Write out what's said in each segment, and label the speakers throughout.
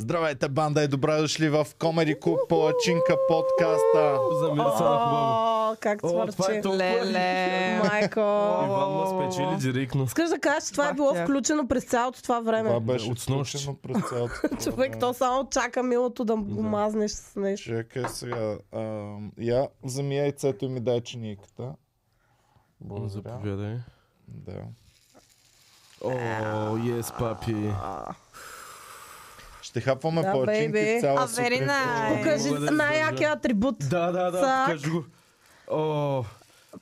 Speaker 1: Здравейте, банда и добре дошли в Comedy Club Палачинка подкаста.
Speaker 2: Замир стана е хубаво.
Speaker 3: О, как
Speaker 2: О, това е
Speaker 3: свърчи.
Speaker 2: толкова.
Speaker 4: Леле.
Speaker 3: Майко.
Speaker 2: Иван ма спечели директно.
Speaker 3: Искаш да кажеш, че това е било
Speaker 4: Бахтя.
Speaker 3: включено през цялото това
Speaker 1: Това
Speaker 2: е
Speaker 3: време.
Speaker 1: беше
Speaker 2: От снощи.
Speaker 1: включено през цялото.
Speaker 3: Човек, то само чака милото да го мазнеш с нещо.
Speaker 1: Чакай е сега. А, я, вземи яйцето и ми дай чиниката. Благодаря.
Speaker 2: Заповядай.
Speaker 1: Да.
Speaker 2: О, ес, папи.
Speaker 1: Ще хапваме
Speaker 3: Да,
Speaker 1: палачинки
Speaker 3: бейби.
Speaker 1: цяла
Speaker 4: А, very
Speaker 1: сутрин.
Speaker 2: Е,
Speaker 4: nice.
Speaker 3: е. Покажи
Speaker 2: мога да
Speaker 3: най-якия атрибут.
Speaker 2: Да, да, да,
Speaker 3: Цак.
Speaker 2: покажи го. О,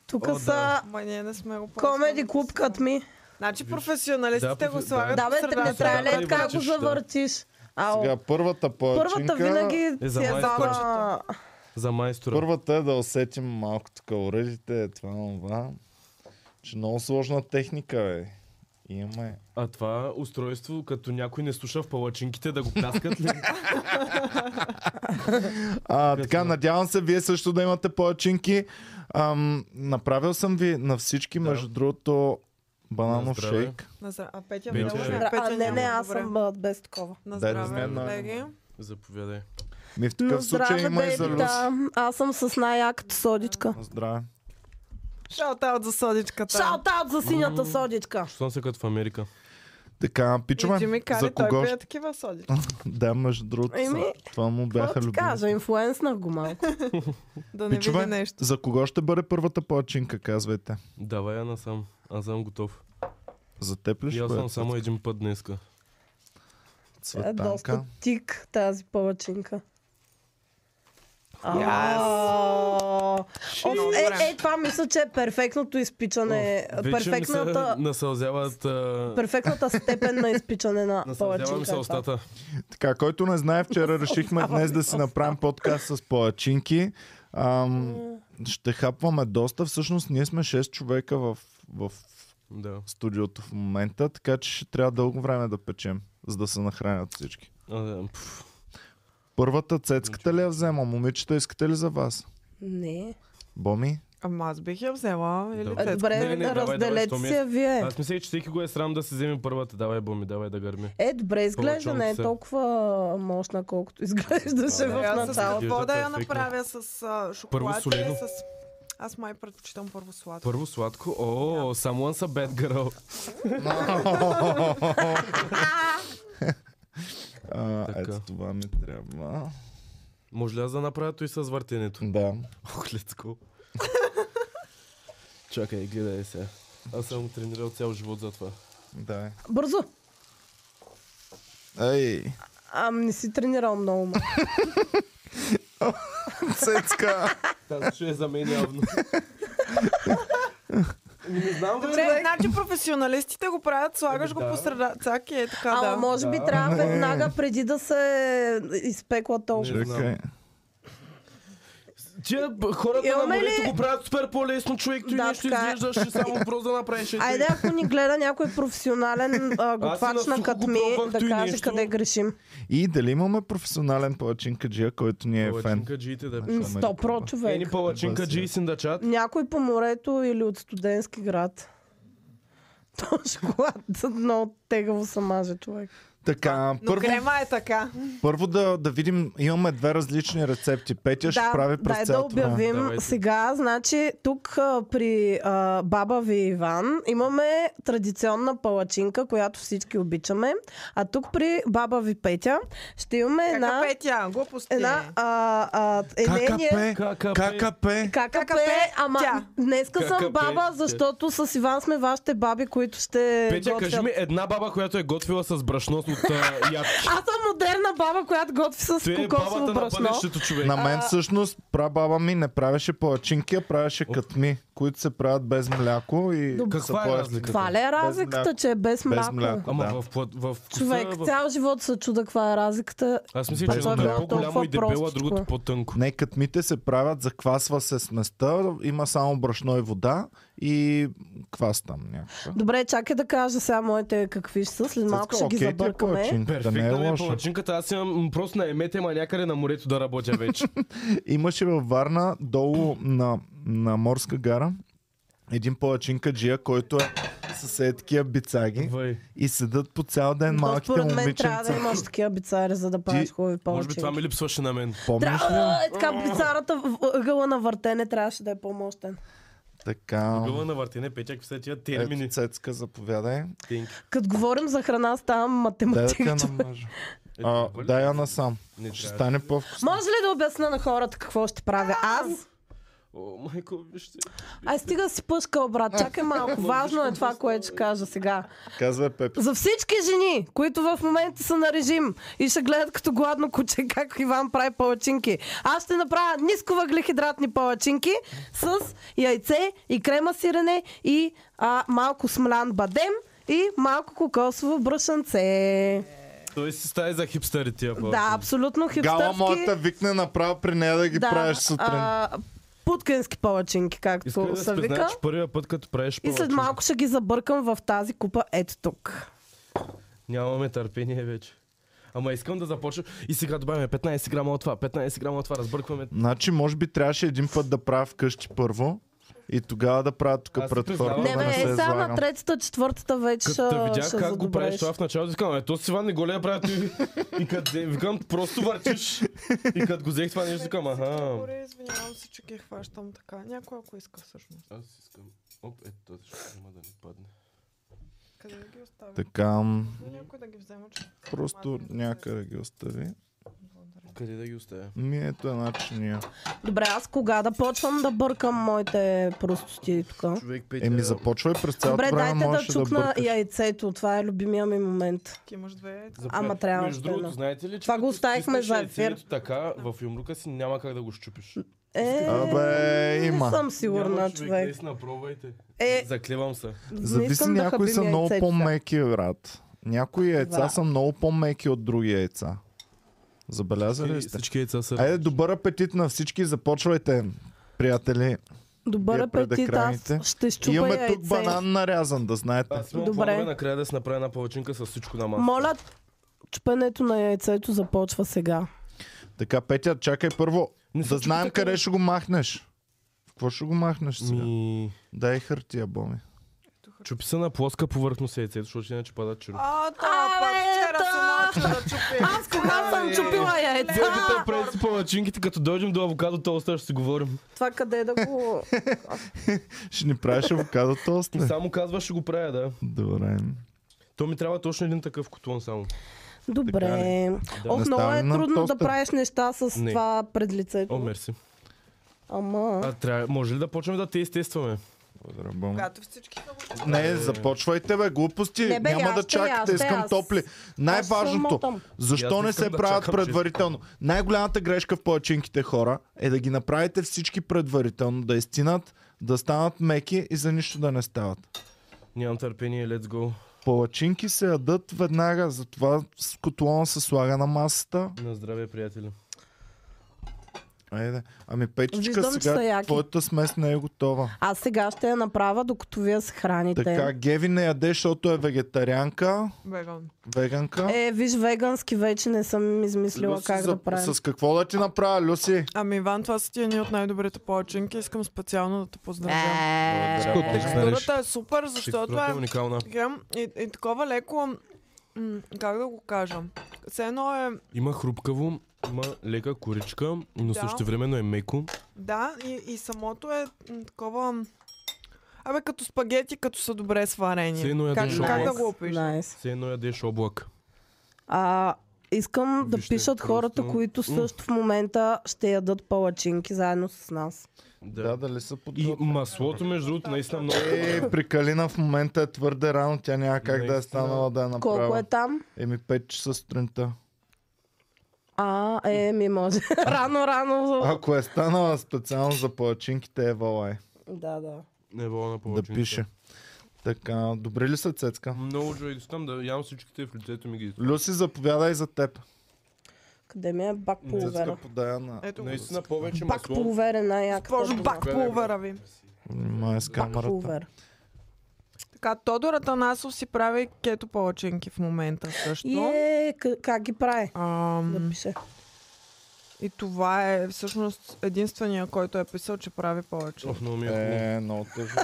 Speaker 3: Тук
Speaker 2: О, да.
Speaker 3: са
Speaker 4: Ма ние не сме го
Speaker 3: комеди клуб като ми.
Speaker 4: Значи
Speaker 2: Да,
Speaker 4: професионалистите
Speaker 2: профе-
Speaker 4: го слагат
Speaker 3: Да,
Speaker 4: по
Speaker 3: бе, те не
Speaker 4: средата.
Speaker 3: трябва
Speaker 2: да,
Speaker 3: ли така
Speaker 2: да,
Speaker 3: го
Speaker 2: да.
Speaker 3: завъртиш? Ау.
Speaker 1: Сега първата палачинка.
Speaker 3: Първата винаги
Speaker 2: Е, за
Speaker 3: си е
Speaker 2: майстора.
Speaker 3: за...
Speaker 2: за майстора.
Speaker 1: Първата е да усетим малко така уредите, това, това. Че много сложна техника, бе. Имаме.
Speaker 2: А това устройство, като някой не слуша в палачинките, да го пляскат ли?
Speaker 1: А, така, надявам се, вие също да имате палачинки. Ам, направил съм ви на всички,
Speaker 2: Да.
Speaker 1: между другото,
Speaker 2: На
Speaker 1: бананов
Speaker 2: здраве.
Speaker 1: шейк.
Speaker 4: На здра- А Петя
Speaker 2: Петя
Speaker 4: много
Speaker 2: е.
Speaker 4: ли?
Speaker 3: А,
Speaker 4: Петя
Speaker 3: не, не,
Speaker 4: няма
Speaker 3: аз
Speaker 4: добре.
Speaker 3: съм бъд без такова.
Speaker 4: На
Speaker 1: Дай да
Speaker 4: здраве,
Speaker 1: знаем, да.
Speaker 4: колеги.
Speaker 2: Заповядай.
Speaker 1: Ми в
Speaker 3: На
Speaker 1: такъв случай
Speaker 3: здраве,
Speaker 1: има и за
Speaker 3: бейби,
Speaker 1: Люс.
Speaker 3: да. Аз съм с най-яката содичка.
Speaker 1: На Здраве.
Speaker 4: Шаутаут за содичката.
Speaker 3: Шаутаут за синята содичка.
Speaker 2: Чувствам се като в Америка.
Speaker 1: Така,
Speaker 4: И
Speaker 1: пичове,
Speaker 4: Джимми
Speaker 1: за
Speaker 4: Кари, той
Speaker 1: кого ще...
Speaker 4: пие такива содички.
Speaker 1: Да, между другото,
Speaker 3: Еми,
Speaker 1: са- това му бяха
Speaker 3: Какво ти кажа,
Speaker 1: любими.
Speaker 3: инфлуенснах го малко.
Speaker 4: Да не види
Speaker 1: Пичове,
Speaker 4: нещо.
Speaker 1: за кого ще бъде първата палачинка, казвайте?
Speaker 2: Давай я насам. Аз съм готов.
Speaker 1: За теб ли
Speaker 2: И
Speaker 1: ще
Speaker 2: аз съм
Speaker 1: бъде?
Speaker 2: само един път днеска.
Speaker 3: Е
Speaker 1: Цветанка.
Speaker 3: доста тик тази палачинка.
Speaker 4: Yes.
Speaker 3: Ао. О,
Speaker 4: Много добре.
Speaker 3: Е, е, това мисля, че е перфектното изпичане.
Speaker 2: Вече ми
Speaker 3: Перфектната,
Speaker 2: се насълзяват... а,
Speaker 3: перфектната степен на изпичане на
Speaker 2: Насълзява
Speaker 3: палачинка.
Speaker 2: ми
Speaker 3: е
Speaker 2: се
Speaker 3: това.
Speaker 2: устата.
Speaker 1: Така, който не знае, вчера решихме днес да си направим подкаст с палачинки. Ам, ще хапваме доста. Всъщност ние сме 6 човека в, в
Speaker 2: Да.
Speaker 1: студиото в момента, така че ще трябва дълго време да печем, за да се нахранят всички.
Speaker 2: А, да, пф.
Speaker 1: Първата цецката ли я взема? Момичета, искате ли за вас?
Speaker 3: Не.
Speaker 1: Боми?
Speaker 4: Ама аз бих я взела. Или
Speaker 2: Добре.
Speaker 3: Е,
Speaker 4: Цецка.
Speaker 3: добре,
Speaker 2: Не, не, не, давай, давай,
Speaker 3: разделете
Speaker 2: що ми е.
Speaker 3: се вие.
Speaker 2: Аз мислех, че всеки го е срам да се вземе първата. Давай, Боми, давай да гърми.
Speaker 3: Е, добре, изглежда не е
Speaker 2: се.
Speaker 3: толкова мощна, колкото изглеждаше
Speaker 2: Да,
Speaker 3: в
Speaker 4: Аз с
Speaker 3: началото.
Speaker 4: какво да я
Speaker 2: Перфектно.
Speaker 4: направя с а,
Speaker 2: Първо
Speaker 4: шоколад
Speaker 2: солено.
Speaker 4: и с... Аз май предпочитам първо сладко.
Speaker 2: Първо сладко. О, someone's a bad girl.
Speaker 1: А,
Speaker 2: Така.
Speaker 1: ето това ми трябва.
Speaker 2: Може ли аз да направя и с въртенето?
Speaker 1: Да.
Speaker 2: Ох, let's go. Чакай, гледай сега. Аз съм тренирал цял живот за това.
Speaker 1: Да.
Speaker 3: Бързо!
Speaker 1: Ей,
Speaker 3: Ам, не си тренирал много. ма.
Speaker 1: цецка!
Speaker 2: Тази ще е за мен явно. Не знам да
Speaker 4: Добре, значи професионалистите го правят, слагаш го
Speaker 2: Да.
Speaker 4: по среда. Цак и е така,
Speaker 3: Ама
Speaker 4: да.
Speaker 3: може би
Speaker 2: Да.
Speaker 3: трябва веднага преди да се изпекла толкова.
Speaker 2: Не знам.
Speaker 1: Чакай.
Speaker 2: Тия б- хората
Speaker 3: Имаме
Speaker 2: на морето
Speaker 3: ли-
Speaker 2: го правят супер по-лесно, човек. Ти
Speaker 3: Да,
Speaker 2: нещо
Speaker 3: така е.
Speaker 2: изглеждаш и само просто да направиш. ето
Speaker 3: Айде,
Speaker 2: и-
Speaker 3: ако ни гледа някой професионален а, готвач
Speaker 2: на сухо
Speaker 3: на като
Speaker 2: го
Speaker 3: ми,
Speaker 2: пробвах,
Speaker 3: да
Speaker 2: той
Speaker 3: каже
Speaker 2: нещо.
Speaker 3: къде грешим.
Speaker 1: И дали имаме професионален палачинка джия, който ни е фен?
Speaker 2: Палачинкаджиите да Е,
Speaker 3: М,
Speaker 2: пишат.
Speaker 3: Ами, Сто про човек.
Speaker 2: Ени палачинкаджии си да чат.
Speaker 3: Някой по морето или от студентски град. То шоколад много тегаво се маже човек.
Speaker 1: Така,
Speaker 4: Но
Speaker 1: първо,
Speaker 4: крема е така.
Speaker 1: първо да, да видим, имаме две различни рецепти. Петя ще прави през
Speaker 3: дай да
Speaker 1: цялото време.
Speaker 3: обявим
Speaker 2: Давайте.
Speaker 3: сега. Значи, тук а, при а, баба ви Иван имаме традиционна палачинка, която всички обичаме. А тук при баба ви Петя ще имаме
Speaker 4: Кака
Speaker 3: една...
Speaker 4: петя, глупости.
Speaker 3: Една... А, а, е, нейния-
Speaker 1: ККП,
Speaker 2: ККП.
Speaker 1: ККП.
Speaker 3: ККП,
Speaker 4: ККП,
Speaker 3: ама
Speaker 4: тя.
Speaker 3: днеска
Speaker 2: ККП,
Speaker 3: съм баба,
Speaker 2: тя.
Speaker 3: защото с Иван сме вашите баби, които ще
Speaker 2: Петя, кажи
Speaker 3: готвят.
Speaker 2: ми една баба, която е готвила с брашно от а, ябки.
Speaker 3: Аз съм модерна баба, която готви с
Speaker 2: Ти е
Speaker 3: кокосово
Speaker 2: бабата на
Speaker 3: брашно.
Speaker 2: бъдещето човек.
Speaker 1: На мен всъщност прабаба ми не правеше палачинки, а правеше кътми, които се правят без мляко и
Speaker 3: Добре.
Speaker 1: са
Speaker 2: Каква е
Speaker 1: по-
Speaker 2: разликата?
Speaker 3: Това ли е разликата,
Speaker 1: мляко.
Speaker 3: че е без
Speaker 1: Без
Speaker 3: мляко?
Speaker 1: мляко.
Speaker 2: Ама
Speaker 1: Да.
Speaker 2: в, плат- в, вкуса,
Speaker 3: Човек,
Speaker 2: в
Speaker 3: цял живот се чуда каква е разликата.
Speaker 2: Аз мисля,
Speaker 3: Пак
Speaker 2: че
Speaker 3: това
Speaker 2: едното е
Speaker 3: било
Speaker 2: по-голямо и
Speaker 3: толкова
Speaker 2: дебело, а
Speaker 3: простичко.
Speaker 2: другото по-тънко.
Speaker 1: Не, кътмите се правят, заквасва се с места, има само брашно и вода и квас там някаква.
Speaker 3: Добре, чакай да кажа сега моите какви ще са, след малко ще
Speaker 1: Цецка,
Speaker 3: ги
Speaker 1: окей ти е
Speaker 3: забъркаме.
Speaker 1: палачинката,
Speaker 2: Перфектно
Speaker 1: не е
Speaker 2: ми е
Speaker 1: лошо.
Speaker 2: палачинката, аз имам м, просто наемете ма някъде на морето да работя вече.
Speaker 1: Имаше във Варна, долу на, на морска гара, един палачинка джия, който е с е такива бицаги
Speaker 2: Вай.
Speaker 1: и седат по цял ден
Speaker 3: То
Speaker 1: малките
Speaker 3: според мен
Speaker 1: момиченца.
Speaker 3: трябва да имаш такива бицари, за да правиш хубави
Speaker 2: Може би това ми
Speaker 3: палачинки.
Speaker 2: липсваше на мен.
Speaker 1: Помниш ли?
Speaker 3: Трябва, е така, бицарата, в- ъгъла на въртене трябваше да е по-мощен.
Speaker 1: Така.
Speaker 2: Гъла на въртене, петя, какви са тия Е, термини.
Speaker 1: Ето, Цецка, заповядай.
Speaker 2: Тинки.
Speaker 3: Като говорим за храна, става
Speaker 1: Дай да те
Speaker 3: математика.
Speaker 1: намажа.
Speaker 2: Е,
Speaker 1: А,
Speaker 2: добре ли?
Speaker 1: Дай я насам.
Speaker 2: Не
Speaker 1: Ще
Speaker 2: трябва.
Speaker 1: стане по-вкусно.
Speaker 3: Може ли да обясна на хората какво ще правя аз?
Speaker 2: О, майко, вижте.
Speaker 3: Ай, стига да си пъшкал, брат. Чакай малко. Важно е това, което ще кажа сега.
Speaker 1: Казва Пепи.
Speaker 3: За всички жени, които в момента са на режим и ще гледат като гладно куче как Иван прави палачинки, аз ще направя нисковъглехидратни палачинки с яйце и крема сирене и а, малко смлян бадем и малко кокосово брашанце.
Speaker 2: Той си стае за хипстари тия палачинки.
Speaker 3: Да, абсолютно
Speaker 1: Гала
Speaker 3: хипстърски.
Speaker 1: моята викне направо при нея да ги правиш сутрин.
Speaker 3: а, Путкински палачинки, както
Speaker 2: Искам да
Speaker 3: се
Speaker 2: се
Speaker 3: вика.
Speaker 2: призная, че първия път, като правиш
Speaker 3: И след
Speaker 2: палачинки,
Speaker 3: малко ще ги забъркам в тази купа ето тук.
Speaker 2: Нямаме търпение вече. Ама искам да започна. И сега добавяме 15 грама от това, 15 грама от това, разбъркваме.
Speaker 1: Значи, може би трябваше един път да правя вкъщи първо и тогава да правя тук
Speaker 2: Аз се
Speaker 1: пред
Speaker 2: признавам.
Speaker 1: хората
Speaker 3: Не
Speaker 1: да
Speaker 3: бе,
Speaker 1: не
Speaker 3: е
Speaker 1: се
Speaker 3: сега на
Speaker 1: излагам.
Speaker 3: третата, четвъртата вече
Speaker 2: Като те
Speaker 3: ще-
Speaker 2: видях
Speaker 3: ще
Speaker 2: как го правиш
Speaker 3: задобреш.
Speaker 2: това в началото, искам, е, то с Иван не го ли е правил той? И като де- викам, просто въртиш. И като го взех това нещо, викам, аха.
Speaker 4: Добре, извинявам се, че ги хващам така. Някой, ако иска всъщност.
Speaker 2: Аз искам. Оп, ето този ще няма да ни падне.
Speaker 4: Къде да ги оставя?
Speaker 1: Така, м,
Speaker 4: Някой да ги взема, че...
Speaker 1: просто някъде ги остави.
Speaker 2: Къде да ги оставя?
Speaker 1: Ми ето е начиния.
Speaker 3: Добре, аз кога да почвам да бъркам моите простотии тук?
Speaker 2: Човек петя.
Speaker 1: Еми, започвай през цялото
Speaker 3: Добре,
Speaker 1: време
Speaker 3: дайте да
Speaker 1: можеш да,
Speaker 3: чукна
Speaker 1: бъркаш.
Speaker 3: яйцето. Това е любимия ми момент.
Speaker 4: Ти имаш две яйца.
Speaker 2: Запре-
Speaker 3: Ама трябва
Speaker 2: Между
Speaker 3: още
Speaker 2: другото,
Speaker 3: едно.
Speaker 2: знаете ли, че
Speaker 3: Това го
Speaker 2: като
Speaker 3: оставихме
Speaker 2: стиснеш
Speaker 3: за ефир.
Speaker 2: яйцето Така, в юмрука си няма как да го щупиш.
Speaker 3: Е,
Speaker 1: Абе,
Speaker 3: не
Speaker 1: има.
Speaker 3: съм сигурна,
Speaker 2: Няма,
Speaker 3: човек.
Speaker 2: Наистина, пробвайте.
Speaker 3: Е,
Speaker 2: Заклевам се.
Speaker 3: не
Speaker 1: Зависи,
Speaker 3: искам да
Speaker 1: някои са
Speaker 3: хабим
Speaker 1: много
Speaker 3: яйцето.
Speaker 1: по-меки, брат. Някои яйца
Speaker 3: Да.
Speaker 1: са много по-меки от други яйца. Забелязали ли сте?
Speaker 2: Всички яйца са.
Speaker 1: Айде, добър апетит на всички, започвайте, приятели.
Speaker 3: Добър
Speaker 1: Вие пред
Speaker 3: апетит, аз
Speaker 1: екраните.
Speaker 3: ще щупа
Speaker 1: Имаме тук
Speaker 3: яйце.
Speaker 1: банан нарязан, да знаете.
Speaker 2: Аз имам
Speaker 3: Добре.
Speaker 2: планове накрая да си направя една палачинка с всичко на масата.
Speaker 3: Моля, чупенето на яйцето започва сега.
Speaker 1: Така, Петя, чакай първо.
Speaker 2: Не се
Speaker 1: да
Speaker 2: чупи
Speaker 1: знаем
Speaker 2: така.
Speaker 1: къде ще го махнеш. В какво ще го махнеш сега?
Speaker 2: Ми...
Speaker 1: Дай хартия, Боми.
Speaker 2: Чупи се на плоска повърхност яйцето, защото иначе пада чуро.
Speaker 4: А, това пак
Speaker 3: Абе,
Speaker 4: вчера се
Speaker 3: та.
Speaker 4: научи да чупи.
Speaker 3: Аз кога съм чупила яйца?
Speaker 2: Бебета, пред палачинките, като дойдем до авокадото, остава ще си говорим.
Speaker 3: Това къде да го...
Speaker 1: Ще ни правиш авокадо тост.
Speaker 2: И
Speaker 1: ли?
Speaker 2: само казваш, ще го правя, да.
Speaker 1: Добре.
Speaker 2: То ми трябва точно един такъв котлон само.
Speaker 1: Така
Speaker 3: Добре.
Speaker 1: Не
Speaker 3: Ох, много
Speaker 1: става
Speaker 3: е
Speaker 1: ли на
Speaker 3: трудно да
Speaker 1: тостер?
Speaker 3: правиш неща с
Speaker 2: Не. Ами,
Speaker 3: това пред
Speaker 2: О,
Speaker 3: лицето.
Speaker 2: мерси.
Speaker 3: Ама...
Speaker 2: А, трябва... може ли да почнем да те изтестваме?
Speaker 1: Благодаря, Боми.
Speaker 4: Когато всички са го
Speaker 1: Не, започвайте бе, глупости.
Speaker 3: Не, бе,
Speaker 1: Няма
Speaker 3: аз
Speaker 1: да
Speaker 3: ще, аз
Speaker 1: чакате,
Speaker 3: ще,
Speaker 1: искам
Speaker 3: аз-
Speaker 1: топли. Най-важното,
Speaker 3: мотам.
Speaker 2: И
Speaker 1: защо
Speaker 2: аз
Speaker 1: не
Speaker 2: искам
Speaker 1: се
Speaker 2: да
Speaker 1: правят
Speaker 2: чакам,
Speaker 1: предварително? Най-голямата грешка в палачинките хора е да ги направите всички предварително, да изтинат, да станат меки и за нищо да не стават.
Speaker 2: Нямам търпение, let's go.
Speaker 1: Палачинки се ядат веднага, затова с котлона се слага на масата.
Speaker 2: На здраве, приятели.
Speaker 4: Е,
Speaker 1: Айде. Ами Петичка,
Speaker 3: Виждам, че са
Speaker 1: сега
Speaker 3: яки.
Speaker 1: твоята смес не е готова.
Speaker 3: Аз сега ще я направя, докато вие се храните.
Speaker 1: Така, Геви не яде, защото е вегетарианка,
Speaker 4: Веган.
Speaker 1: веганка.
Speaker 3: Е, виж, вегански вече не съм измислила
Speaker 1: Люси,
Speaker 3: как
Speaker 1: за-
Speaker 3: да правя.
Speaker 1: С какво да ти направя, Люси?
Speaker 2: Е,
Speaker 4: Ами, Иван, това са ти едни от най-добрите палачинки. Искам специално да те поздравя.
Speaker 3: Е.
Speaker 2: Благодаря, Боми.
Speaker 4: Текстурата е супер, защото
Speaker 2: Текстурата е
Speaker 4: е
Speaker 2: уникална.
Speaker 4: Грам и, и такова леко, м, как да го кажа, все едно е,
Speaker 2: Има хрупкаво, има лека коричка, но
Speaker 4: Да.
Speaker 2: също времено е меко.
Speaker 4: да, и, и самото е м, такова, м, абе като спагети, като са добре
Speaker 2: Все
Speaker 4: сварени.
Speaker 2: едно
Speaker 4: Е, Как,
Speaker 2: ядеш
Speaker 4: как да
Speaker 2: облак.
Speaker 4: го опиша?
Speaker 3: Найс.
Speaker 2: Все едно ядеш облак.
Speaker 3: А, искам да
Speaker 2: Вижте,
Speaker 3: пишат
Speaker 2: просто-
Speaker 3: хората, които също в момента ще ядат палачинки заедно с нас.
Speaker 1: Да, дали са подготвени?
Speaker 2: И маслото, между другото, наистина много.
Speaker 1: Е, при Калина в момента е твърде рано, тя няма как да е
Speaker 2: Наистина.
Speaker 1: станала да я направи.
Speaker 3: Колко е там?
Speaker 1: Еми 5 часа сутринта.
Speaker 3: А, е, ми може. рано, рано.
Speaker 1: Ако е станала специално за палачинките, е валай.
Speaker 3: Да, да.
Speaker 2: Не вълна на
Speaker 1: Да
Speaker 2: повече.
Speaker 1: пише. Така, добре ли са цецка?
Speaker 2: Много джой, там да ям всичките в лицето ми ги.
Speaker 1: Люси, заповядай за теб.
Speaker 3: Къде ми е бак
Speaker 1: Цецка
Speaker 3: половера?
Speaker 1: подая на...
Speaker 4: Ето го.
Speaker 2: Наистина повече
Speaker 3: Бак
Speaker 2: масло.
Speaker 3: половера е най-яката.
Speaker 4: Госпожо,
Speaker 3: дума.
Speaker 4: бак плувара ви.
Speaker 1: Внимай с
Speaker 3: Бак
Speaker 1: камерата.
Speaker 3: половер.
Speaker 4: Така, Тодор Атанасов си прави кето
Speaker 3: Е.
Speaker 4: палачинки в момента също.
Speaker 3: И е, к- как ги прави?
Speaker 4: Ам,
Speaker 3: Да пише.
Speaker 4: И това е всъщност единствения, който е писал, че прави повече.
Speaker 2: Ох, много ми е.
Speaker 1: Е, много тъжно.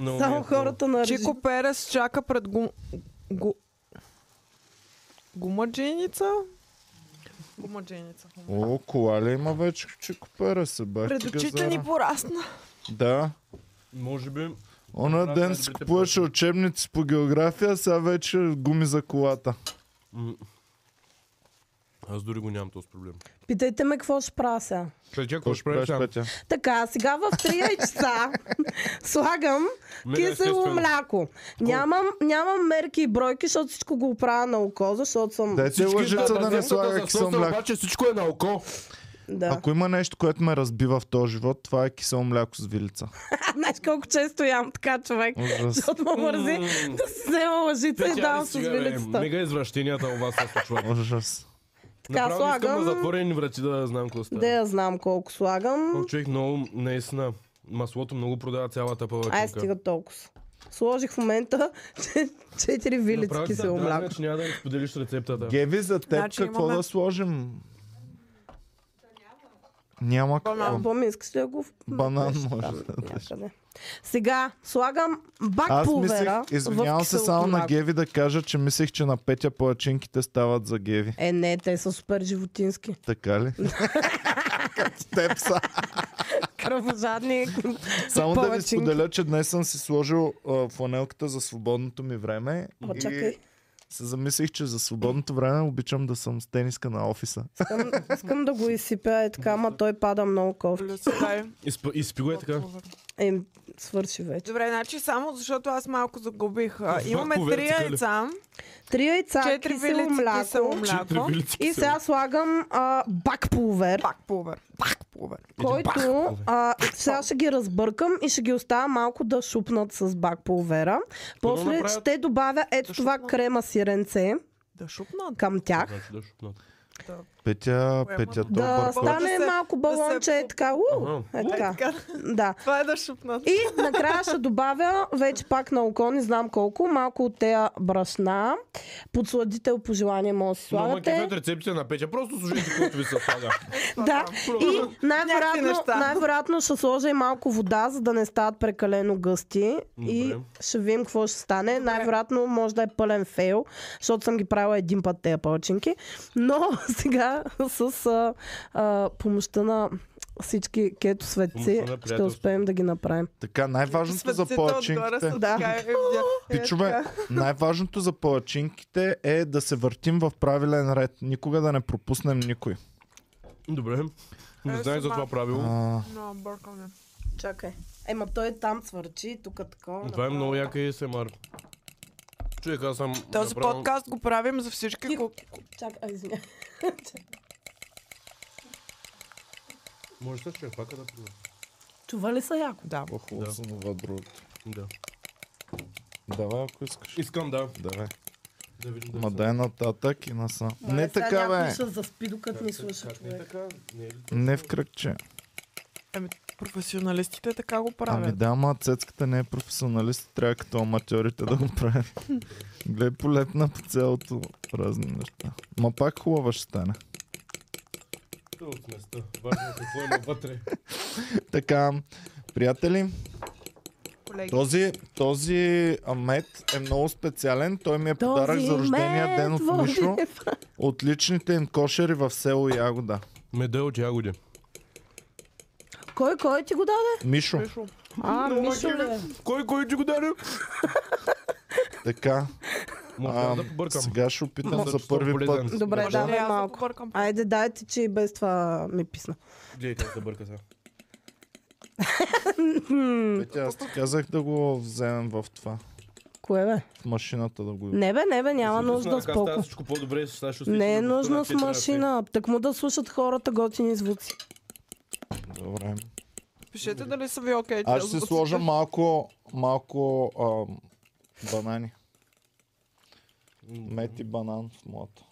Speaker 2: много ми е
Speaker 3: Само
Speaker 2: хубаво.
Speaker 3: хората на режим.
Speaker 4: Чико Перес чака пред гум... гу... гумаджийница? Гумаджийница. в момента.
Speaker 1: О, кола ли има вече, че купера се бах.
Speaker 4: Пред
Speaker 1: ти
Speaker 4: очите
Speaker 1: газара.
Speaker 4: ни порасна.
Speaker 1: Да.
Speaker 2: Може би
Speaker 1: Она ден си купуваше учебници по география, сега вече гуми за колата.
Speaker 2: М. Аз дори го нямам този проблем.
Speaker 3: Питайте ме какво ще правя сега.
Speaker 2: Петя,
Speaker 1: Какво ще правиш, Петя?
Speaker 3: Така, сега в 3 часа слагам
Speaker 2: Мега
Speaker 3: кисело
Speaker 2: естествено.
Speaker 3: мляко. Нямам, нямам мерки и бройки, защото всичко го правя на око, защото съм...
Speaker 1: Дайте лъжица да не слага кисел мляко.
Speaker 2: Обаче всичко е на око.
Speaker 3: Да.
Speaker 1: Ако има нещо, което ме разбива в този живот, това е кисело мляко с вилица.
Speaker 3: А, знаеш колко често ям така човек.
Speaker 1: Ужас.
Speaker 3: Защото ме мързи
Speaker 2: М.
Speaker 3: да си взема лъжица и давам с вилицата.
Speaker 2: Мега извращенията у вас се случват.
Speaker 1: Ужас.
Speaker 3: Така
Speaker 2: Направо искам
Speaker 3: слагам.
Speaker 2: на затворени врати да знам какво става.
Speaker 3: Да я знам колко слагам.
Speaker 2: О, Човек много, наистина, маслото много продава цялата палачинка.
Speaker 3: Ай, стига толкова. Сложих в момента че- четири вилици
Speaker 2: Направо ти се
Speaker 3: кисело мляко.
Speaker 2: дразня, че няма да ни споделиш рецептата.
Speaker 1: Геви, за теб
Speaker 4: Значи
Speaker 1: какво
Speaker 4: имаме-
Speaker 1: да сложим? Няма какво.
Speaker 3: Боми, искаш ли да го... в-
Speaker 1: Банан
Speaker 3: Беше
Speaker 1: може
Speaker 3: там
Speaker 1: да дадеш.
Speaker 3: някъде. Сега слагам бак
Speaker 1: Аз мислех,
Speaker 3: пулвера в
Speaker 1: извинявам се
Speaker 3: киселото
Speaker 1: само на
Speaker 3: мляко.
Speaker 1: Геви да кажа, че мислех, че на Петя палачинките стават за Геви.
Speaker 3: Е, не, те са супер животински.
Speaker 1: Така ли? Като теб са.
Speaker 3: Кръвожадни.
Speaker 1: Само да ви
Speaker 3: Палачинки.
Speaker 1: споделя, че днес съм си сложил а, фланелката за свободното ми време.
Speaker 3: Ама
Speaker 1: и
Speaker 3: чакай,
Speaker 1: се замислих, че за свободното време обичам да съм с тениска на офиса.
Speaker 3: искам, искам да го изсипя е така, ама той пада много кофти.
Speaker 4: Люцифер.
Speaker 2: Изп- Изпи го е така.
Speaker 3: Е, свърши вече.
Speaker 4: Добре, значи само защото аз малко загубих. А,
Speaker 2: С
Speaker 4: имаме
Speaker 2: бак
Speaker 4: три
Speaker 2: поверци, кали?
Speaker 4: яйца,
Speaker 3: Три яйца,
Speaker 4: четири
Speaker 3: кисело
Speaker 4: вилици кисело
Speaker 3: мляко.
Speaker 2: Четири
Speaker 4: мляко,
Speaker 2: вилици
Speaker 3: И
Speaker 2: кисело.
Speaker 3: сега слагам а, бак пулвер.
Speaker 4: пак пулвер, пак пулвер.
Speaker 3: който а, сега ще ги разбъркам и ще ги оставя малко да шупнат с бак пулвера. После
Speaker 2: направят?
Speaker 3: ще добавя ето това
Speaker 4: шупнат?
Speaker 3: крема сиренце
Speaker 4: Да шупна.
Speaker 3: към тях.
Speaker 2: Значи да шупнат.
Speaker 1: Петя,
Speaker 4: Поема.
Speaker 1: Петя,
Speaker 3: Да,
Speaker 1: толкова
Speaker 4: бъркот.
Speaker 3: стане
Speaker 4: Да се-
Speaker 3: малко
Speaker 4: да се-
Speaker 3: балонче, е така. У,
Speaker 2: Ага.
Speaker 3: е така. Да.
Speaker 4: Това е да шупна.
Speaker 3: И накрая ще добавя, вече пак на око, не знам колко, малко от тея брашна. Подсладител по желание може да си
Speaker 2: Но ма
Speaker 3: слагате.
Speaker 2: кефят рецептите на Петя. Просто служите, които ви се слага.
Speaker 3: Да, и
Speaker 4: Някакви
Speaker 3: най-вероятно,
Speaker 4: неща.
Speaker 3: най-вероятно ще сложа и малко вода, за да не стават прекалено гъсти. И
Speaker 2: Добре.
Speaker 3: ще видим какво ще стане. Най-вероятно може да е пълен фейл, защото съм ги правила един път тези палчинки. Но сега с а, а, помощта на всички кето светци
Speaker 2: Помощта на
Speaker 3: ще успеем да ги направим.
Speaker 1: Така, най-важното за палачинките...
Speaker 3: Да.
Speaker 4: е,
Speaker 1: Пичове, най-важното за палачинките е да се въртим в правилен ред. Никога да не пропуснем никой.
Speaker 2: Добре. Не
Speaker 4: Е,
Speaker 2: знаех за
Speaker 4: сама.
Speaker 2: това правило.
Speaker 1: А,
Speaker 4: Но бъркаме.
Speaker 3: Чакай. Ема той там свърчи, тук такова.
Speaker 2: Това е много яка и семар. Човек, аз съм...
Speaker 4: Този
Speaker 2: направо-
Speaker 4: подкаст го правим за всички, ко-
Speaker 3: Чакай, а, извиня.
Speaker 2: Може да човек пака да пива.
Speaker 3: Чува ли са яко?
Speaker 4: Да.
Speaker 1: по-хубаво
Speaker 2: Да.
Speaker 1: да. това другото.
Speaker 2: Да.
Speaker 1: Давай, ако искаш.
Speaker 2: Искам да.
Speaker 1: Давай.
Speaker 2: Да видим
Speaker 1: Ма дай нататък и насам. Не е.
Speaker 3: Мале, сега
Speaker 1: така,
Speaker 3: някой
Speaker 1: бе.
Speaker 3: Ще заспи, докато ни слуша
Speaker 2: Не
Speaker 3: човек.
Speaker 2: така. Не е ли?
Speaker 1: Не в кръгче.
Speaker 4: Еми, професионалистите така го
Speaker 1: Ами
Speaker 4: правят.
Speaker 1: да, ма цецката не е професионалист, трябва като аматьорите да го правят. Гледай полепна по цялото разни неща. Ма пак хубава ще стане.
Speaker 2: Та От места. Важно е какво има вътре.
Speaker 1: Така, приятели,
Speaker 4: Колеги.
Speaker 1: този, този а, мед е много специален. Той ми е подарък за рождения ден от Мишо. От личните им кошери в село Ягода.
Speaker 2: Меда е от ягоди.
Speaker 3: Кой, кой ти го даде?
Speaker 1: Мишо,
Speaker 4: Пишо.
Speaker 3: А, Мишо е? бе.
Speaker 2: Кой, кой ти го даде?
Speaker 1: така.
Speaker 2: Може
Speaker 1: ам,
Speaker 2: да побъркам.
Speaker 1: сега ще опитам
Speaker 2: Мисля,
Speaker 1: за
Speaker 2: че съм
Speaker 1: първи
Speaker 2: полезен.
Speaker 1: път.
Speaker 3: Добре,
Speaker 4: Може ли
Speaker 3: давай
Speaker 4: аз да го
Speaker 3: малко.
Speaker 4: бъркам?
Speaker 3: Айде, дайте, че и без това ми писна.
Speaker 2: Гледай как се бърка сега.
Speaker 1: Петя, аз ти казах да го вземем в това.
Speaker 3: Кое бе?
Speaker 1: В машината да го...
Speaker 3: Не бе, не бе, няма
Speaker 2: Слушай,
Speaker 3: нужда
Speaker 2: така
Speaker 3: с
Speaker 2: става
Speaker 3: полко.
Speaker 2: Всичко по-добре, сега ще
Speaker 3: Не е
Speaker 2: усетим
Speaker 3: нужно с
Speaker 2: вкуса на четирите
Speaker 3: машина. Так му да слушат хората готини звуци.
Speaker 1: Добре.
Speaker 4: Пишете дали са ви окей.
Speaker 1: Аз
Speaker 4: тези
Speaker 1: ще си
Speaker 4: звуци.
Speaker 1: сложа малко, малко ам, банани.
Speaker 2: ръце.
Speaker 1: Мед и банан в моята.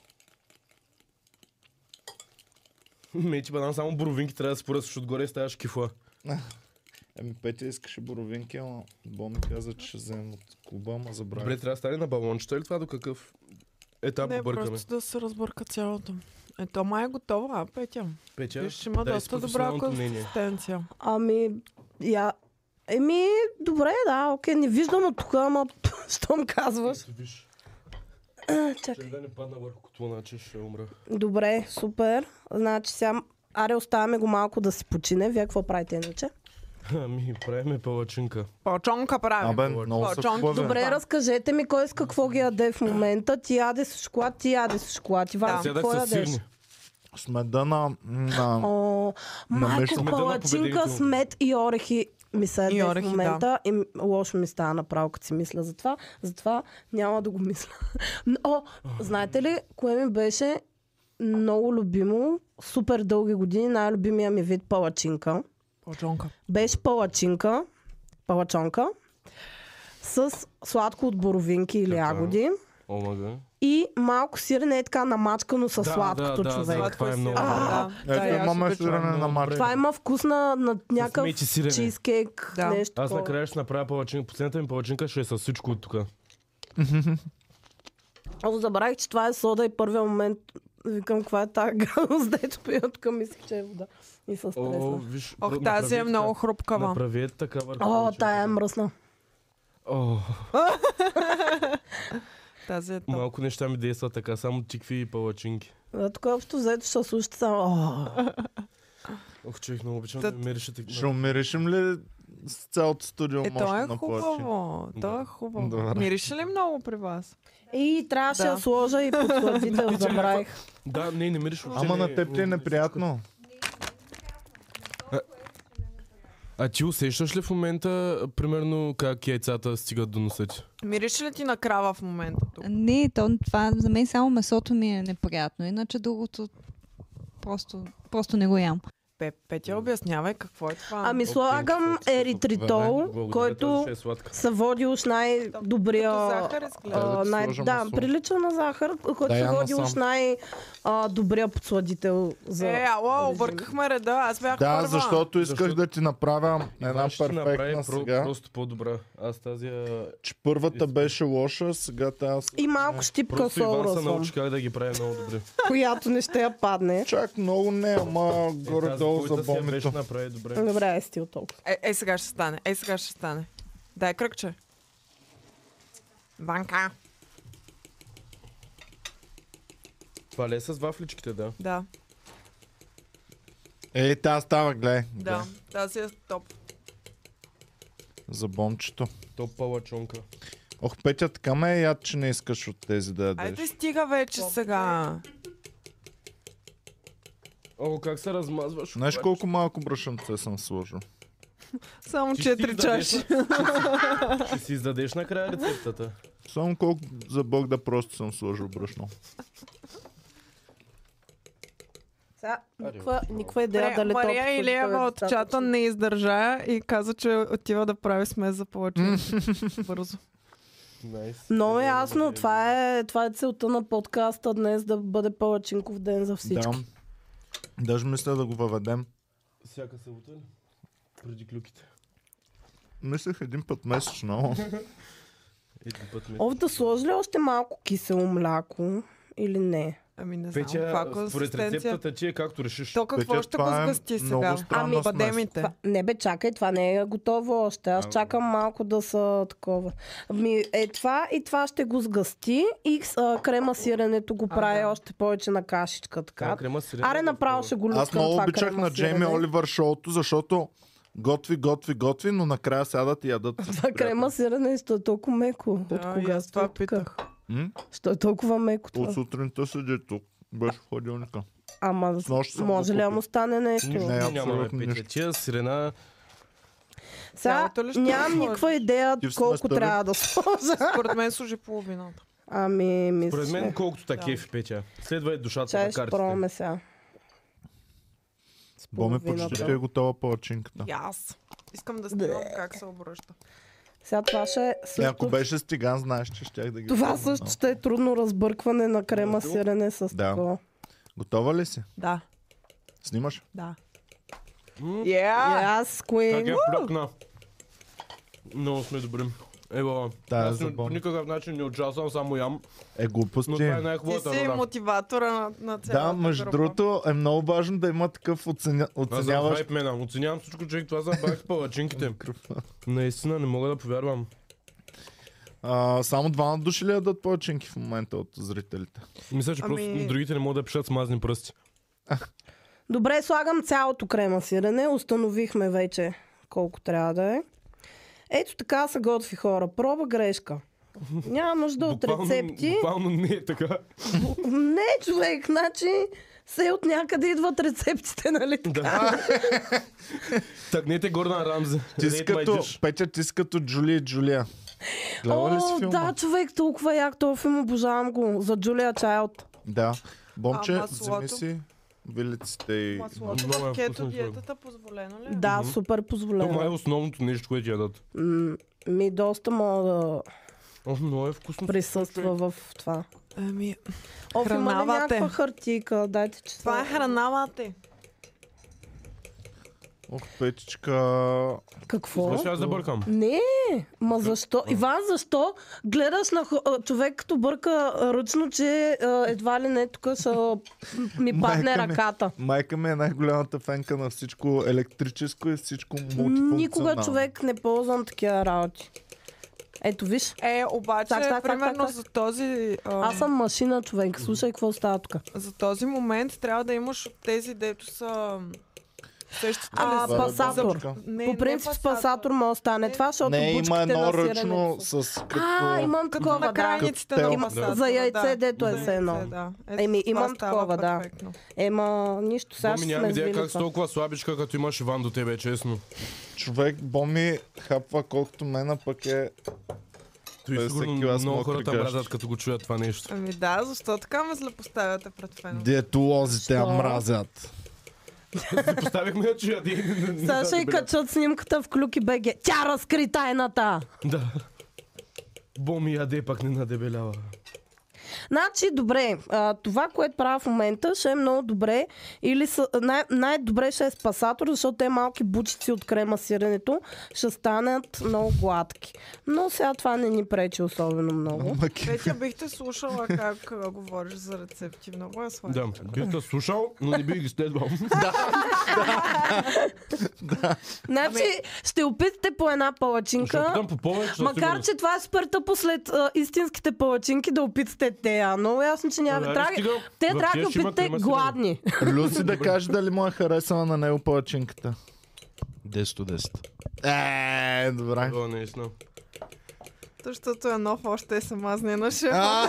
Speaker 2: Мечи банан, само боровинки трябва да се поръсваш отгоре и ставаш кифла.
Speaker 1: Еми, Петя искаше боровинки, ама Бо ми каза, че ще вземем от клуба, ама забравих.
Speaker 2: Добре, трябва да стане на балончета или това до какъв? Е, там
Speaker 4: Не,
Speaker 2: побъркаме.
Speaker 4: просто да се разбърка цялото. Ето, май е готова, а, Петя.
Speaker 2: Петя,
Speaker 4: Виж, ще има
Speaker 2: дай си
Speaker 4: доста добра
Speaker 2: професионалното мнение.
Speaker 4: консистенция.
Speaker 3: Ами, я... Еми, добре, да, окей, не виждам от тук, ама щом казваш.
Speaker 2: Ето, Виж,
Speaker 3: Чакай.
Speaker 2: ще да не падна върху котлона, че ще умра.
Speaker 3: Добре, супер. Значи сега, аре, оставяме го малко да си почине. Вие какво правите иначе?
Speaker 2: Ами, правиме палачинка.
Speaker 4: Пълчонка прави.
Speaker 1: Абе, много са
Speaker 4: Пълчонки.
Speaker 1: хубави.
Speaker 3: Добре, разкажете ми кой с какво ги яде в момента. Ти яде с шоколад, ти яде с шоколад. Иван,
Speaker 4: Да.
Speaker 3: да.
Speaker 2: Седах
Speaker 3: какво
Speaker 2: с
Speaker 3: ядеш?
Speaker 2: сирни.
Speaker 1: С меда на... на...
Speaker 3: О,
Speaker 1: беше
Speaker 3: майко,
Speaker 2: меда на
Speaker 3: палачинка
Speaker 2: победителите.
Speaker 3: с мед и орехи ми се яде
Speaker 4: И
Speaker 3: в
Speaker 4: орехи, да.
Speaker 3: момента. И м- лошо ми става направо, като си мисля за това. Затова няма да го мисля. Но, О, знаете ли, кое ми беше много любимо, супер дълги години, най-любимия ми вид палачинка.
Speaker 4: Пълчонка.
Speaker 3: Беше палачинка, палачонка, с сладко от боровинки или
Speaker 2: Така. е.
Speaker 3: ягоди
Speaker 2: Омага.
Speaker 3: и малко сирене е така намачкано с
Speaker 2: Да, да,
Speaker 3: сладкото
Speaker 2: да,
Speaker 3: човек.
Speaker 2: да. Това е много
Speaker 4: Да,
Speaker 1: Ето е
Speaker 4: да, аз
Speaker 1: имаме
Speaker 4: обичам.
Speaker 1: сирене на
Speaker 2: много
Speaker 1: марка.
Speaker 4: е
Speaker 3: Това има вкус на, на някакъв
Speaker 2: мечи сирене.
Speaker 3: чизкейк,
Speaker 4: Да.
Speaker 3: нещо
Speaker 2: Аз
Speaker 3: такова.
Speaker 2: накрая ще направя палачинка. Последната ми палачинка ще е с всичко от тук.
Speaker 3: Аз забравих, че това е сода и първия момент викам, каква е тази гадост, дето пият към мисля, че е вода. И се
Speaker 2: О,
Speaker 3: стресна.
Speaker 2: виж.
Speaker 4: Ох,
Speaker 2: направи
Speaker 4: тази е
Speaker 2: така.
Speaker 4: много хрупкава.
Speaker 2: Направи е така върху.
Speaker 3: О,
Speaker 2: палачинката.
Speaker 3: тая е мръсна.
Speaker 2: О,
Speaker 4: Тази е там.
Speaker 2: малко неща ми действа така, само тикви и палачинки.
Speaker 3: А, Е, Тук общо взето ще слушате само. О,
Speaker 2: Ох, човек, много обичам
Speaker 4: Та-
Speaker 2: да ми мирише така.
Speaker 1: Ще умиришим ли с цялото студио
Speaker 4: Е, то
Speaker 1: мощно
Speaker 4: е
Speaker 1: на
Speaker 4: хубаво. То
Speaker 2: Да.
Speaker 4: е хубаво.
Speaker 1: Добре.
Speaker 4: Мирише ли много при вас?
Speaker 3: и трябваше да.
Speaker 4: Да.
Speaker 3: я сложа и подсладител, забравих.
Speaker 2: Да, не, не мирише въобще.
Speaker 1: Ама
Speaker 2: не-
Speaker 1: на теб ти е
Speaker 2: не-
Speaker 1: неприятно.
Speaker 2: А ти усещаш ли в момента, примерно, как яйцата стигат до носа ти?
Speaker 4: Мирише ли ти на крава в момента тук?
Speaker 5: Не, то, това за мен само месото ми е неприятно. Иначе другото просто, просто не го ям.
Speaker 4: Пе, Петя, обяснявай какво е това.
Speaker 3: Ами
Speaker 2: Окей,
Speaker 3: слагам
Speaker 2: какво ще
Speaker 3: еритритол,
Speaker 2: Благодаря, тази
Speaker 3: който
Speaker 2: ще е сладка.
Speaker 3: се води уж най-добрия...
Speaker 4: Като захар изглежда.
Speaker 1: Да,
Speaker 3: а,
Speaker 1: да ти
Speaker 3: най-
Speaker 1: сложа
Speaker 3: да,
Speaker 1: масло.
Speaker 3: прилича на захар, който
Speaker 1: Да,
Speaker 3: се
Speaker 1: я
Speaker 3: води
Speaker 1: насам.
Speaker 3: уж най-добрия подсладител за...
Speaker 4: Е, ало, объркахме реда. Аз бях
Speaker 1: Да,
Speaker 4: първа.
Speaker 1: защото исках
Speaker 2: Защото-
Speaker 1: да ти направя една
Speaker 2: Иван ще ти направи
Speaker 1: перфектна
Speaker 2: про-
Speaker 1: сега.
Speaker 2: Просто по-добра. Аз тази... а,
Speaker 1: Че първата беше лоша, сега тази...
Speaker 3: И малко щипка
Speaker 2: Просто Иван
Speaker 3: сол
Speaker 2: се
Speaker 3: съм,
Speaker 2: научи как да ги прави много добре. Е,
Speaker 3: която не ще я падне.
Speaker 1: Чак много не, ама
Speaker 2: Е,
Speaker 1: горе-долу
Speaker 2: тази
Speaker 1: за
Speaker 2: бойта си я беше
Speaker 1: бомито.
Speaker 2: направи добре.
Speaker 3: Добре, е стил толкова.
Speaker 4: Е, е, сега ще стане. Е, сега ще стане. Дай кръгче. Банка.
Speaker 2: Това ли е с вафличките, да?
Speaker 4: Да,
Speaker 1: Ей, тя Е, става, гледай.
Speaker 4: да. Тази е топ.
Speaker 1: За бомчето.
Speaker 2: Топ палачонка.
Speaker 1: Ох, Петя, така ме е яд, че не искаш от тези да ядеш.
Speaker 4: Айде стига вече сега.
Speaker 2: О, как се размазваш?
Speaker 1: Знаеш колко малко брашъмце съм сложил?
Speaker 4: Само
Speaker 2: Ти ще
Speaker 4: 4
Speaker 2: издадеш
Speaker 4: чаши.
Speaker 2: на- Ще си- ще си издадеш накрая рецептата.
Speaker 1: Само колко за Бог да просто съм сложил брашно.
Speaker 3: Сега,
Speaker 2: Арио.
Speaker 3: никаква, никаква идея
Speaker 4: Добре,
Speaker 3: дали толкова
Speaker 4: Мария Илиева от чата не издържа и каза, че отива да прави смес за повече. Бързо.
Speaker 2: Найс.
Speaker 3: Много е ясно, това е, това е целта на подкаста днес, да бъде палачинков ден за всички.
Speaker 1: Да. Даже мисля да го въведем.
Speaker 2: Всяка събота ли? Преди клюките.
Speaker 1: Мислех един път месечно.
Speaker 2: Един път ми. е
Speaker 3: Ов да сложи ли още малко кисело мляко или не?
Speaker 4: Ами не знам, каква
Speaker 2: Петя, според
Speaker 4: консистенция.
Speaker 2: рецептата ти е както решиш.
Speaker 4: То какво
Speaker 1: Петя,
Speaker 4: ще го
Speaker 1: това е
Speaker 4: сгъсти
Speaker 1: много
Speaker 4: сега? Ами,
Speaker 1: странна смес.
Speaker 4: падемите.
Speaker 3: Това, не бе, чакай, това не е готово още. Аз чакам малко да са такова. Ми, е това и това ще го сгъсти и с, а, крема сиренето го
Speaker 4: А,
Speaker 3: прави
Speaker 4: да.
Speaker 3: още повече на кашичка. Така.
Speaker 2: Тая крема сирена
Speaker 3: Аре,
Speaker 2: е
Speaker 3: направо
Speaker 2: готова.
Speaker 3: ще го люскам
Speaker 1: Аз много
Speaker 3: това
Speaker 1: обичах
Speaker 3: крема
Speaker 1: на Джейми
Speaker 3: сирене.
Speaker 1: Оливър шоуто, защото готви, готви, готви, но накрая сядат и ядат. с
Speaker 3: Това крема
Speaker 1: приятели.
Speaker 3: сирене, що е толкова меко.
Speaker 4: Да,
Speaker 3: От
Speaker 4: и
Speaker 3: кога
Speaker 4: аз
Speaker 3: сте
Speaker 4: това
Speaker 3: от тука?
Speaker 4: питах.
Speaker 1: М?
Speaker 3: Що е толкова меко това?
Speaker 1: От сутринта седи тук. Беше в ходилника.
Speaker 3: Ама
Speaker 1: с нощ съм го
Speaker 3: може ли да
Speaker 1: купил.
Speaker 3: му стане нещо?
Speaker 2: Нищо
Speaker 1: Не,
Speaker 2: няма, бе,
Speaker 1: абсолютно
Speaker 2: Петя.
Speaker 1: нищо.
Speaker 2: Тия сирена...
Speaker 3: Сега
Speaker 4: Цялото ли ще го
Speaker 3: нямам
Speaker 4: сложиш?
Speaker 3: никаква идея
Speaker 1: Ти в
Speaker 3: колко
Speaker 1: семестъра?
Speaker 3: трябва да сложа.
Speaker 4: Според мен служи половината.
Speaker 3: Ами,
Speaker 2: Според
Speaker 3: мисля.
Speaker 2: мен колкото та кефи, Петя. Следва и душата
Speaker 3: Чай
Speaker 2: на
Speaker 3: ще
Speaker 2: картите.
Speaker 3: пробваме сега. С
Speaker 1: Боми,
Speaker 3: половината.
Speaker 1: почти ти е готова палачинката.
Speaker 4: И аз. Искам да снимам как се обръща.
Speaker 3: Сега това ще е
Speaker 1: Е,
Speaker 3: също...
Speaker 1: Ако беше стиган, знаеш, че щях да ги...
Speaker 3: Това
Speaker 1: пробвам,
Speaker 3: също
Speaker 1: но.
Speaker 3: ще е трудно разбъркване на крема
Speaker 2: Да.
Speaker 3: сирене с
Speaker 1: Да.
Speaker 3: такова.
Speaker 1: Готова ли си?
Speaker 4: Да,
Speaker 1: Снимаш?
Speaker 4: да.
Speaker 2: М,
Speaker 3: И
Speaker 4: Yeah!
Speaker 3: аз,
Speaker 2: Как
Speaker 3: Куин.
Speaker 1: е?
Speaker 2: е плюкна. Много сме добри. Ева,
Speaker 1: Да,
Speaker 2: аз не,
Speaker 1: запомни.
Speaker 2: по никакъв начин не участвам, само ям.
Speaker 1: Е глупости.
Speaker 2: Но това е
Speaker 4: Ти
Speaker 2: най-хубавата
Speaker 4: си
Speaker 2: роля.
Speaker 4: мотиватора на, на цялата
Speaker 1: Да, между
Speaker 4: група.
Speaker 1: другото е много важно да има такъв оценя...
Speaker 2: Аз съм
Speaker 1: оценяващ
Speaker 2: е хайп мена. Оценявам всичко, човек. Това са бах палачинките. Наистина, не мога да повярвам.
Speaker 1: А, само двама души ли ядат починки в момента от зрителите?
Speaker 2: Мисля, че
Speaker 4: Ами-
Speaker 2: просто другите не могат да пишат с мазни пръсти.
Speaker 3: Добре, слагам цялото крема сирене. Установихме вече колко трябва да е. Ето така се готви хора. Проба грешка. Няма нужда от
Speaker 2: Буквално-
Speaker 3: рецепти.
Speaker 2: Буквално не е така.
Speaker 3: Не, човек, значи се от някъде идват рецептите, нали?
Speaker 2: Да. Тъгнете Гордан Рамзи.
Speaker 1: Ти
Speaker 2: Rate
Speaker 1: си
Speaker 2: my
Speaker 1: като,
Speaker 2: dish.
Speaker 1: Петя, ти си като Джули и Джулия. Гледала ли си
Speaker 3: О,
Speaker 1: филма?
Speaker 3: да, човек, толкова як този филм, обожавам го. За Джулия Чайлд.
Speaker 1: да. Момче,
Speaker 4: А, маслото?
Speaker 1: вземи си вилиците и...
Speaker 4: Маслото
Speaker 2: Много е
Speaker 4: в кето
Speaker 2: вкусно,
Speaker 4: диетата позволено ли? е?
Speaker 3: Да, супер
Speaker 2: Това май е
Speaker 3: позволено.
Speaker 2: основното нещо, което ядат.
Speaker 3: М, Ми доста мога да
Speaker 2: О, много е вкусно.
Speaker 3: присъства в това.
Speaker 4: Ами,
Speaker 3: О, има ли
Speaker 4: Хранавате.
Speaker 3: някаква хартийка? Дайте, че
Speaker 4: това е храналате.
Speaker 1: Ох, Петичка...
Speaker 3: Какво?
Speaker 2: Защо аз да бъркам?
Speaker 3: Не, ма защо? Иван, защо гледаш на хо- а, човек, като бърка а, ръчно, че а, едва ли не тук са, ми
Speaker 1: Майка
Speaker 3: падне
Speaker 1: ми.
Speaker 3: ръката?
Speaker 1: Майка ми е най-голямата фенка на всичко електрическо и всичко мултифункционално.
Speaker 3: Никога човек не ползвам такива работи. Ето виж,
Speaker 4: Е, обаче,
Speaker 3: Так, так, так,
Speaker 4: примерно
Speaker 3: так, так.
Speaker 4: за този... а,
Speaker 3: аз съм машина човек, слушай какво става тук.
Speaker 4: За този момент трябва да имаш от тези, дето са... Същите
Speaker 3: А,
Speaker 4: ли са?
Speaker 3: пасатор.
Speaker 1: бабичка.
Speaker 4: Не,
Speaker 3: По
Speaker 4: не
Speaker 3: принцип с пасатор може да стане
Speaker 4: Не.
Speaker 3: това, защото
Speaker 1: Не, има
Speaker 3: бучките
Speaker 1: едно
Speaker 3: на
Speaker 1: ръчно
Speaker 3: сиренето са.
Speaker 1: с като...
Speaker 3: А, имам такова,
Speaker 4: На
Speaker 3: да.
Speaker 4: крайниците
Speaker 1: Като
Speaker 4: на
Speaker 1: тел.
Speaker 4: пасатора,
Speaker 3: За яйце,
Speaker 4: да.
Speaker 3: дето е
Speaker 4: За
Speaker 3: все едно.
Speaker 4: яйце, да. Ето,
Speaker 3: Еми,
Speaker 4: с това
Speaker 3: имам
Speaker 4: става
Speaker 3: такова, да.
Speaker 4: перфектно.
Speaker 3: Ема, нищо, сега
Speaker 2: Боми,
Speaker 3: ще
Speaker 2: нямам
Speaker 3: сме
Speaker 2: идея как
Speaker 3: сбили
Speaker 2: си
Speaker 3: това.
Speaker 2: толкова слабичка, като имаш Иван до тебе, честно.
Speaker 1: Човек, Боми хапва колкото мен, а пък е...
Speaker 2: Той
Speaker 1: Той е
Speaker 2: сигурно
Speaker 1: всеки аз
Speaker 2: много
Speaker 1: мокри
Speaker 2: хората
Speaker 1: гащи.
Speaker 2: мразят, като го чуят това нещо.
Speaker 4: Ами да, защо така ме злепоставяте пред фен?
Speaker 1: Диетолозите я
Speaker 3: Що?
Speaker 1: мразят.
Speaker 2: Ти поставихме я, че яди. Не знам
Speaker 3: Сега ще
Speaker 2: да
Speaker 3: и
Speaker 2: беля.
Speaker 3: качат снимката в Клюки БГ. Тя разкри тайната!
Speaker 2: Да. Боми яде, пак не надебелява.
Speaker 3: Значи, добре, а, това, което правя в момента, ще е много добре. Или са, най- най-добре ще е с пасатор, защото те малки бучици от крема сиренето ще станат много гладки. Но сега това не ни пречи особено много.
Speaker 1: Маки.
Speaker 4: Петя, бих те слушала как а, говориш за рецепти. Много е сладко.
Speaker 2: Да, бих те слушал, но не бих ги следвал.
Speaker 3: Значи, ще опитате по една
Speaker 2: Ще
Speaker 3: палачинка.
Speaker 2: опитам по повече. със
Speaker 3: Макар,
Speaker 2: сигурност.
Speaker 3: че това е спърта послед а, истинските палачинки, да опитате те, а много ясно, че няма.
Speaker 2: Абе, ами
Speaker 3: Трябва-
Speaker 2: Е, стига,
Speaker 3: Те
Speaker 2: в
Speaker 3: трябва
Speaker 2: тия
Speaker 3: да
Speaker 2: ще има
Speaker 3: опитате
Speaker 2: трима сигурно.
Speaker 3: гладни.
Speaker 1: Люси да каже дали му е харесала на него палачинката.
Speaker 2: 10 от 10.
Speaker 1: Е, добре.
Speaker 2: О, наистина.
Speaker 4: Защото е нов, още е сама зненаше.
Speaker 1: А!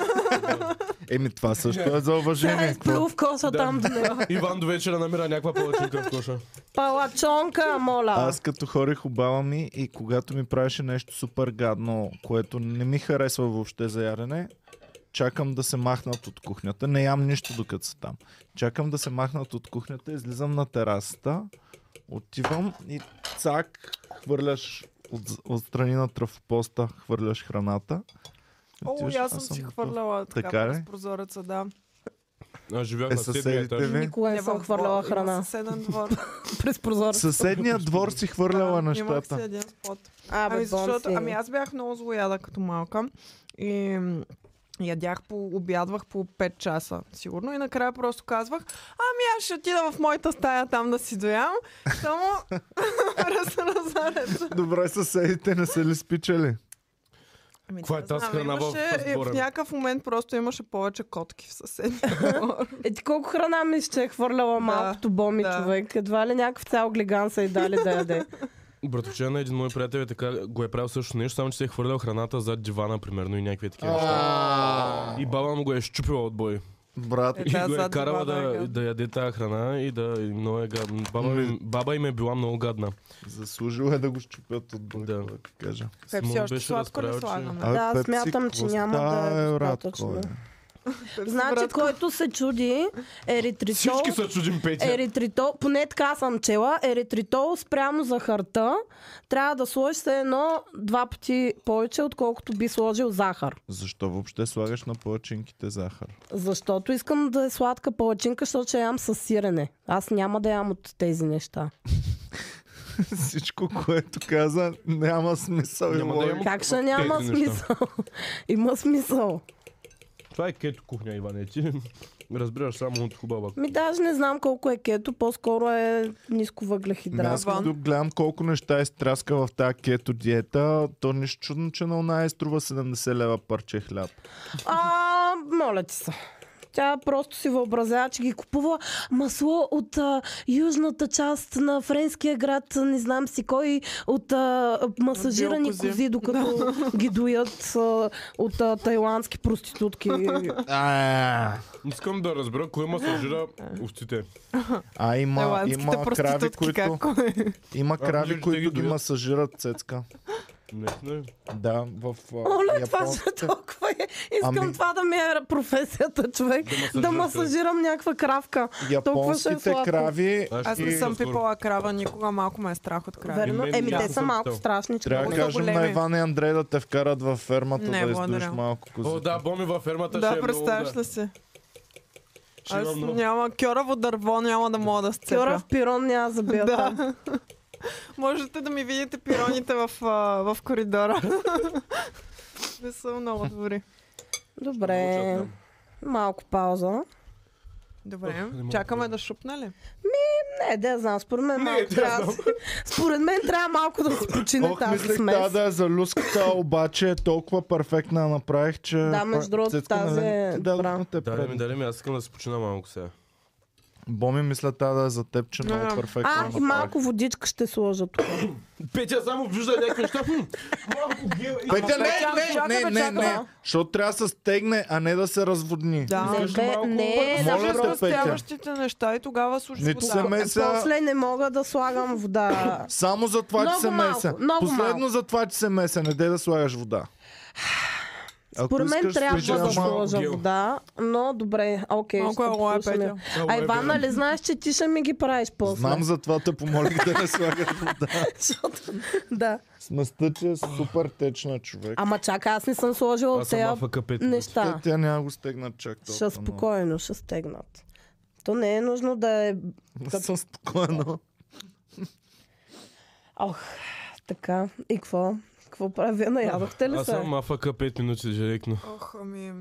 Speaker 1: Еми, това също е за уважение.
Speaker 3: Плюв в коса
Speaker 2: Да.
Speaker 3: там до него.
Speaker 2: Иван до вечера намира някаква палачинка в коша.
Speaker 3: Палачонка, моля.
Speaker 1: Аз като хорих обаба ми и когато ми правеше нещо супер гадно, което не ми харесва въобще за ядене, чакам да се махнат от кухнята. Не ям нищо докато са там. Чакам да се махнат от кухнята, излизам на терасата, отивам и цак, хвърляш от, отстрани на трафопоста, хвърляш храната.
Speaker 4: О,
Speaker 1: Отиваш,
Speaker 4: и аз
Speaker 1: аз
Speaker 4: съм си
Speaker 1: готов.
Speaker 4: хвърляла така,
Speaker 1: Така ли?
Speaker 4: през прозореца, да.
Speaker 2: Аз живях
Speaker 1: Е,
Speaker 2: на седмия
Speaker 1: съседите
Speaker 2: етаж.
Speaker 1: ви.
Speaker 3: Никога не
Speaker 4: в
Speaker 3: съм
Speaker 4: двор,
Speaker 3: хвърляла
Speaker 4: има
Speaker 3: храна
Speaker 4: Съседен двор.
Speaker 3: през прозореца.
Speaker 1: Съседния двор си хвърляла
Speaker 4: Да, Имах си
Speaker 1: нещата.
Speaker 4: един спот.
Speaker 3: Абе,
Speaker 4: Ами, защото,
Speaker 3: бомси.
Speaker 4: ами аз бях много злояда като малка и м, ядях по, обядвах по 5 часа, сигурно. И накрая просто казвах, ами аз ще отида в моята стая там да си доям. Само раз разарец.
Speaker 1: Добре, съседите не са ли спичали?
Speaker 4: Ами,
Speaker 2: Каква
Speaker 4: да
Speaker 2: е тази
Speaker 4: знам,
Speaker 2: храна в-
Speaker 4: имаше-
Speaker 2: в
Speaker 4: е,
Speaker 2: двора
Speaker 4: в
Speaker 2: ми?
Speaker 4: някакъв момент просто имаше повече котки в съседния двор.
Speaker 3: Е, ти колко храна мислиш, че е хвърляла малкото боми
Speaker 4: да.
Speaker 3: човек? Едва ли някакъв цял глиган са и дали да яде?
Speaker 2: Братовче на един мой приятел е така, го е правил също нещо, само че се е хвърлял храната зад дивана, примерно, и някакви такива неща. И баба му го е щупила от бой.
Speaker 1: Брат,
Speaker 4: Е,
Speaker 2: И
Speaker 4: да,
Speaker 2: го е
Speaker 4: зад
Speaker 2: карала
Speaker 4: дивана е
Speaker 2: да,
Speaker 4: гадно.
Speaker 2: да яде тази храна и да и много е гадно. Баба, ми, баба им е била много гадна.
Speaker 1: Заслужило е да го щупят от бой,
Speaker 2: Да.
Speaker 1: да. ти кажа.
Speaker 4: Пепси
Speaker 2: Симон
Speaker 4: още
Speaker 2: беше
Speaker 4: сладко ли
Speaker 2: разправил, че-
Speaker 4: слагаме?
Speaker 1: Абе,
Speaker 3: Да,
Speaker 1: Пепси,
Speaker 3: смятам, че
Speaker 1: какво
Speaker 3: няма да е
Speaker 1: става, бе, брат,
Speaker 3: достатъчно.
Speaker 1: кой е?
Speaker 4: Пепси,
Speaker 3: Значи,
Speaker 4: братко.
Speaker 3: който се чуди, еритритол...
Speaker 2: Всички са чудим Петя.
Speaker 3: Еритритол, поне така съм чела, еритритол спрямо захарта трябва да сложиш се едно два пъти повече, отколкото би сложил захар.
Speaker 1: Защо въобще слагаш на палачинките захар?
Speaker 3: Защото искам да е сладка палачинка, защото ще ям с сирене. Аз няма да ям от тези неща.
Speaker 1: Всичко, което каза, няма смисъл. и
Speaker 2: Няма да
Speaker 1: логика.
Speaker 2: има.
Speaker 3: Как ще няма
Speaker 2: Тези неща.
Speaker 3: смисъл? Има смисъл.
Speaker 2: Това е кето кухня, Иване. Ти разбираш само от хубава.
Speaker 3: Ми даже не знам колко е кето, по-скоро е ниско
Speaker 1: Ами
Speaker 3: въглехидрат.
Speaker 1: Аз
Speaker 4: Драван.
Speaker 1: като гледам колко неща е страска в тази кето диета, то нищо чудно, че на она е струва 70 лева парче хляб.
Speaker 3: А, моля ти се. Тя просто си въобразява, че ги купува масло от а, южната част на френския град, не знам си кой, от а, масажирани
Speaker 4: Белкози.
Speaker 3: кози, докато ги доят а, от а, тайландски проститутки.
Speaker 1: А,
Speaker 2: Искам да разбера кой масажира овците.
Speaker 1: а има,
Speaker 4: Тайландските
Speaker 1: има крави,
Speaker 4: проститутки,
Speaker 1: които,
Speaker 4: како е.
Speaker 1: има
Speaker 2: виждаш,
Speaker 1: крави,
Speaker 2: те
Speaker 1: които
Speaker 2: ги
Speaker 1: ги
Speaker 2: доят.
Speaker 1: масажират цецка.
Speaker 2: Не, не.
Speaker 1: Да, в Ами, а,
Speaker 3: Оле, това ще
Speaker 1: японските.
Speaker 3: толкова е. Искам
Speaker 1: Ами-
Speaker 3: това да ми е професията, човек.
Speaker 2: масажираш
Speaker 3: Да масажирам някаква кравка. Толкова ще е
Speaker 1: Японските
Speaker 3: сладко.
Speaker 1: крави
Speaker 4: Аз не съм пипала крава никога, малко ме е страх от крава.
Speaker 3: Верно.
Speaker 2: мен
Speaker 3: Еми,
Speaker 2: няма
Speaker 3: те са
Speaker 2: съм
Speaker 3: малко
Speaker 2: чел.
Speaker 3: страшнички.
Speaker 1: Трябва да
Speaker 4: Много са
Speaker 1: кажем на
Speaker 4: големи.
Speaker 1: Иван и Андрей да те вкарат във фермата
Speaker 4: Не,
Speaker 1: да издуеш
Speaker 4: благодаря.
Speaker 1: малко козите.
Speaker 2: О, да, боми във фермата ще
Speaker 4: Да,
Speaker 2: е много.
Speaker 4: представяш ли си?
Speaker 2: Ще има
Speaker 4: Аз
Speaker 2: много.
Speaker 4: няма кьораво дърво, няма да мога да
Speaker 3: Кьора
Speaker 4: сцепя.
Speaker 3: в пирон няма забия. там.
Speaker 4: Да. Можете да ми видите пироните в, а, в коридора. Не са много добри.
Speaker 3: Добре.
Speaker 2: Звучат,
Speaker 3: Малко пауза.
Speaker 4: Добре,
Speaker 2: Ох, не мога
Speaker 4: чакаме
Speaker 2: да-
Speaker 4: да шупна ли?
Speaker 3: Не, да я знам, според мен
Speaker 2: Не,
Speaker 3: малко
Speaker 2: да
Speaker 3: трябва да
Speaker 2: знам.
Speaker 3: си... Според мен трябва малко да си почине
Speaker 1: Ох,
Speaker 3: тази
Speaker 1: мислех
Speaker 3: смес.
Speaker 1: тази да е за люската, обаче е толкова перфектна направих, че...
Speaker 3: Да, между
Speaker 1: пак-
Speaker 3: другото,
Speaker 1: Цецка,
Speaker 3: тази
Speaker 1: нали,
Speaker 3: е
Speaker 1: ти дадох
Speaker 3: добра.
Speaker 1: на теб
Speaker 2: Да, ми,
Speaker 1: предната.
Speaker 2: дали ми, аз искам да се почина малко сега.
Speaker 1: Боми, мисля тази да е за теб, че много
Speaker 4: А,
Speaker 1: перфектно
Speaker 3: А, и
Speaker 1: направих.
Speaker 3: малко водичка ще сложа тук.
Speaker 2: Петя само вижда някакви неща. Хм, Малко гел. и-
Speaker 1: Петя, не,
Speaker 4: чакай,
Speaker 1: не,
Speaker 4: чакай,
Speaker 1: не, не,
Speaker 4: чакай.
Speaker 1: не, защото трябва да се стегне, а не да се разводни.
Speaker 4: Да.
Speaker 3: не, бе, не,
Speaker 1: Моля
Speaker 4: Може
Speaker 1: те,
Speaker 4: да
Speaker 1: Петя.
Speaker 4: стяващите неща и тогава служи
Speaker 1: Не се
Speaker 4: вода.
Speaker 1: меся,
Speaker 3: После не мога да слагам вода.
Speaker 1: само за това, че
Speaker 3: Много
Speaker 1: се
Speaker 3: малко,
Speaker 1: меся.
Speaker 3: много
Speaker 1: Последно
Speaker 3: малко.
Speaker 1: за това, че се меся, не дей да слагаш вода. Ако
Speaker 3: Според мен
Speaker 1: искаш,
Speaker 3: трябва
Speaker 1: сложи
Speaker 3: да
Speaker 1: една малко-
Speaker 3: сложа
Speaker 2: гел.
Speaker 3: вода, но добре, окей.
Speaker 4: Малко е
Speaker 3: ще
Speaker 4: лоя,
Speaker 3: послушаме.
Speaker 4: Петя.
Speaker 2: Ало,
Speaker 3: А
Speaker 2: е,
Speaker 3: Иван, нали знаеш, че ти ще ми ги правиш после?
Speaker 1: Знам, затова те помолих да не слагаш вода.
Speaker 3: Защото- да.
Speaker 1: Смъстта ти е супер течна, човек.
Speaker 3: Ама чакай, аз не съм сложила
Speaker 2: Аз съм Е,
Speaker 3: цел
Speaker 2: афака Петя.
Speaker 1: Те,
Speaker 3: неща.
Speaker 1: тя няма го стегнат чак толкова.
Speaker 3: Ще спокойно, ще стегнат. То не е нужно да е...
Speaker 1: Като... Съм спокойно.
Speaker 3: Ох, така. И какво? Какво правя? Наядохте ли
Speaker 2: Аз
Speaker 3: се?
Speaker 2: съм мафака 5 минути директно.
Speaker 4: Ох, ами...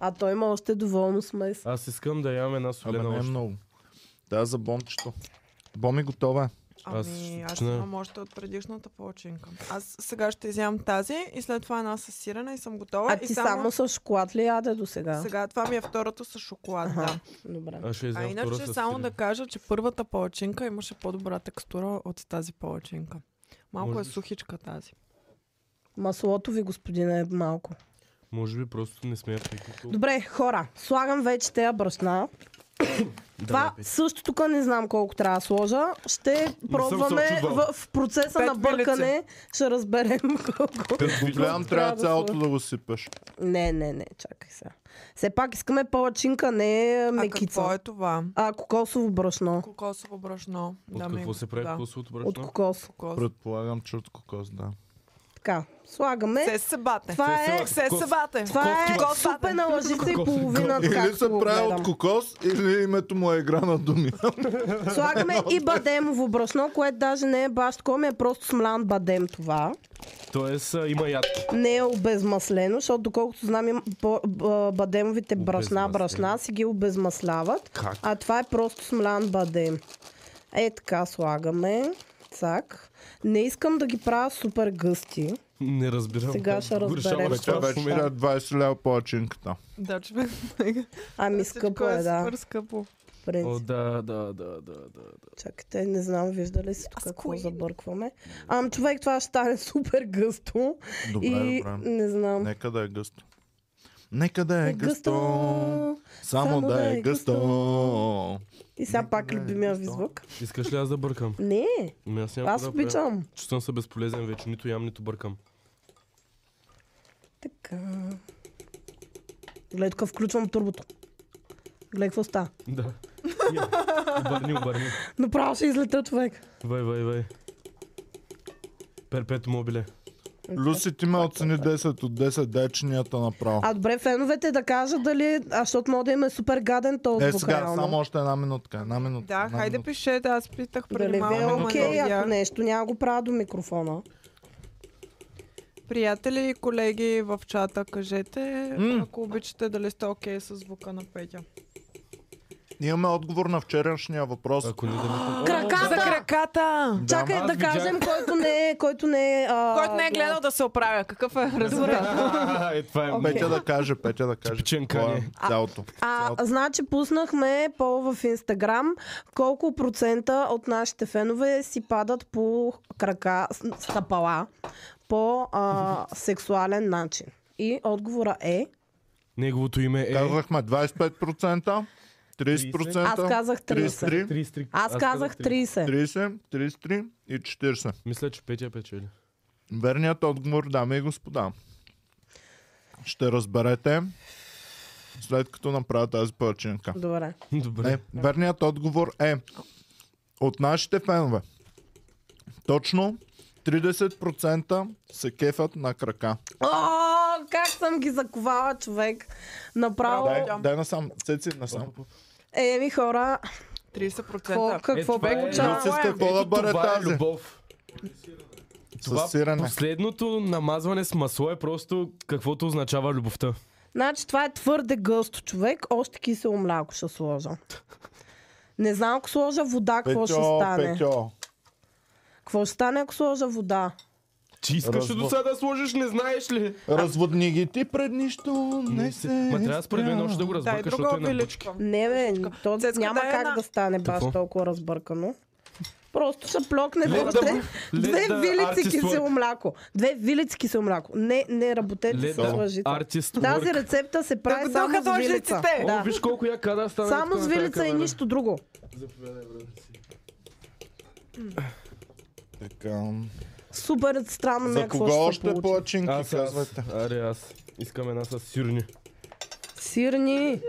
Speaker 3: А той има още доволно смес.
Speaker 2: Аз искам да ям една
Speaker 1: Абе,
Speaker 2: солена
Speaker 1: не е
Speaker 2: още.
Speaker 1: много. Да, за бомчето. Боми готова. е.
Speaker 2: Аз
Speaker 4: Ами,
Speaker 2: ще
Speaker 4: аз
Speaker 2: почна.
Speaker 4: имам още от предишната палчинка. Аз сега ще изям тази и след това една с сирена и съм готова.
Speaker 3: А
Speaker 4: и
Speaker 3: ти само с шоколад ли яде до сега?
Speaker 4: Сега това ми е втората с шоколад, да.
Speaker 3: Добре.
Speaker 2: Аз ще
Speaker 4: А
Speaker 2: изям втора
Speaker 4: иначе
Speaker 2: с
Speaker 4: само
Speaker 2: сирен.
Speaker 4: да кажа, че първата палачинка имаше по-добра текстура от тази палачинка. Малко
Speaker 2: Може
Speaker 4: е
Speaker 2: би-
Speaker 4: сухичка тази.
Speaker 3: Маслото ви, господине, е малко.
Speaker 2: Може би просто не сме я пекли.
Speaker 3: Добре, хора, слагам вече тея брашна. Това също тук не знам колко трябва да сложа. Ще пробваме
Speaker 2: очудвал.
Speaker 3: в, в процеса
Speaker 4: Пет
Speaker 3: на бъркане. Ще разберем колко.
Speaker 1: Като гледам,
Speaker 3: Трябва
Speaker 1: трябва
Speaker 3: да
Speaker 1: цялото
Speaker 3: сложа.
Speaker 1: да го сипеш.
Speaker 3: Не, не, не, чакай сега. Все пак искаме палачинка, не
Speaker 4: А какво
Speaker 3: мекица.
Speaker 4: е това?
Speaker 3: А, кокосово брашно.
Speaker 4: Кокосово брашно.
Speaker 2: От
Speaker 4: Да,
Speaker 2: какво
Speaker 4: ми-
Speaker 2: се прави
Speaker 4: да.
Speaker 2: кокосовото
Speaker 3: От
Speaker 2: брашно?
Speaker 3: кокос.
Speaker 4: Кокос.
Speaker 1: Предполагам, че от кокос, да.
Speaker 3: Така, слагаме.
Speaker 4: Се събате.
Speaker 3: Това е,
Speaker 4: Се
Speaker 2: Кокос.
Speaker 4: събате.
Speaker 3: това е
Speaker 4: Кокос.
Speaker 3: супена лъжица и половина.
Speaker 1: Или
Speaker 3: както
Speaker 1: се
Speaker 3: го
Speaker 1: прави
Speaker 3: гледам.
Speaker 1: от кокос, или името му е игра на думи.
Speaker 3: Слагаме и бадемово брашно, което даже не е баш такова, ми е просто смлян бадем това.
Speaker 2: Тоест а, има ядки.
Speaker 3: Не е обезмаслено, защото доколкото знам, им- по- б- бадемовите брашна,
Speaker 2: Обезмаслено.
Speaker 3: брашна си ги обезмасляват.
Speaker 2: Как?
Speaker 3: А това е просто смлян бадем. Е така слагаме. Цак. Не искам да ги правя супер гъсти.
Speaker 2: Не разбирам.
Speaker 3: Сега ще
Speaker 2: Го
Speaker 3: разберем.
Speaker 2: решаваш
Speaker 3: Вече-
Speaker 2: това в
Speaker 3: вече-
Speaker 1: Вече
Speaker 2: момента.
Speaker 1: трябва 20 лева палачинката.
Speaker 4: Да, човек.
Speaker 3: Ами
Speaker 4: Всичко
Speaker 3: скъпо е, да.
Speaker 4: Супер скъпо.
Speaker 3: в
Speaker 2: О,
Speaker 3: принцип.
Speaker 2: да, да, да, да, да. да.
Speaker 3: Чакайте, не знам, виждали си тук
Speaker 4: Аз
Speaker 3: какво
Speaker 4: кой-
Speaker 3: забъркваме. Ам, човек, това ще стане супер гъсто.
Speaker 1: Добре,
Speaker 3: и
Speaker 1: добре.
Speaker 3: не знам.
Speaker 1: Нека да е гъсто. Нека да е гъсто. Само
Speaker 3: Само
Speaker 1: да е гъсто.
Speaker 3: И сега
Speaker 1: Нека
Speaker 3: пак
Speaker 1: да е
Speaker 3: любимия ви
Speaker 1: гъсто.
Speaker 3: звук.
Speaker 2: Искаш ли аз да бъркам?
Speaker 3: Не,
Speaker 2: Ами аз няма
Speaker 3: аз
Speaker 2: какво да правя.
Speaker 3: обичам.
Speaker 2: Чувствам се безполезен вече, нито ям, нито бъркам.
Speaker 3: Така. Гледай, тук включвам турбото. Гледай, какво става.
Speaker 2: Да. Я. Обърни, обърни.
Speaker 3: Направо ще излета човек.
Speaker 2: Вай, вай, вай. Перпето мобиле.
Speaker 1: Люси, ти ме
Speaker 3: Е,
Speaker 1: оцени 10 от 10, дай чинията направо.
Speaker 3: А добре, феновете да кажат дали, а защото може да им е супер гаден този
Speaker 1: Е,
Speaker 3: звук,
Speaker 1: сега,
Speaker 3: реално.
Speaker 1: само още една минутка. Една минутка.
Speaker 4: Да,
Speaker 1: една
Speaker 4: хайде
Speaker 1: минутка.
Speaker 4: пишете, аз питах преди
Speaker 3: Дали ви е
Speaker 4: малко. ама
Speaker 3: окей,
Speaker 4: не видях.
Speaker 3: ако нещо, няма го правя до микрофона.
Speaker 4: Приятели и колеги в чата, кажете,
Speaker 1: М.
Speaker 4: ако обичате, дали сте окей с звука на Петя.
Speaker 1: Имаме отговор на вчерашния въпрос.
Speaker 2: Ако не да
Speaker 4: За
Speaker 3: Краката!
Speaker 4: краката!
Speaker 3: Чакай
Speaker 2: аз
Speaker 3: да
Speaker 2: видях.
Speaker 3: кажем, който не е, който не е... а,
Speaker 4: Който не е гледал да се оправя, какъв е резултат?
Speaker 2: А, Е, това е
Speaker 1: Петя да каже, Петя да каже.
Speaker 2: Типичен
Speaker 1: какво е
Speaker 2: Кани.
Speaker 1: Цялото.
Speaker 3: А,
Speaker 1: Цялото.
Speaker 3: значи пуснахме пол в Инстаграм колко процента от нашите фенове си падат по крака, с- стъпала по а, сексуален начин. И отговора е...
Speaker 2: Неговото име е...
Speaker 1: Казахме 25%, 30%,
Speaker 3: Аз казах 30.
Speaker 1: 33%,
Speaker 2: 33.
Speaker 3: Аз казах 30.
Speaker 1: 30, 33 и 40.
Speaker 2: Мисля, че Петя е печели.
Speaker 1: Верният отговор, дами и господа. Ще разберете след като направя тази пълчинка.
Speaker 3: Добре.
Speaker 2: Добре.
Speaker 1: Е, верният отговор е от нашите фенове. Точно 30% се кефат на крака.
Speaker 3: О, как съм ги заковала, човек. Направо...
Speaker 1: Дай, дай насам, цеци насам.
Speaker 3: Еми хора, какво,
Speaker 4: 30%.
Speaker 3: какво
Speaker 2: това е-
Speaker 3: бе
Speaker 1: Люси, с
Speaker 3: очаквало?
Speaker 1: какво да
Speaker 2: Ето
Speaker 1: бъде
Speaker 2: това е
Speaker 1: тази?
Speaker 2: любов. Това
Speaker 1: С сирене.
Speaker 2: последното намазване с масло е просто каквото означава любовта.
Speaker 3: Значи това е твърде гъсто човек, още кисело мляко ще сложа. Не знам ако сложа вода, какво ще
Speaker 1: Петьо,
Speaker 3: стане.
Speaker 1: Петьо.
Speaker 3: Какво ще стане, ако сложа вода?
Speaker 2: Ти искаш
Speaker 1: Разбор.
Speaker 2: до сега да сложиш, не знаеш ли?
Speaker 1: Разводни ги ти пред нищо, не се...
Speaker 2: Ами
Speaker 1: е
Speaker 2: Ма трябва според мен още да го
Speaker 4: Дай
Speaker 2: разбъркаш,
Speaker 4: друга
Speaker 2: защото е на бучки.
Speaker 4: обиличка.
Speaker 3: Не бе, то
Speaker 4: Цецка,
Speaker 3: няма
Speaker 2: е
Speaker 4: дай
Speaker 3: как
Speaker 4: една.
Speaker 3: да стане баш
Speaker 2: Какво?
Speaker 3: толкова разбъркано. Просто ще плокне
Speaker 2: Лед да
Speaker 3: вътре
Speaker 2: му-
Speaker 3: две
Speaker 2: лед да
Speaker 3: вилици
Speaker 2: артист
Speaker 3: кисело
Speaker 2: work.
Speaker 3: мляко. Две вилици кисело мляко. Не, не работете
Speaker 2: Леда
Speaker 3: с лъжите.
Speaker 2: артист
Speaker 3: Тази
Speaker 2: work.
Speaker 3: рецепта се прави
Speaker 4: го
Speaker 3: само
Speaker 4: дъха
Speaker 3: с вилица.
Speaker 4: лъжиците.
Speaker 2: О,
Speaker 3: Да.
Speaker 2: виж колко я када стана.
Speaker 3: Само
Speaker 2: тук
Speaker 3: с
Speaker 2: на тази
Speaker 3: вилица и
Speaker 2: камера.
Speaker 3: нищо друго.
Speaker 1: Така.
Speaker 3: Супер странно ми е
Speaker 1: За
Speaker 3: какво
Speaker 1: кого
Speaker 3: Ами ще
Speaker 1: още
Speaker 3: се получи.
Speaker 1: плачинки
Speaker 2: Аз, аз,
Speaker 1: казвате?
Speaker 2: аре аз. Искам една с сирни.
Speaker 3: Сирни.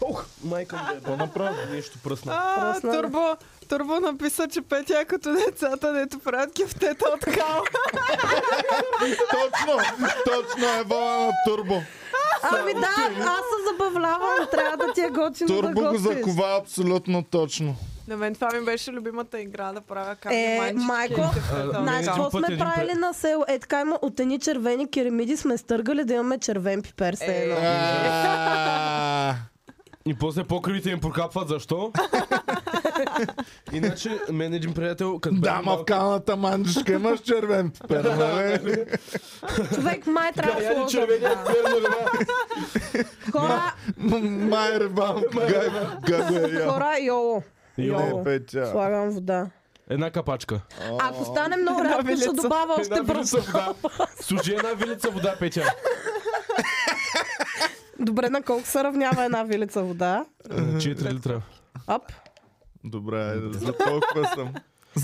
Speaker 2: Ох, майка ми да е. Какво направи? Нещо пръсна.
Speaker 4: А,
Speaker 3: Пръсна ли?
Speaker 4: Турбо, Турбо написа, че Петя е като децата, дето правят кефтета от кал.
Speaker 1: Точно, точно е вала на турбо.
Speaker 3: Ами да, аз се забавлявам. Трябва да ти е готино
Speaker 1: Турбо
Speaker 3: да
Speaker 1: го
Speaker 3: готвиш.
Speaker 1: закова абсолютно точно.
Speaker 4: На мен това ми беше любимата игра да правя кал.
Speaker 3: Е, майко, Знаеш,
Speaker 2: Ами, Един
Speaker 3: какво
Speaker 2: път,
Speaker 3: сме
Speaker 2: един път.
Speaker 3: правили на село? Е, така има от едни червени керамиди сме стъргали да имаме червен пипер се
Speaker 2: Е,
Speaker 3: едно.
Speaker 2: Ами,
Speaker 1: Е! А,
Speaker 2: И после покривите им прокапват, защо? Иначе, мен един приятел, като
Speaker 1: Да,
Speaker 2: бях
Speaker 1: ма
Speaker 2: малък-
Speaker 1: в калната мандишка имаш червен пипер, нали?
Speaker 3: Човек май е трябва да
Speaker 2: Яде
Speaker 3: сложа.
Speaker 2: червения пипер на ръба.
Speaker 3: Хора,
Speaker 1: М- Май рибал, гага я.
Speaker 3: хора, йоло.
Speaker 1: Не,
Speaker 3: Йоло.
Speaker 1: Петя.
Speaker 3: Слагам вода.
Speaker 2: Една капачка.
Speaker 3: Ако стане много рядко, ще
Speaker 4: вилица.
Speaker 3: добавя още
Speaker 2: Една
Speaker 3: брашно.
Speaker 2: вилица вода. Служи една вилица вода, Петя.
Speaker 3: Добре, на колко се равнява една вилица вода?
Speaker 2: 4 Е, литра.
Speaker 3: Оп.
Speaker 1: Добре, айде, за толкова съм.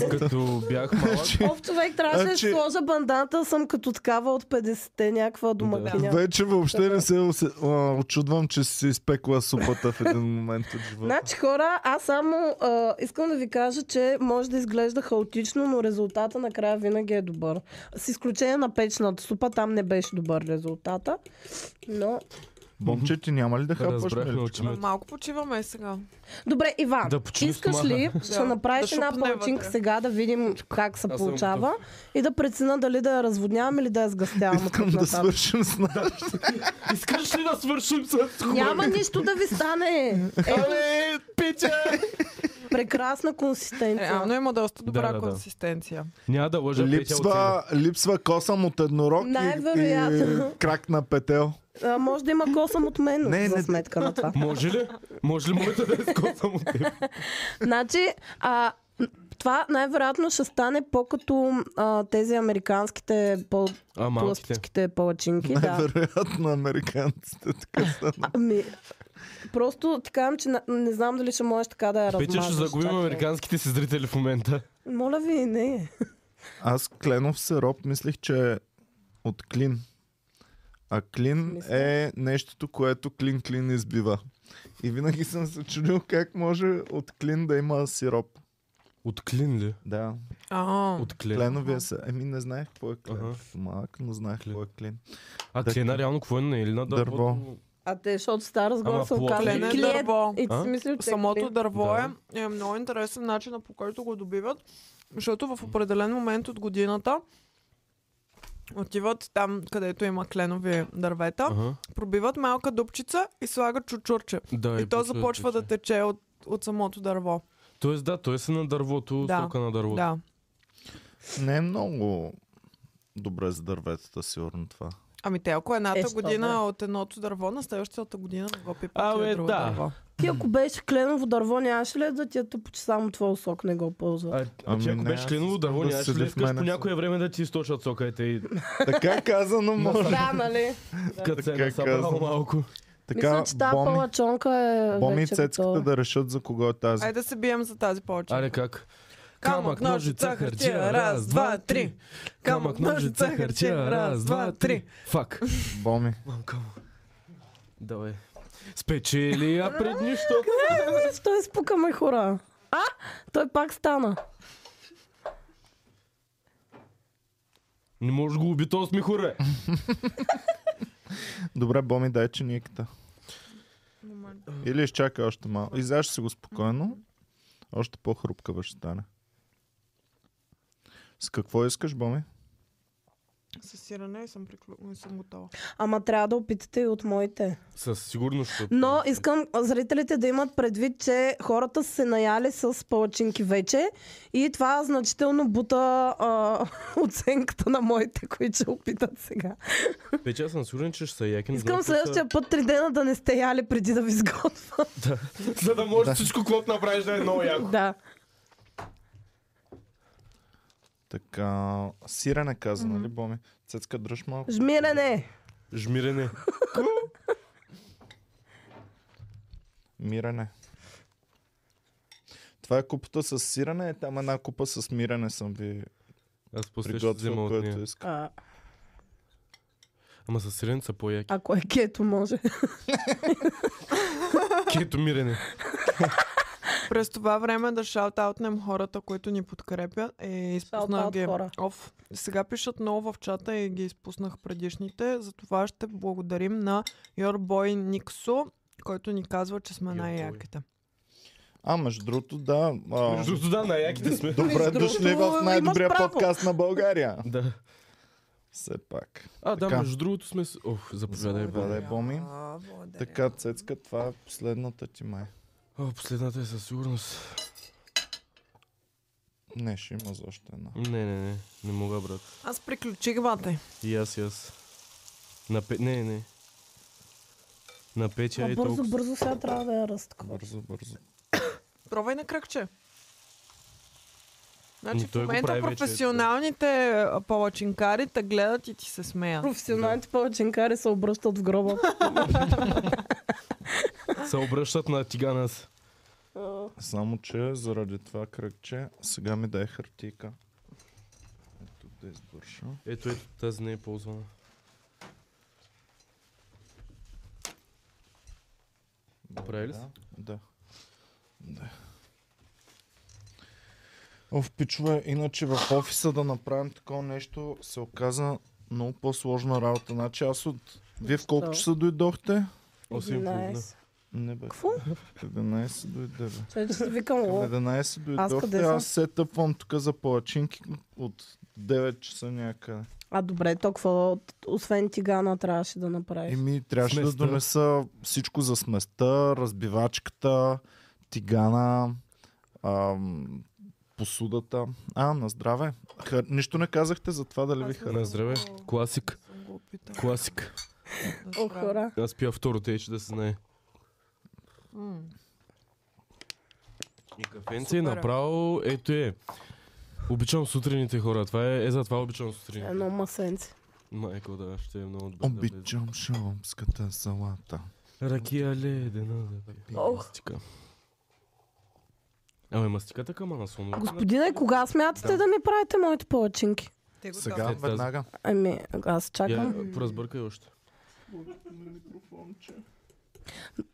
Speaker 2: Като бях малък,
Speaker 3: Оф, човек, трябваше да
Speaker 1: Значи-
Speaker 3: си сложа банданата, съм като такава от 50-те някаква домакиня.
Speaker 1: Вече въобще не се усе- а, очудвам, че си изпекла супата в един момент от живота.
Speaker 3: Значи хора, аз само а, искам да ви кажа, че може да изглежда хаотично, но резултата накрая винаги е добър. С изключение на печната супа, там не беше добър резултата. Но...
Speaker 1: Момче, ти няма ли да хапаш
Speaker 2: разбрахме
Speaker 1: миличка?
Speaker 2: от името.
Speaker 4: Малко почиваме сега.
Speaker 3: Добре, Иван,
Speaker 2: Да почини
Speaker 3: искаш ли ще
Speaker 4: Да,
Speaker 3: направиш
Speaker 4: да
Speaker 3: една
Speaker 4: шупне
Speaker 3: палчинка
Speaker 4: вътре.
Speaker 3: сега да видим как се
Speaker 2: Аз съм
Speaker 3: получава и да прецена дали да я разводнявам или да я сгъстявам.
Speaker 1: Искам
Speaker 3: оттук
Speaker 1: да
Speaker 3: нататък.
Speaker 1: свършим с нас.
Speaker 2: Искаш ли да свършим с
Speaker 3: Няма нищо да ви стане. Ето,
Speaker 2: Абе, Е, Петя!
Speaker 3: прекрасна консистенция.
Speaker 4: Реално Е, има доста добра
Speaker 2: да, да.
Speaker 4: консистенция.
Speaker 2: Няма да лъжа, Петя оценя.
Speaker 1: Липсва, липсва косъм от еднорог и,
Speaker 3: Най-вероятно.
Speaker 1: и крак на петел.
Speaker 3: А, може да има косъм от мен
Speaker 1: Не,
Speaker 3: за
Speaker 1: не.
Speaker 3: сметка на това.
Speaker 2: Може ли? Може ли моята да изкосвам от теб?
Speaker 3: Значи, а, м, това най-вероятно ще стане по-като а, тези американските
Speaker 2: А, малките.
Speaker 3: по-плъските палачинки. Да.
Speaker 1: Най-вероятно американците така са.
Speaker 3: Ами, просто така кажам, че на- не знам дали ще можеш така да я размажеш.
Speaker 2: Петя ще загубим
Speaker 3: чакай.
Speaker 2: американските си зрители в момента.
Speaker 3: Моля ви, не.
Speaker 1: Аз кленов сироп мислих, че е от клин. А клин
Speaker 3: Мисля.
Speaker 1: е нещото, което клин-клин избива. И винаги съм се чудил как може от клин да има сироп.
Speaker 2: От клин ли?
Speaker 1: Да.
Speaker 4: А,
Speaker 2: От клин.
Speaker 1: Кленовия са. Еми, не знаех какво е клен.
Speaker 2: Аха.
Speaker 1: Като Малък, но знаех
Speaker 2: Клен.
Speaker 1: какво е клен.
Speaker 2: А
Speaker 1: Да,
Speaker 2: клина реално какво е на Илина? Да,
Speaker 1: Дърво.
Speaker 2: вот-
Speaker 3: А те, защото Стара Сгора
Speaker 2: Ама
Speaker 3: се
Speaker 2: плод
Speaker 3: оказа.
Speaker 4: Клен е
Speaker 3: клиент.
Speaker 4: дърво.
Speaker 3: И
Speaker 2: А?
Speaker 3: си мислил, че е
Speaker 4: Самото
Speaker 3: клиент.
Speaker 4: дърво
Speaker 2: Да.
Speaker 4: е, е много интересен начинът по който го добиват, защото в определен момент от годината отиват там, където има кленови дървета,
Speaker 2: Аха.
Speaker 4: пробиват малка дупчица и слагат чучурче.
Speaker 2: Да, е
Speaker 4: И то
Speaker 2: после
Speaker 4: започва да тече от, от самото дърво.
Speaker 2: Тоест да, той се е на дървото,
Speaker 4: Да.
Speaker 2: сока на дървото.
Speaker 4: Да.
Speaker 1: Не е много добре за дърветата, сигурно това.
Speaker 4: Ами те, ако едната
Speaker 3: Е, що
Speaker 4: година
Speaker 3: бе?
Speaker 4: от едното дърво, на следващата година да го пипат и
Speaker 2: Абе,
Speaker 4: от друго
Speaker 2: да.
Speaker 4: дърво.
Speaker 3: Ти ако беше кленово дърво, нямаше ли да ти е тъпо, че само твой усок не го ползва?
Speaker 2: А, а
Speaker 1: Ами
Speaker 2: ти ако
Speaker 1: не,
Speaker 2: беше
Speaker 1: аз
Speaker 2: кленово
Speaker 1: искам
Speaker 2: дърво,
Speaker 1: да
Speaker 2: нямаше
Speaker 1: седя
Speaker 2: ли да
Speaker 1: в
Speaker 2: искаш
Speaker 1: мене.
Speaker 2: по някое време да ти източат сокаите и
Speaker 1: Така е казано, може.
Speaker 3: Да, нали?
Speaker 2: като се е
Speaker 1: Така
Speaker 2: насапа
Speaker 1: казвам.
Speaker 2: малко.
Speaker 1: Така,
Speaker 3: Мисля, че тази
Speaker 1: боми,
Speaker 3: палачонка е
Speaker 1: боми и
Speaker 3: вече
Speaker 1: цецката
Speaker 3: готова.
Speaker 1: да решат за кого е тази.
Speaker 4: Айде да се бием за тази повече.
Speaker 2: Аре как?
Speaker 4: Камък, ножица, хартия, раз, два, три. Камък, ножица, хартия, раз, два, три.
Speaker 2: Фак.
Speaker 1: Боми.
Speaker 2: Мамка му. Давай. Спечели, а пред нищо.
Speaker 3: Защо изпукаме хора? А, той пак стана.
Speaker 2: Не можеш го уби този смихуре.
Speaker 1: Добре, Боми, дай чиниката. Или изчакай още малко. Изяж си го спокойно. Още по-хрупкава ще стане. С какво искаш, Боми?
Speaker 4: С сирене и съм, приклю... и съм готова.
Speaker 3: Ама трябва да опитате и от моите.
Speaker 2: Със сигурност ще.
Speaker 3: Но искам зрителите да имат предвид, че хората са се наяли с палачинки вече и това значително бута а, оценката на моите, които ще опитат сега.
Speaker 2: Вече аз съм сигурен, че ще са якин.
Speaker 3: Искам следващия път три дена да не сте яли преди да ви сготвя.
Speaker 2: За да можеш всичко, което направиш да е много яко.
Speaker 3: да.
Speaker 1: Така, сирене каза, нали, Боми? Цецка, дръж малко.
Speaker 3: Жмирене.
Speaker 2: Жмирене.
Speaker 1: Мирене. Това е купата с сирене, е там една купа с мирене съм ви
Speaker 2: Аз после ще взема
Speaker 1: приготвил,
Speaker 2: от
Speaker 1: което
Speaker 2: нея.
Speaker 1: иска.
Speaker 3: А,
Speaker 2: Ама със сирене са по-яки.
Speaker 3: ако е кето, може.
Speaker 2: Кето мирене.
Speaker 4: През това време да шаутаутнем хората, които ни подкрепят. Е, изпуснах
Speaker 3: Шаутаут
Speaker 4: ги.
Speaker 3: хора.
Speaker 4: Оф. Сега пишат много в чата и ги изпуснах предишните. За това ще благодарим на Your Boy Никсо, който ни казва, че сме
Speaker 2: Your boy.
Speaker 4: най-яките.
Speaker 1: А, между другото, да. А,
Speaker 2: Между другото, да, на яките сме.
Speaker 1: добре
Speaker 3: Между
Speaker 1: дошли
Speaker 3: другото,
Speaker 1: в най-добрия
Speaker 3: имаш право.
Speaker 1: подкаст на България.
Speaker 2: Да.
Speaker 1: Все пак.
Speaker 2: А, да,
Speaker 1: Така.
Speaker 2: между другото сме... с- Ох, заповядай, Валя.
Speaker 1: Заповядай, Боми.
Speaker 4: А, благодаря.
Speaker 1: Така, Цецка, това е последната ти май.
Speaker 2: О, последната е със сигурност.
Speaker 1: Не, ще има за още една.
Speaker 2: Не, не, не. Не мога, брат.
Speaker 4: Аз приключих, бате.
Speaker 2: И аз, и аз. На пе... Не, не. На пет чая
Speaker 3: А
Speaker 2: и
Speaker 3: бързо,
Speaker 2: толкова.
Speaker 3: бързо сега трябва да я ръстка.
Speaker 1: Бързо, бързо.
Speaker 4: Пробвай на кръгче. Значи
Speaker 2: Ами
Speaker 4: в
Speaker 2: той го прави
Speaker 4: момента
Speaker 2: вече,
Speaker 4: професионалните а, палачинкари те гледат и ти се смеят.
Speaker 3: Професионалните палачинкари се обръщат в гроба.
Speaker 2: Се обръщат на тиганас.
Speaker 1: Само, че заради това кръгче, сега ми дай хартийка. Ето да избърша.
Speaker 2: Ето, ето, тази не е ползвана. Прави ли си?
Speaker 1: Да. Да. да. Оф, пичове, иначе в офиса да направим такова нещо се оказа много по-сложна работа. Значи аз от... Вие в колко
Speaker 3: Защо?
Speaker 1: часа дойдохте?
Speaker 2: 8,5.
Speaker 1: Не бе.
Speaker 3: Какво?
Speaker 1: В 11 дойде бе.
Speaker 3: Вече си викам,
Speaker 1: Към
Speaker 3: о,
Speaker 1: 11 дойдохте,
Speaker 3: къде
Speaker 1: аз,
Speaker 3: съм?
Speaker 1: се тъпвам тук за палачинки от 9 часа някъде.
Speaker 3: А добре, то какво, освен тигана, трябваше да направиш?
Speaker 1: Еми, трябваше да
Speaker 2: Сместа.
Speaker 1: донеса всичко за сместа, разбивачката, тигана, ам, посудата. А, на здраве. Хар... Нищо не казахте за това дали ви
Speaker 4: Аз не
Speaker 1: харесва.
Speaker 2: На здраве.
Speaker 4: О.
Speaker 2: Класик.
Speaker 4: Съм го опитала.
Speaker 2: Класик.
Speaker 4: Да
Speaker 3: О,
Speaker 4: справя.
Speaker 3: хора.
Speaker 2: Аз пия второто, е, че да се знае.
Speaker 4: М.
Speaker 2: И кафенце е
Speaker 4: Супер.
Speaker 2: направо, ето е. Обичам сутрините хора, това е, е за това обичам сутрините.
Speaker 3: Едно масенце.
Speaker 2: Майко, да, ще е много добре. да влезе.
Speaker 1: Обичам шамската салата.
Speaker 4: Е,
Speaker 2: Ракия ледена да пия
Speaker 3: Ох.
Speaker 2: мастика. Абе, мастиката кама на сон.
Speaker 3: Господине, кога смятате да ми правите моите палачинки?
Speaker 4: Те го
Speaker 1: Сега,
Speaker 4: дават.
Speaker 2: След тази-
Speaker 1: веднага.
Speaker 3: Ами, аз чакам.
Speaker 2: Я, поразбъркай още.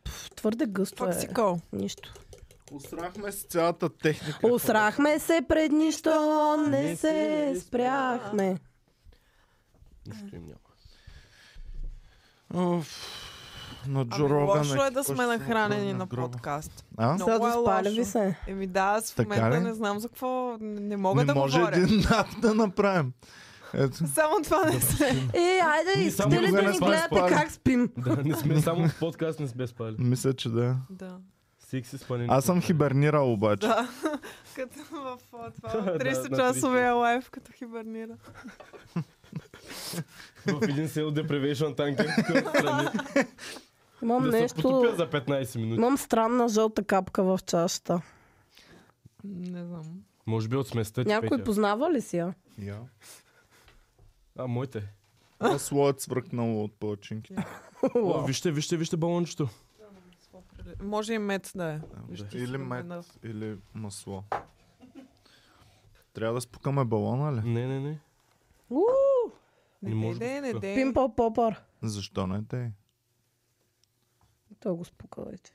Speaker 3: Пф, Твърде гъсто е.
Speaker 4: е Факсикъл.
Speaker 3: Нищо.
Speaker 1: Усрахме с цялата техника.
Speaker 3: Усрахме се пред нищо, не се спряхме.
Speaker 2: Нищо им няма.
Speaker 1: Оф, на Джо
Speaker 4: Ами,
Speaker 1: Роган
Speaker 4: лошо е да
Speaker 1: какво
Speaker 4: сме
Speaker 1: ще се
Speaker 4: нахранени
Speaker 1: направи
Speaker 4: на
Speaker 1: гроба?
Speaker 4: подкаст.
Speaker 1: А?
Speaker 4: Но- Много е
Speaker 3: Сладоспали
Speaker 4: лошо.
Speaker 3: ви се.
Speaker 4: Еми да, аз в
Speaker 1: Така
Speaker 4: момента
Speaker 1: ли?
Speaker 4: не знам за какво. Не, не мога
Speaker 1: не
Speaker 4: да
Speaker 1: може
Speaker 4: говоря.
Speaker 1: един нап да направим. Ето.
Speaker 4: Само това не се.
Speaker 3: Е, айде,
Speaker 2: Ние само
Speaker 3: искате ли
Speaker 2: никога
Speaker 3: да
Speaker 2: не
Speaker 3: ни
Speaker 2: сме
Speaker 3: гледате
Speaker 1: спали.
Speaker 3: как спим?
Speaker 2: Да, не сме само в подкаст не сме спали.
Speaker 1: Мисля, че да.
Speaker 4: да.
Speaker 2: Сикси спани.
Speaker 1: Аз съм хибернирал обаче.
Speaker 4: Да. като в а, това
Speaker 2: Да, да,
Speaker 4: 30 часовия лайф, като хибернира.
Speaker 2: в един сел депривейшн танкер. който страни.
Speaker 3: Имам
Speaker 2: Да се
Speaker 3: нещо...
Speaker 2: потопя за 15 минути.
Speaker 3: Имам странна жълта капка в чашата.
Speaker 4: Не знам.
Speaker 2: Може би от сместа ти
Speaker 3: Някой
Speaker 2: Петя.
Speaker 3: познава ли си я?
Speaker 1: Я.
Speaker 2: А, моите.
Speaker 1: Аз слоят свъркнал от палчинките.
Speaker 2: О, вижте, вижте, вижте балончето.
Speaker 4: Може и мед да е.
Speaker 2: Вижте.
Speaker 1: Или мед,
Speaker 4: Да.
Speaker 1: или масло. Трябва да спукаме балона ли?
Speaker 2: Не, не, не.
Speaker 3: Уу,
Speaker 2: Не
Speaker 4: Не
Speaker 2: може
Speaker 4: дей,
Speaker 2: да
Speaker 4: не
Speaker 2: спра.
Speaker 4: дей.
Speaker 3: Пимпъл Е. попър.
Speaker 1: Защо не те?
Speaker 3: Той го спука вече.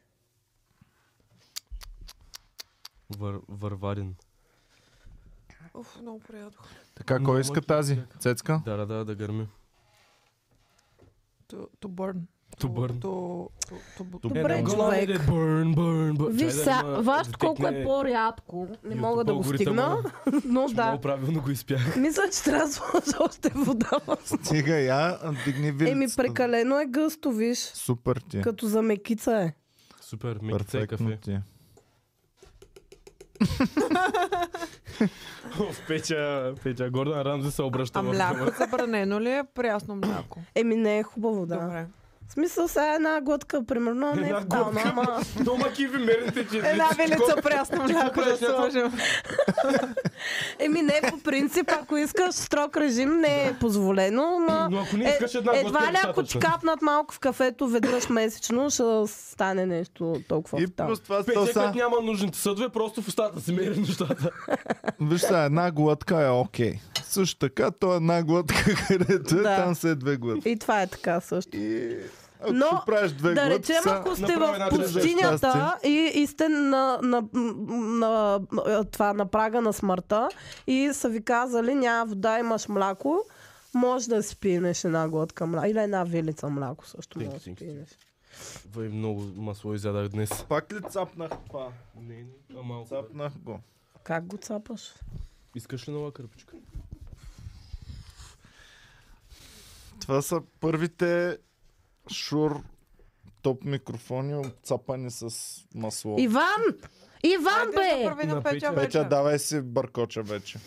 Speaker 2: Вър, върварин.
Speaker 4: Уф, много приятно.
Speaker 1: Така,
Speaker 2: М,
Speaker 1: кой
Speaker 2: може
Speaker 1: иска
Speaker 2: да
Speaker 1: тази?
Speaker 2: чака.
Speaker 1: Цецка?
Speaker 2: Да, да, да, да гърми.
Speaker 4: To, to burn.
Speaker 2: To burn.
Speaker 4: To, to, to, to,
Speaker 3: Добре,
Speaker 2: Е, да,
Speaker 3: човек.
Speaker 2: да, Burn, burn, burn.
Speaker 3: Виж
Speaker 2: Чай да
Speaker 3: сега,
Speaker 2: има-
Speaker 3: вашето колко е
Speaker 2: детекне-
Speaker 3: по-рядко. Не мога да го
Speaker 2: алгоритъма.
Speaker 3: стигна, но да.
Speaker 2: Много правилно го изпях.
Speaker 3: Мисля, че трябва да сложа още вода.
Speaker 1: Стига я, дигни вилицата.
Speaker 3: Еми, прекалено е гъсто, виж.
Speaker 1: Супер ти. е.
Speaker 3: Като за мекица е.
Speaker 2: Супер, микса и
Speaker 1: Перфектно
Speaker 2: кафе.
Speaker 1: ти. е.
Speaker 2: В печа, печа. Гордан Рамзи се обръща
Speaker 4: а
Speaker 2: в
Speaker 4: мляко
Speaker 2: камера.
Speaker 4: забранено ли е? Прясно мляко.
Speaker 3: Еми, не е хубаво, да.
Speaker 4: Добре.
Speaker 3: В смисъл, сега една глътка, примерно, не е
Speaker 2: Една
Speaker 3: фатално,
Speaker 2: глътка.
Speaker 3: ама...
Speaker 2: Дома киви мерите,
Speaker 3: Е,
Speaker 2: че...
Speaker 4: Една вилица прясно мляко да
Speaker 2: правиш, Нято?
Speaker 4: сложим.
Speaker 3: Еми, не, по принцип, ако искаш строг режим, не е позволено, но...
Speaker 2: Но ако не
Speaker 3: Е,
Speaker 2: искаш една глътка,
Speaker 3: Едва
Speaker 2: е
Speaker 3: ли ако ти
Speaker 2: достатъчно.
Speaker 3: капнат малко в кафето веднъж месечно, ще стане нещо толкова
Speaker 1: И
Speaker 3: фатално.
Speaker 1: плюс това
Speaker 2: Печекът
Speaker 1: стълса.
Speaker 2: няма нужните съдове, просто в устата си мери нещата.
Speaker 1: Виж сега, една глътка е окей. Също така, то е една глътка, където е,
Speaker 3: Да.
Speaker 1: там са е две глътки.
Speaker 3: И това е така също.
Speaker 1: И ако
Speaker 3: Но,
Speaker 1: ще правиш две
Speaker 3: Да
Speaker 1: глътки,
Speaker 3: речем,
Speaker 1: са-
Speaker 3: ако сте
Speaker 2: направи
Speaker 3: в
Speaker 2: една
Speaker 3: пустинята и, и сте на, на, на, на, това, на прага на смъртта и са ви казали, няма вода, имаш мляко, може да си пинеш една глътка мляко. Или една вилица мляко също
Speaker 2: Тинк,
Speaker 3: може да си
Speaker 2: тинк, тинк.
Speaker 3: пинеш.
Speaker 2: Вай, много масло изядах днес.
Speaker 1: Пак ли цапнах това?
Speaker 2: Не, не, а малко. бе.
Speaker 1: Цапнах го.
Speaker 3: Как го цапаш?
Speaker 2: Искаш ли нова кърпичка?
Speaker 1: Това са първите шур топ микрофони, обцапани с масло.
Speaker 3: Иван! Иван,
Speaker 4: Хайде
Speaker 3: бе!
Speaker 4: да прави на
Speaker 2: На
Speaker 4: печа
Speaker 2: Петя.
Speaker 1: Петя,
Speaker 4: вече.
Speaker 1: давай си бъркоча вече.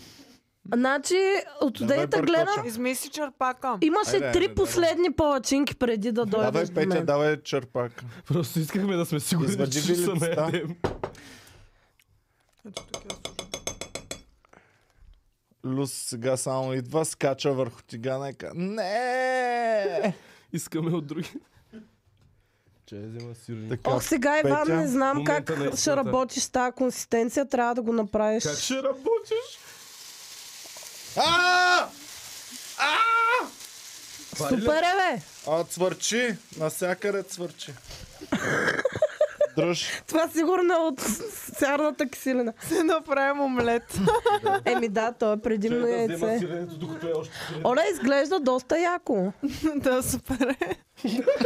Speaker 3: Значи, от
Speaker 1: Давай
Speaker 3: студента
Speaker 1: бъркоча.
Speaker 3: гледам,
Speaker 4: Измисли черпака.
Speaker 3: имаше
Speaker 1: Айде, айде,
Speaker 3: три
Speaker 1: давай.
Speaker 3: последни палачинки преди да дойдеш
Speaker 1: Давай,
Speaker 3: до
Speaker 1: Петя,
Speaker 3: мен.
Speaker 1: давай черпак.
Speaker 2: Просто искахме да сме сигурни,
Speaker 1: Извади
Speaker 2: че ще се
Speaker 1: вилицата.
Speaker 2: наедем.
Speaker 4: Ето тук я сложим.
Speaker 1: Люс сега само идва, скача върху тигана и казва Не!
Speaker 2: Искаме от други. Чай, взема сирни.
Speaker 1: Така,
Speaker 3: Ох, сега, Иван,
Speaker 1: Петя,
Speaker 3: не знам
Speaker 2: момента
Speaker 3: как
Speaker 2: на
Speaker 3: ще
Speaker 2: истината.
Speaker 3: работиш с тази консистенция, трябва да го направиш.
Speaker 2: Как ще работиш?
Speaker 1: А! А!
Speaker 3: Супер е, бе!
Speaker 1: А, цвърчи! Насякъде цвърчи. Дръж.
Speaker 3: Това сигурно е от сярната киселина.
Speaker 4: Ще направим омлет.
Speaker 3: Еми да, то е
Speaker 2: Чай
Speaker 3: предимно
Speaker 2: да взема
Speaker 3: яйце.
Speaker 2: сиренето, докато е още сирене.
Speaker 3: Оле, изглежда доста яко.
Speaker 4: да, супер е.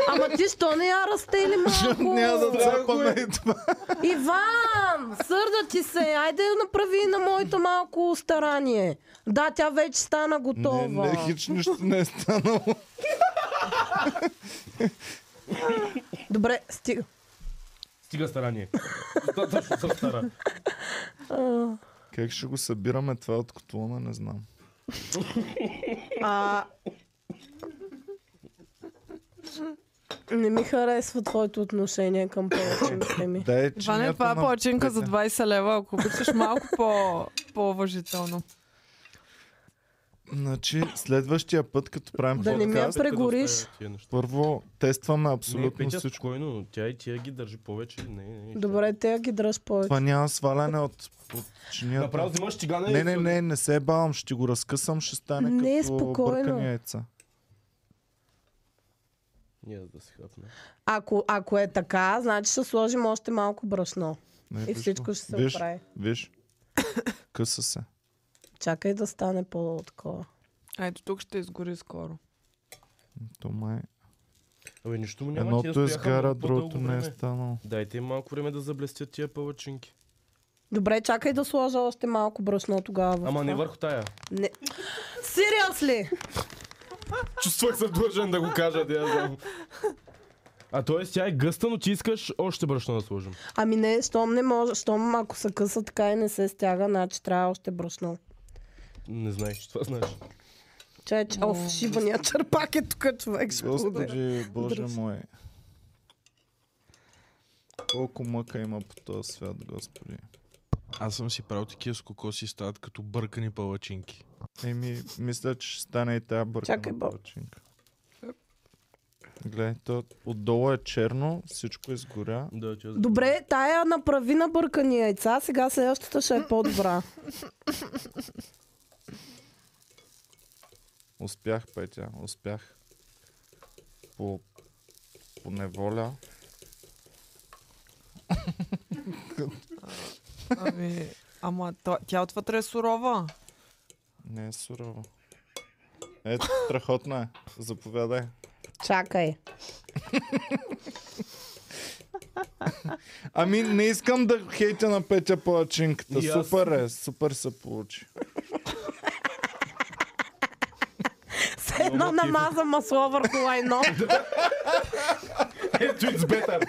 Speaker 3: Ама ти що не я расте или
Speaker 1: Няма да
Speaker 3: малко? е.
Speaker 1: цапаме и това.
Speaker 3: Иван, сърда ти се, айде направи на моето малко старание. Да, тя вече стана
Speaker 1: Не,
Speaker 3: готова.
Speaker 1: не, хич нищо не е станало.
Speaker 3: Добре, стига.
Speaker 2: Стига старание. Достатъчно съм стара.
Speaker 1: Как ще го събираме това от котлона, не знам.
Speaker 4: А,
Speaker 3: Не ми харесва твоето отношение към повече ми.
Speaker 1: Да е
Speaker 4: Иване, това е плачинка за 20 лева, ако обичаш малко по, по-уважително.
Speaker 1: Значи, следващия път, като правим
Speaker 3: Да не ми е я
Speaker 1: подкаст,
Speaker 3: прегориш.
Speaker 1: първо тестваме абсолютно
Speaker 2: Абсолютно не,
Speaker 1: всичко.
Speaker 2: спокойно. Тя и тя ги държи повече. Не, не, не.
Speaker 3: Добре, те я ги дръж повече.
Speaker 1: Това е- няма сваляне от, от чинията.
Speaker 2: Направо взимаш тигана и-
Speaker 1: Не, не, не, не се бавам, ще го разкъсам, ще стане
Speaker 3: Не,
Speaker 1: като
Speaker 3: спокойно.
Speaker 1: бъркани яйца.
Speaker 2: Ние да се хапне.
Speaker 3: Ако, ако е така, значи ще сложим още малко брашно.
Speaker 1: Не,
Speaker 3: И
Speaker 1: виж
Speaker 3: всичко
Speaker 1: го.
Speaker 3: ще се
Speaker 1: виж,
Speaker 3: оправи.
Speaker 1: Виж, къса се.
Speaker 3: Чакай да стане по-такова.
Speaker 4: А ето тук ще изгори скоро.
Speaker 1: То май...
Speaker 2: Абе, нищо му няма. ти
Speaker 1: Едното
Speaker 2: разпяха
Speaker 1: изгара,
Speaker 2: много по-дълго
Speaker 1: другото не е
Speaker 2: време.
Speaker 1: станало.
Speaker 2: Дайте им малко време да заблестят тия палачинки.
Speaker 3: Добре, чакай да сложа още малко брашно тогава. в
Speaker 2: Ама не
Speaker 3: това.
Speaker 2: върху тая.
Speaker 3: Не. Сериас ли?
Speaker 2: Чувствах се длъжен да го кажа, да я знам. А т.е. тя е гъста, но ти искаш още брашно да сложим.
Speaker 3: Ами не, щом не може, щом ако се къса така и не се стяга, значи трябва още брашно.
Speaker 2: Не знаех, че това знаеш.
Speaker 3: Чай, че, оф, шибания черпак е тук, човек. Ще поударя.
Speaker 1: Господи, Боже
Speaker 3: Дръж.
Speaker 1: мой. Колко мъка има по този свят, Господи.
Speaker 6: Аз съм си правил такива с кокоси стават като бъркани палачинки.
Speaker 1: Еми, мисля, че ще стане и тази бъркана
Speaker 3: Чакай, Боб.
Speaker 1: палачинка. Гледай, то отдолу е черно, всичко е изгоря.
Speaker 2: Да, че аз-
Speaker 3: Добре, тая направи на бъркани яйца, сега следващата ще е по-добра.
Speaker 1: Успях, Петя, успях. По, по неволя.
Speaker 4: Ами, ама то, тя отвътре е сурова.
Speaker 1: Не е сурово. Ето, страхотно е. Заповядай.
Speaker 3: Чакай.
Speaker 1: Ами, не искам да хейтя на Петя палачинката.
Speaker 2: И аз.
Speaker 1: Супер е, супер се получи.
Speaker 3: С едно намаза масло върху лайно.
Speaker 2: Ето it's better.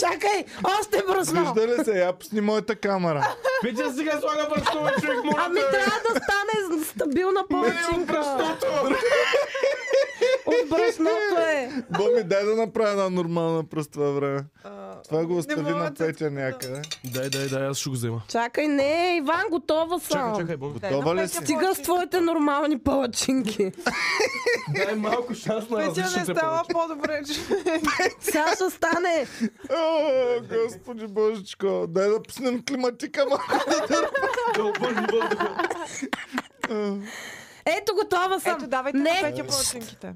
Speaker 3: Чакай, още брашно.
Speaker 1: Вижда ли се? Я пусни моята камера.
Speaker 2: Петя сега слага брашно, бе, човек, моля
Speaker 3: Ами
Speaker 2: те, бе.
Speaker 3: трябва да стане
Speaker 2: Ами,
Speaker 3: стабилна
Speaker 2: Не, от
Speaker 3: палачинка.
Speaker 2: брашното.
Speaker 3: От брашното е.
Speaker 1: Боми, дай да направя една нормална през това време.
Speaker 4: А,
Speaker 1: Това го
Speaker 4: не
Speaker 1: остави
Speaker 4: мога
Speaker 1: на
Speaker 4: да-
Speaker 1: Петя някъде.
Speaker 2: Дай, дай, дай, аз ще го взема.
Speaker 3: Чакай, не, Иван, готова съм.
Speaker 2: Чакай, чакай, бомби.
Speaker 4: Дай
Speaker 1: Готова
Speaker 4: на
Speaker 1: ли си?
Speaker 4: Петя
Speaker 3: Стига с твоите нормални палачинки.
Speaker 2: Дай малко шанс на
Speaker 4: Петя не
Speaker 2: различните
Speaker 4: става
Speaker 2: палачинки.
Speaker 4: по-добре, че...
Speaker 3: Сега ще стане.
Speaker 1: О, господи божечко. Дай да пуснем климатика малко.
Speaker 2: Да обърни въздуха.
Speaker 3: Ето готова съм.
Speaker 4: Ето, давайте
Speaker 3: не.
Speaker 4: на Петя палачинките.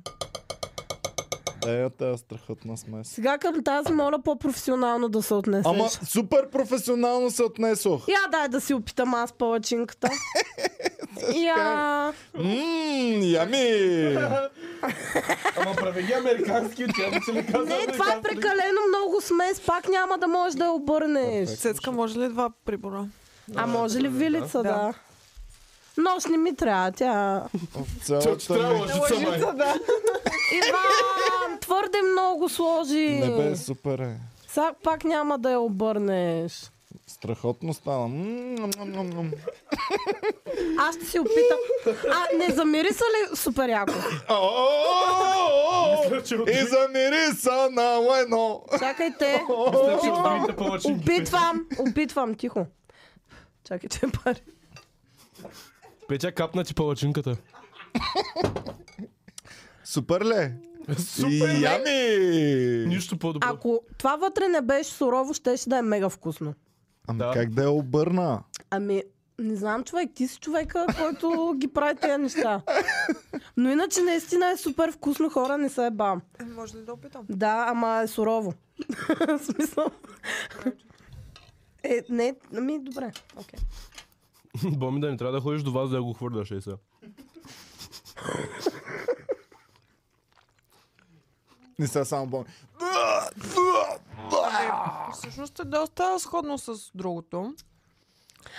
Speaker 1: Дай Е, я тази страхотна смес.
Speaker 3: Сега към тази моля по-професионално да се отнесеш.
Speaker 1: Ама супер професионално се отнесох.
Speaker 3: Я дай да си опитам аз палачинката. Я...
Speaker 1: Ммм, ями!
Speaker 2: Ама прави ги американски, тя ми се ли казва
Speaker 3: Не, това е
Speaker 2: американски?
Speaker 3: прекалено много смес, пак няма да можеш да я обърнеш.
Speaker 4: Цецка, може ли два прибора?
Speaker 3: А може ли
Speaker 2: добре,
Speaker 3: вилица,
Speaker 4: да.
Speaker 3: да? Нощ не ми трябва, тя...
Speaker 2: Че трябва
Speaker 1: Цялата ми...
Speaker 2: лъжица, май.
Speaker 4: да.
Speaker 3: Иван, твърде много сложи.
Speaker 1: Не бе, супер е.
Speaker 3: Сега пак няма да я обърнеш.
Speaker 1: Страхотно стана. Ммм, мм, мм, мм.
Speaker 3: Аз ще си опитам. А, не замириса ли супер яко?
Speaker 1: О, о, о, о.
Speaker 2: Мисля, че от
Speaker 1: И замириса на лайно.
Speaker 3: Чакайте.
Speaker 2: мисля, че от другите палачинки.
Speaker 3: Опитвам, опитвам, тихо. Чакай, че е пари.
Speaker 2: Петя капна ти палачинката.
Speaker 1: Супер ле?
Speaker 2: Е, Супер!
Speaker 1: Ями!
Speaker 2: Нищо по-добро.
Speaker 3: Ако това вътре не беше сурово, щеше да е мега вкусно.
Speaker 1: Ами
Speaker 2: Да.
Speaker 1: как да я обърна?
Speaker 3: Ами, не знам, човек, ти си човека, който ги прави тези неща. Но иначе наистина е супер вкусно, хора, не се е бам.
Speaker 4: Може ли да опитам?
Speaker 3: Да, ама е сурово. В смисъл. Е, не, ами добре. Okay.
Speaker 2: Боми да не трябва да ходиш до вас да го хвърляш, е сега.
Speaker 1: Не сега само бомби.
Speaker 4: Всъщност е доста сходно с другото.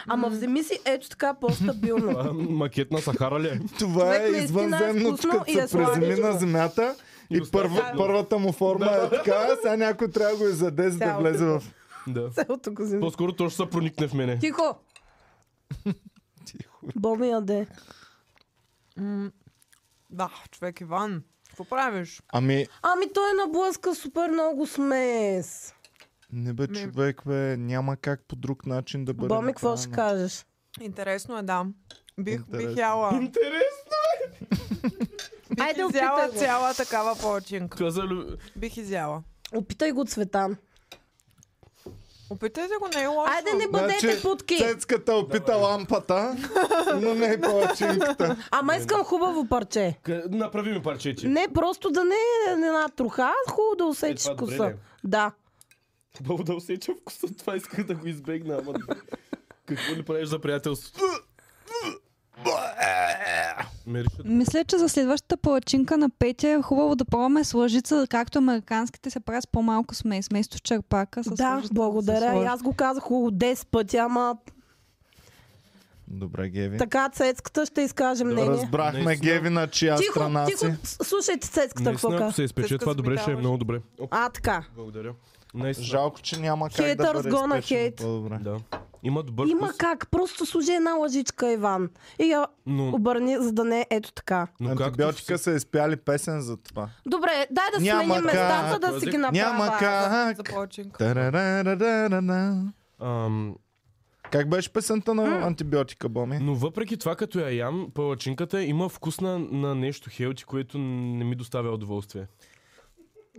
Speaker 3: Ама вземи си ето така по-стабилно.
Speaker 2: Това е макет на Сахара ли е?
Speaker 1: Това е
Speaker 3: Човек наистина е
Speaker 1: извънземното,
Speaker 3: вкусно
Speaker 1: като
Speaker 3: и е
Speaker 1: се приземи
Speaker 3: сладичко.
Speaker 1: на земята
Speaker 2: И
Speaker 1: и
Speaker 2: остава
Speaker 1: първа-
Speaker 2: сладко.
Speaker 1: първата му форма е така, сега някой трябва да го изяде, за да
Speaker 3: Цялото.
Speaker 1: влезе в...
Speaker 2: Да.
Speaker 3: Цялото го вземи.
Speaker 2: По-скоро то ще се проникне в мене.
Speaker 3: Тихо!
Speaker 1: Тихо.
Speaker 3: Боми яде.
Speaker 4: М, Да, човек Иван. Какво правиш?
Speaker 1: Ами,
Speaker 3: Ами той наблъска супер много смес.
Speaker 1: не бе човек, бе, няма как по друг начин да бъде
Speaker 3: Боми, какво ще
Speaker 1: направено.
Speaker 3: кажеш?
Speaker 4: Интересно е, да. Бих, бих
Speaker 1: Интересно.
Speaker 4: яла.
Speaker 2: Интересно!
Speaker 3: Айде, опитай
Speaker 4: Изяла
Speaker 3: го.
Speaker 4: цяла такава палачинка.
Speaker 2: Каза лю...
Speaker 4: Бих изяла.
Speaker 3: Опитай го Цветан.
Speaker 4: Опитайте го, не е лошо.
Speaker 3: Айде, не
Speaker 1: Значи,
Speaker 3: бъдете путки.
Speaker 1: Цецката опита лампата, но не е и палачинката.
Speaker 3: Ама искам хубаво парче.
Speaker 2: Ка- Направи ми парче, че.
Speaker 3: Не, просто да не е една труха, хубаво да усетиш
Speaker 2: това добре
Speaker 3: вкуса.
Speaker 2: ли е?
Speaker 3: Да.
Speaker 2: Бabo да усеча вкуса, това исках да го избегна, ама... Какво ли правиш за приятелство? Мирише
Speaker 5: Мисля, че за следващата палачинка на Петя е хубаво да пробваме с лъжица, както американските се правят с по-малко смес, вместо с черпака. С
Speaker 3: Да,
Speaker 5: лъжица се
Speaker 3: благодаря.
Speaker 5: сложи.
Speaker 3: И аз го казах около 10 пъти, ама
Speaker 1: Добре, Геви.
Speaker 3: така цецката ще изкаже мнение.
Speaker 1: Разбрахме
Speaker 2: Наистина.
Speaker 1: Геви на чия
Speaker 3: Тихо,
Speaker 1: страна си.
Speaker 3: тихо, с- слушайте цецката какво
Speaker 2: Наистина, ако
Speaker 3: казва.
Speaker 2: се изпече,
Speaker 4: Цецка
Speaker 2: това
Speaker 4: си
Speaker 2: добре ще е
Speaker 4: даваш.
Speaker 2: много добре. Оп,
Speaker 3: А, така.
Speaker 2: благодаря. Наистина.
Speaker 1: Жалко, че няма как да
Speaker 3: Хейтърс
Speaker 1: бъде
Speaker 3: gonna
Speaker 1: изпечено
Speaker 3: hate.
Speaker 1: по-добре.
Speaker 2: Да. Има добър
Speaker 3: Има
Speaker 2: вкус,
Speaker 3: как, просто служи една лъжичка, Иван. И я
Speaker 2: но,
Speaker 3: обърни, за да не е ето така.
Speaker 2: но както
Speaker 1: Антибиотика са изпяли песен за това.
Speaker 3: Добре, дай да
Speaker 1: Няма
Speaker 3: сменим
Speaker 1: как.
Speaker 3: местата, да си ги направя.
Speaker 1: Няма
Speaker 4: За
Speaker 1: как.
Speaker 4: починка.
Speaker 1: Тарарарарарара.
Speaker 2: Ам,
Speaker 1: Как беше песента на антибиотика, Боми?
Speaker 2: но въпреки това, като я ям, палачинката има вкус на, на нещо хелти, което не ми доставя удоволствие.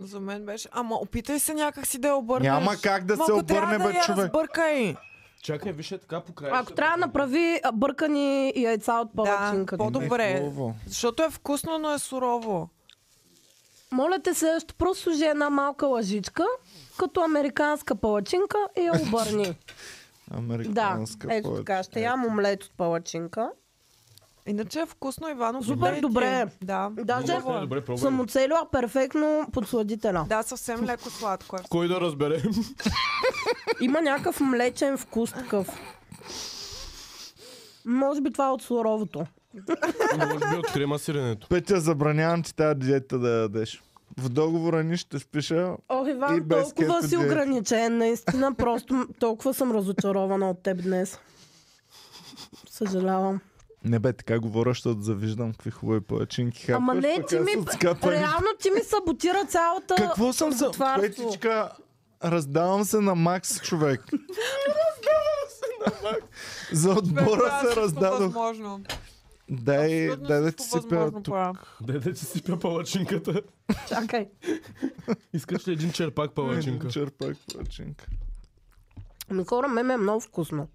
Speaker 4: За мен беше. Ама опитай се някак си да я обърнеш.
Speaker 1: Няма как да се
Speaker 4: Малко трябва
Speaker 1: обърне,
Speaker 4: да
Speaker 1: бе,
Speaker 4: я
Speaker 1: човек.
Speaker 4: Разбъркай.
Speaker 2: Чакай, виж е така по края.
Speaker 3: Ако трябва, направи а, бъркани яйца от палачинка.
Speaker 4: по- По-добре.
Speaker 1: Хубаво.
Speaker 4: Защото е вкусно, но е сурово.
Speaker 3: Моля те се, ще просто сложи една малка лъжичка, като американска палачинка и я обърни. да,
Speaker 1: Американска
Speaker 3: ето
Speaker 1: повече.
Speaker 3: така, ще ям омлет от палачинка.
Speaker 4: Иначе е вкусно, Ивано.
Speaker 3: Супер
Speaker 4: опитай ти.
Speaker 3: добре.
Speaker 4: Да.
Speaker 3: Даже
Speaker 2: Добре, е добре, пробвай.
Speaker 3: съм оцелила перфектно подсладителя.
Speaker 4: Да, съвсем леко сладко е.
Speaker 2: Кой да разбере?
Speaker 3: Има някакъв млечен вкус такъв. Може би това е от суровото.
Speaker 2: Може би от крема сиренето.
Speaker 1: Петя, забранявам ти тази диета да ядеш. В договора ни ще спиша.
Speaker 3: Ох,
Speaker 1: И
Speaker 3: Иван,
Speaker 1: без
Speaker 3: толкова
Speaker 1: кето
Speaker 3: си
Speaker 1: диета.
Speaker 3: ограничен. Наистина, просто м- толкова съм разочарована от теб днес. Съжалявам.
Speaker 1: Не бе, така говоря, защото завиждам какви хубави палачинки хапваш.
Speaker 3: Ама не,
Speaker 1: пък
Speaker 3: ти
Speaker 1: аз
Speaker 3: ми-
Speaker 1: отскапани.
Speaker 3: Реално ти ми саботира цялата...
Speaker 1: Какво съм за...
Speaker 3: Отварство.
Speaker 1: Петичка, раздавам се на Макс, човек. раздавам се на Макс. За отбора
Speaker 3: е
Speaker 1: се раздадох.
Speaker 4: Възможно.
Speaker 1: Дай, дай да ти сипя тук.
Speaker 2: Дай да ти сипя палачинката.
Speaker 3: Чакай.
Speaker 2: Искаш ли един Е, черпак палачинка?
Speaker 1: Един Черпак палачинка.
Speaker 3: Ми хора, ме ми е много вкусно.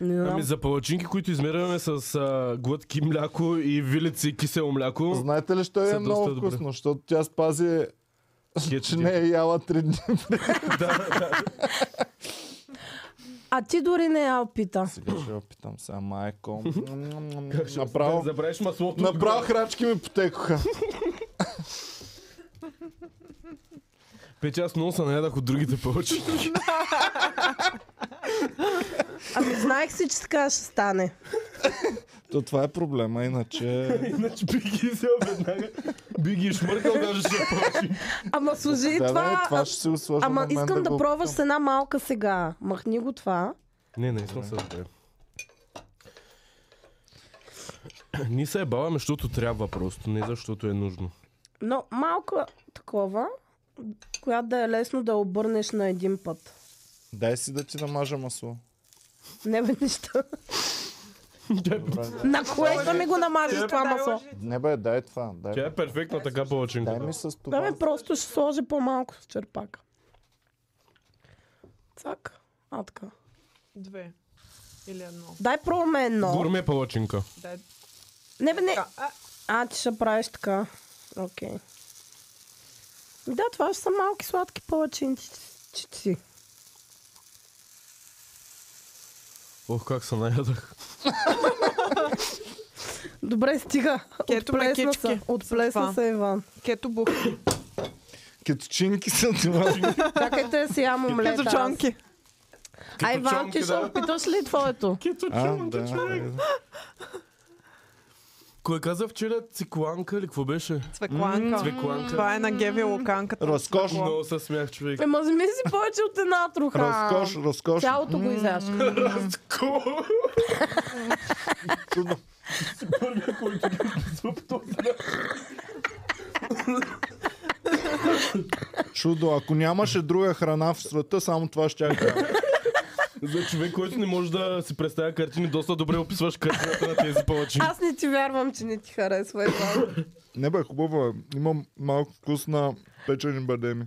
Speaker 3: Не знам.
Speaker 2: Ами за палачинки, които измеряме с а, глътки мляко и вилици кисело мляко,
Speaker 1: Знаете ли, що
Speaker 2: Са
Speaker 1: е много
Speaker 2: доста добре.
Speaker 1: вкусно? Защото тя спази,
Speaker 2: кетчуп.
Speaker 1: че не е яла три дни.
Speaker 3: А ти дори не я опита.
Speaker 1: Сега ще я питам сега, майко.
Speaker 2: Как ще
Speaker 1: Направо,
Speaker 2: забравиш маслото?
Speaker 1: направо храчки ми потекоха.
Speaker 2: Пече, аз много се наядах от другите палачинки.
Speaker 3: Ами знаех си, че така ще стане.
Speaker 1: То това е проблема, иначе...
Speaker 2: Иначе би ги взел веднага. Би ги шмъркал даже ще е палачинки.
Speaker 3: Ама служи и
Speaker 1: да,
Speaker 3: това...
Speaker 1: не, това ще си го сложа
Speaker 3: Ама
Speaker 1: на мен
Speaker 3: искам да,
Speaker 1: го
Speaker 3: пробваш с една малка сега. Махни го това.
Speaker 2: Не, не, искам се разбере. Ни се ебаваме, защото трябва просто, не защото е нужно.
Speaker 3: Но малка такова, която да е лесно да я обърнеш на един път.
Speaker 1: Дай си да ти намажа масло.
Speaker 3: Не бе нищо.
Speaker 2: Тя е,
Speaker 3: На кое да ми го намажеш това
Speaker 4: Дай
Speaker 3: масло?
Speaker 4: лъжи.
Speaker 1: Не бе, дай това. Дай,
Speaker 2: тя е перфектна така палачинка.
Speaker 1: дай ми с това.
Speaker 3: Да ме просто ще сложи по-малко с черпака. Цак. А, така.
Speaker 4: Две. Или едно.
Speaker 3: Дай пробваме едно.
Speaker 2: Гурме палачинка.
Speaker 4: Дай.
Speaker 3: Не бе, не.
Speaker 4: Така. А,
Speaker 3: А, ти ще правиш така. Окей. Да, това ще са малки сладки палачинчици.
Speaker 2: Ох, как се наядах.
Speaker 3: Добре, стига.
Speaker 4: Кето
Speaker 3: Отплесна се.
Speaker 4: мекички.
Speaker 3: Отплесна
Speaker 4: това.
Speaker 3: се, Иван.
Speaker 4: Кето бух.
Speaker 1: Кеточинки са това.
Speaker 3: Чакайте да си ям
Speaker 4: Кето
Speaker 3: омлета. аз.
Speaker 4: чонки.
Speaker 3: А, Иван, ти
Speaker 2: чонки,
Speaker 3: ще
Speaker 2: да.
Speaker 3: опиташ ли твоето?
Speaker 1: а, да. е.
Speaker 2: Кой каза вчера цикланка или какво беше?
Speaker 4: Цвекланка.
Speaker 2: Цвекланка.
Speaker 4: Това е на Геви Луканката.
Speaker 1: Разкошно.
Speaker 2: Много се смях, човек.
Speaker 3: Ема Е, вземи си повече от една труха.
Speaker 1: Разкош, разкош.
Speaker 3: Цялото го изяжда.
Speaker 1: Чудо. Чудо. Ако нямаше друга храна в света, само това ще я кажа.
Speaker 2: За човек, който не може да си представя картини, доста добре описваш картината на тези палачи.
Speaker 3: Аз не ти вярвам, че не ти харесва, Иван.
Speaker 1: Не бе, хубаво е. Имам малко вкус на печени бадеми.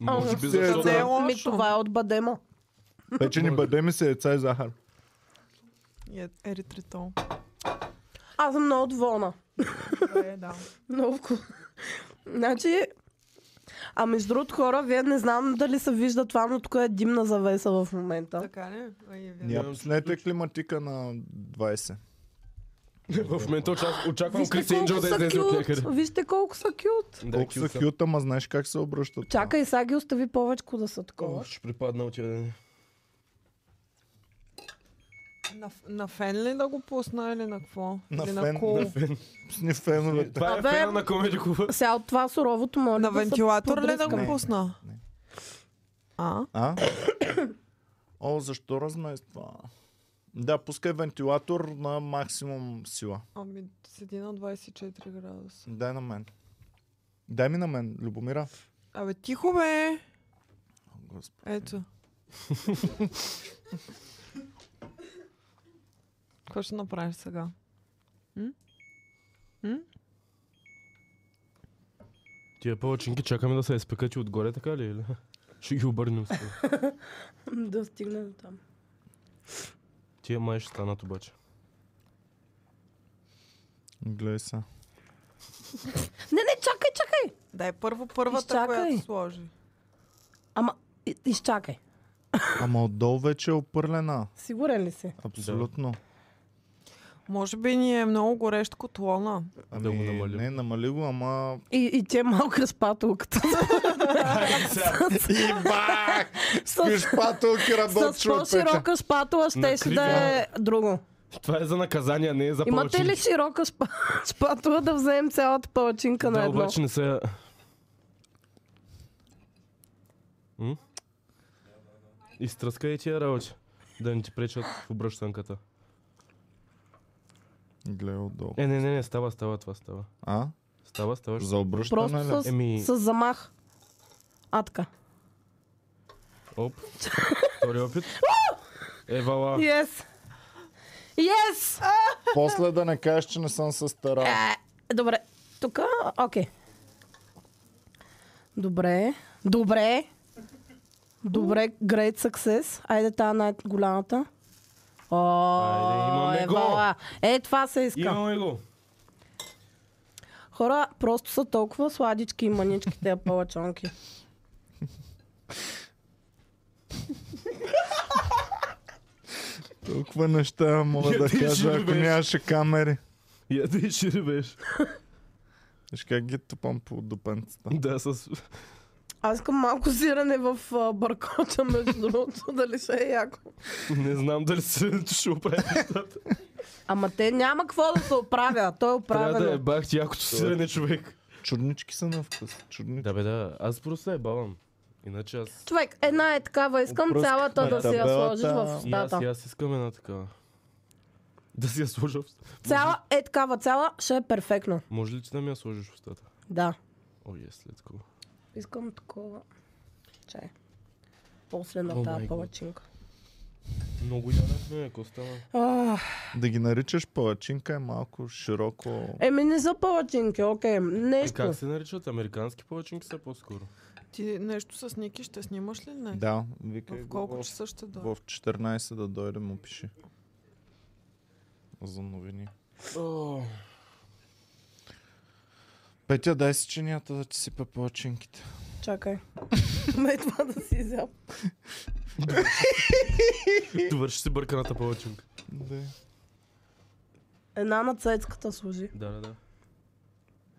Speaker 2: Може би
Speaker 1: Се е
Speaker 2: защото...
Speaker 4: Не е
Speaker 1: взел.
Speaker 4: лошо.
Speaker 3: Ми това е от бадема.
Speaker 1: Печени бадеми са яйца и захар.
Speaker 4: И е- Еритритол.
Speaker 3: Аз съм
Speaker 4: Е,
Speaker 3: много доволна.
Speaker 4: Добре, да.
Speaker 3: Много вкусно. Значи, А между другото хора, вие не знам дали се вижда това, но тук е димна завеса в момента.
Speaker 4: Така ли? Ай, е вярно.
Speaker 1: Ние пуснете климатика на 20.
Speaker 2: В момента очак- очаквам Крис
Speaker 3: Вижте
Speaker 2: Енджел да
Speaker 3: колко са
Speaker 2: излезе от някъде.
Speaker 3: кют! Вижте колко са кют!
Speaker 2: Да,
Speaker 1: Колко
Speaker 2: кют
Speaker 1: са кют, ама знаеш как се обръщат.
Speaker 3: Чакай, сега ги остави повече да са
Speaker 2: О,
Speaker 3: такова.
Speaker 2: Ще припадна от тя.
Speaker 4: На, на фен ли да го пусна или на какво?
Speaker 1: На
Speaker 4: или
Speaker 1: фен,
Speaker 4: на кол?
Speaker 1: на Пусни феновете.
Speaker 2: Това е
Speaker 3: Абе!
Speaker 2: фена на Комеди Клуба.
Speaker 3: Сега от това суровото моля
Speaker 4: На
Speaker 3: да се
Speaker 4: вентилатор ли да го
Speaker 3: подръскаме.
Speaker 4: пусна?
Speaker 1: Не.
Speaker 4: А?
Speaker 1: А? О, защо размества? Да, пускай вентилатор на максимум сила.
Speaker 4: Ами, седи на 24 градуса.
Speaker 1: Дай на мен. Дай ми на мен, Любомира.
Speaker 4: Абе, тихо бе!
Speaker 1: О, Господи.
Speaker 4: Ето. Какво ще направиш сега? М? М?
Speaker 2: Тия палачинки чакаме да се изпекат и отгоре, така ли? Или? Ще ги обърнем. сега.
Speaker 3: Да стигне до там.
Speaker 2: Тия май ще станат обаче.
Speaker 1: Гледай се.
Speaker 3: Не, не, чакай, чакай!
Speaker 4: Дай първо първата,
Speaker 3: Изчакай.
Speaker 4: която сложи.
Speaker 3: Ама, и- изчакай.
Speaker 1: Ама отдолу вече е опърлена.
Speaker 3: Сигурен ли си?
Speaker 1: Абсолютно.
Speaker 4: Може би ни е много горещо котлона.
Speaker 1: Ами,
Speaker 2: Да го намалим.
Speaker 1: Не, намали го, ама...
Speaker 3: И, и ти е малко разпатулката.
Speaker 1: И бак! Спиш патулки,
Speaker 3: С по-широка спатула щеше
Speaker 2: Накрива.
Speaker 3: да е друго.
Speaker 2: Това е за наказание, не е за
Speaker 3: Имате ли
Speaker 2: палачинки.
Speaker 3: широка спа... спатула да вземем цялата палачинка на
Speaker 2: Да,
Speaker 3: едно?
Speaker 2: обаче не се... М? Изтръскай тия работи. Да не ти пречат в обръщанката.
Speaker 1: Гледай отдолу.
Speaker 2: Е, не, не, не, става, става, това става.
Speaker 1: А?
Speaker 2: Става, става. ще-
Speaker 1: За
Speaker 3: Просто
Speaker 1: обръщане ли?
Speaker 3: с,
Speaker 2: е Еми-
Speaker 3: с замах. А така.
Speaker 2: Оп. Втори опит. Е, Евала.
Speaker 3: Yes! Yes!
Speaker 1: После да не кажеш, че не съм се старал.
Speaker 3: Е, добре. Тук? Окей. Добре. Добре. Добре. Great success. Айде та най-голямата. О,
Speaker 2: Айде, имаме го.
Speaker 3: евала. Е, това се иска.
Speaker 2: Имаме го.
Speaker 3: Хора просто са толкова сладички и манички тези палачонки.
Speaker 1: Толкова неща мога да
Speaker 2: Ти
Speaker 1: кажа,
Speaker 2: живи
Speaker 1: ако
Speaker 2: беше.
Speaker 1: нямаше камери.
Speaker 2: Я да изширибеш.
Speaker 1: Виж как ги тъпам по дупенцата.
Speaker 2: Да, с...
Speaker 3: Аз искам малко зиране в а, баркота, между другото, дали ще е яко.
Speaker 2: Не знам дали се ще оправи нещата.
Speaker 3: Ама те няма какво да се оправя. Той е
Speaker 2: Трябва да е
Speaker 3: оправен.
Speaker 2: бах якото сирене човек.
Speaker 1: Чуднички са на вкус. Чуднички.
Speaker 2: Да бе, да. Аз просто се ебавам. Иначе аз...
Speaker 3: Човек, една е такава. Искам
Speaker 1: Опръскахме
Speaker 3: цялата да си я
Speaker 1: табелата.
Speaker 3: сложиш в
Speaker 2: И аз, и
Speaker 3: устата.
Speaker 2: аз искам една такава. Да си я сложа в...
Speaker 3: Цяла е такава. Цяла ще е перфектно.
Speaker 2: Може ли ти да ми я сложиш в устата?
Speaker 3: Да.
Speaker 2: О, е след такова.
Speaker 3: Искам такова. Чай. После
Speaker 2: О,
Speaker 3: на тази
Speaker 2: май
Speaker 3: палачинка.
Speaker 2: Много ядахме, ако
Speaker 3: Е,
Speaker 2: стана.
Speaker 3: Ах.
Speaker 1: Да ги наричаш палачинка е малко широко.
Speaker 3: Еми не са палачинки, окей.
Speaker 2: Е,
Speaker 3: Нещо.
Speaker 2: как се наричат? Американски повечинки са по-скоро.
Speaker 4: Ти нещо с Ники ще снимаш ли днес?
Speaker 1: Да, викай
Speaker 4: В
Speaker 1: го
Speaker 4: колко
Speaker 1: в,
Speaker 4: часа ще дойде?
Speaker 1: в 14 да дойде му пиши. За новини.
Speaker 2: О,
Speaker 1: Петя, дай си чинията да ти сипе палачинките.
Speaker 3: Чакай. Ме е това да си изял.
Speaker 2: Довърши си бърканата повечинка.
Speaker 1: Да.
Speaker 3: Една на цецката служи.
Speaker 2: Да, да, да.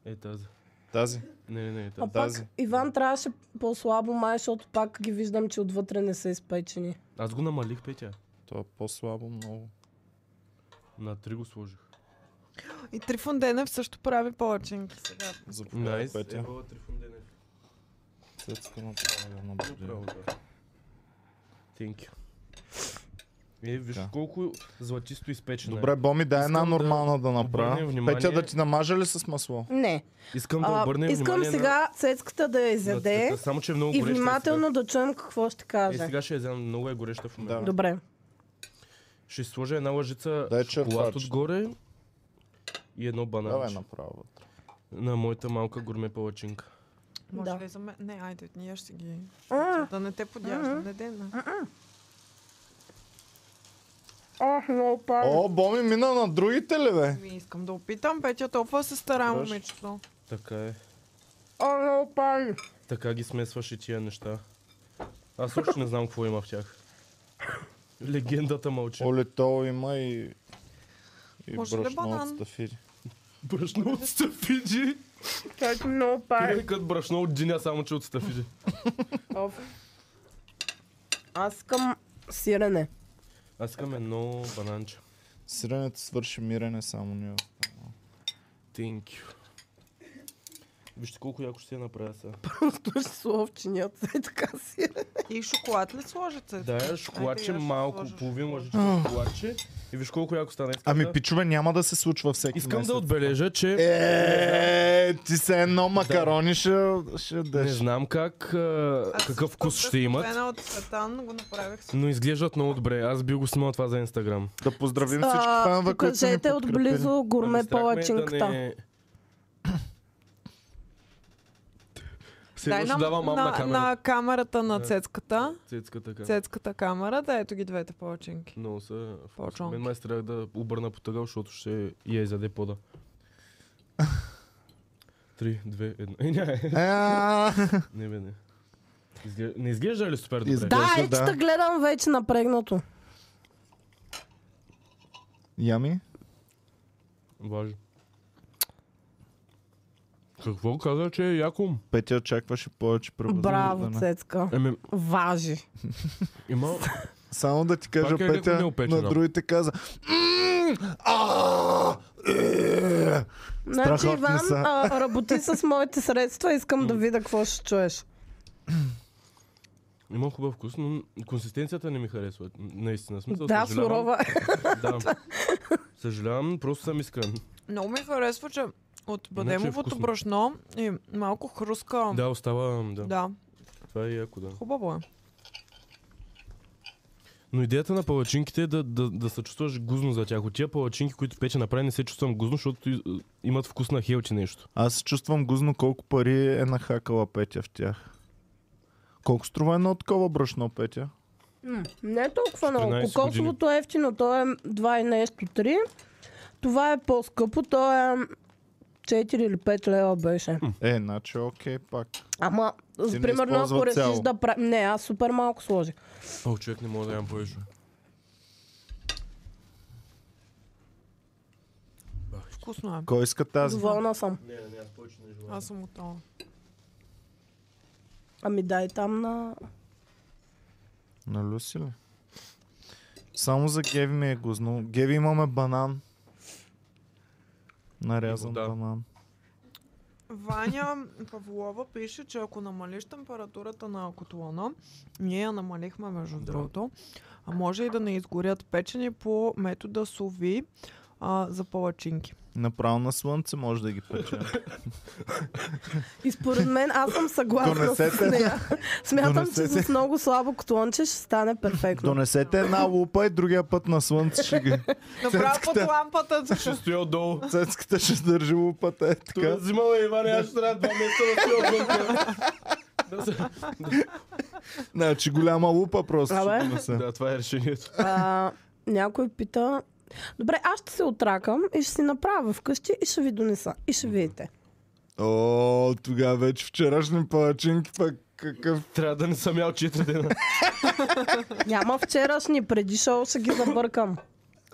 Speaker 2: Е, тази.
Speaker 1: Тази.
Speaker 2: Не, не, не, е
Speaker 3: А
Speaker 2: тази.
Speaker 3: пак
Speaker 1: тази.
Speaker 3: Иван трябваше по-слабо май, защото пак ги виждам, че отвътре не са изпечени.
Speaker 2: Аз го намалих, Петя.
Speaker 1: Това е по-слабо много.
Speaker 2: На три го сложих.
Speaker 4: И Трифон Денев също прави палачинки сега.
Speaker 1: Заповядай,
Speaker 2: Найс.
Speaker 1: Е,
Speaker 2: Е,
Speaker 1: Петя.
Speaker 2: Ебала Трифон Денев.
Speaker 1: Цецка направи едно
Speaker 2: Браво,
Speaker 1: блюдо.
Speaker 2: да. Thank you. Е, виж
Speaker 1: Така.
Speaker 2: колко златисто изпечено
Speaker 1: Добре,
Speaker 2: е.
Speaker 1: Боми, дай една
Speaker 2: Искам да
Speaker 1: нормална да
Speaker 2: обърнем
Speaker 1: направя.
Speaker 2: внимание-
Speaker 1: Петя, да ти намажа ли с масло?
Speaker 3: Не.
Speaker 2: Искам да
Speaker 3: А,
Speaker 2: обърнем
Speaker 3: искам
Speaker 2: внимание
Speaker 3: сега
Speaker 2: на-
Speaker 3: цецката да я
Speaker 2: на
Speaker 3: изяде
Speaker 2: цвета, Само, че е много
Speaker 3: и
Speaker 2: гореща е
Speaker 3: внимателно да чуем какво ще
Speaker 2: сега. Е,
Speaker 3: каже.
Speaker 2: сега ще я вземам. Много е гореща в момента.
Speaker 1: Да.
Speaker 3: Добре.
Speaker 2: Ще сложа една лъжица
Speaker 1: Дай
Speaker 2: шоколад
Speaker 1: черпач.
Speaker 2: отгоре и едно
Speaker 1: Давай
Speaker 2: бананче.
Speaker 1: направо.
Speaker 2: на моята малка гурме палачинка.
Speaker 4: Може
Speaker 3: Да.
Speaker 4: да. и за мен. Не, айде, ние ще ги...
Speaker 3: А.
Speaker 4: Да не те подяждам. Не, не, не.
Speaker 3: Ох, много пари.
Speaker 1: О, Боми мина на другите ли, бе?
Speaker 4: Ми Ами, искам да опитам. Петя толкова се стара
Speaker 1: Добре.
Speaker 4: момичето.
Speaker 2: Така е.
Speaker 3: О, много пари.
Speaker 2: Така ги смесваш и тия неща. Аз още не знам какво има в тях. Легендата мълчи.
Speaker 1: Оле, то има и... И
Speaker 4: Може ли
Speaker 1: брашно
Speaker 4: банан?
Speaker 1: от стафири.
Speaker 2: Брашно от стафиджи.
Speaker 3: Как много
Speaker 2: Това е като брашно от диня, само че от стафиджи.
Speaker 3: Аз искам сирене.
Speaker 2: Аз искам едно бананче.
Speaker 1: Сиренето свърши мирене само ние.
Speaker 2: Thank you. Вижте колко яко ще я направя сега.
Speaker 3: Стоиш с ловчинята и е така сирене.
Speaker 4: И шоколад ли сложите?
Speaker 2: Да, е шоколадче
Speaker 4: Айде, я ще
Speaker 2: малко,
Speaker 4: сложа
Speaker 2: половин лъжичка шоколадче. И виж колко яко стане. Искам
Speaker 1: Ами
Speaker 2: да-
Speaker 1: пичове, няма да се случва всеки
Speaker 2: Искам
Speaker 1: месец.
Speaker 2: да отбележа, че
Speaker 1: Е, ти се едно макарони ще, ще
Speaker 2: не
Speaker 1: деш.
Speaker 2: знам как, а,
Speaker 4: Аз
Speaker 2: какъв вкус
Speaker 4: тук
Speaker 2: ще имат.
Speaker 4: Една от Светан го направих с
Speaker 2: Но изглеждат много добре. Аз би го снимал това за Инстаграм.
Speaker 1: Да поздравим всички фенове, които са ни
Speaker 3: Покажете
Speaker 1: подкрепили.
Speaker 3: отблизо гурме
Speaker 2: Страх ме е да
Speaker 3: палачинката.
Speaker 2: не- Следващо
Speaker 4: нам-
Speaker 2: дава мам на
Speaker 4: на, на
Speaker 2: камерата.
Speaker 4: камерата на
Speaker 2: Да.
Speaker 4: цецката.
Speaker 2: Цецка така.
Speaker 4: Цецката камера, да, ето ги двете палачинки.
Speaker 2: Много са...
Speaker 4: Почонки.
Speaker 2: Мен май страх да обърна по тъгъл, защото ще я изяде пода. Три, две, едно. Е, не,
Speaker 1: А,
Speaker 2: не, бе, не. Изглежда- Не изглежда ли супер добре?
Speaker 1: Изглежда.
Speaker 3: Да,
Speaker 1: Точно,
Speaker 3: ечета
Speaker 1: да.
Speaker 3: гледам вече напрегнато.
Speaker 1: Ями?
Speaker 2: Важно. Какво каза, че е яко?
Speaker 1: Петя очакваше повече
Speaker 3: Браво,
Speaker 1: превъзбуждане.
Speaker 3: Цецка.
Speaker 2: Еми,
Speaker 3: Важи.
Speaker 2: Ами, има...
Speaker 1: Само да ти кажа,
Speaker 2: Пак е леко
Speaker 1: Петя
Speaker 2: неопечено.
Speaker 1: на другите каза. «М, а, е».
Speaker 3: Значи
Speaker 1: Страхотни
Speaker 3: Иван
Speaker 1: са.
Speaker 3: а, работи с моите средства, искам да видя какво ще чуеш.
Speaker 2: Има хубав вкус, но консистенцията не ми харесва. Наистина. Смисъл,
Speaker 3: Да,
Speaker 2: съжалявам.
Speaker 3: сурова.
Speaker 2: Да. Съжалявам, просто съм искрен.
Speaker 4: Много ми харесва, че от бадемовото
Speaker 2: вкусно.
Speaker 4: брашно и малко хруска.
Speaker 2: Да, остава. Да.
Speaker 4: да.
Speaker 2: Това е яко, да.
Speaker 4: Хубаво е.
Speaker 2: Но идеята на палачинките е да, да, да се чувстваш гузно за тях. От тия палачинки, които пече направи, не се чувствам гузно, защото и- е, имат вкус на хелчи нещо.
Speaker 1: Аз се чувствам гузно колко пари е нахакала Петя в тях. Колко струва едно такова брашно, Петя?
Speaker 3: М, Не е толкова много.
Speaker 2: 14
Speaker 3: Кокосовото е ефтино, то е 2 и нещо 3. Това е по-скъпо, то е 4 или 5 лева беше.
Speaker 1: Е, значи окей пак.
Speaker 3: Ама, за
Speaker 1: не
Speaker 3: примерно,
Speaker 1: използва
Speaker 3: ако решиш
Speaker 1: цяло.
Speaker 3: да правиш... Не, аз супер малко сложих.
Speaker 2: О, човек не мога да ям повече.
Speaker 4: Вкусно е.
Speaker 1: Кой иска тази?
Speaker 3: Доволна съм.
Speaker 2: Не, не, аз повече не желая.
Speaker 4: Аз съм готова.
Speaker 3: Ами дай там на...
Speaker 1: На Люси Нали ли? Само за Геви ми е гузно. Геви имаме банан. Нарязан
Speaker 2: Да.
Speaker 1: банан.
Speaker 4: Ваня Павлова пише, че ако намалиш температурата на котлона, ние я намалихме между
Speaker 2: Да.
Speaker 4: другото, а може и да не изгорят печени по метода сови а, за палачинки.
Speaker 1: Направо на слънце може да ги печем.
Speaker 3: И според мен аз съм съгласна с
Speaker 1: Донесете.
Speaker 3: нея. Смятам, че
Speaker 1: Донесете.
Speaker 3: с много слабо котлонче ще стане перфектно.
Speaker 1: Донесете една лупа и другия път на слънце ще ги...
Speaker 4: Направо под лампата,
Speaker 2: Ще
Speaker 4: защото
Speaker 2: Е, стоя отдолу.
Speaker 1: Цецката ще държи лупата. Е
Speaker 2: Той е
Speaker 1: така.
Speaker 2: взимала Иван, аз ще трябва два месеца да стоя отдолу. Да, се-
Speaker 1: Значи голяма лупа просто
Speaker 3: Абе.
Speaker 1: ще донесе.
Speaker 2: Да, това е решението.
Speaker 3: А, някой пита... Добре, аз ще се отракам и ще си направя вкъщи и ще ви донеса. И ще видите.
Speaker 1: О, тогава вече вчерашни палачинки пък какъв...
Speaker 2: Трябва да не съм ял 4 дена.
Speaker 3: Няма вчерашни, преди шоу ще ги забъркам.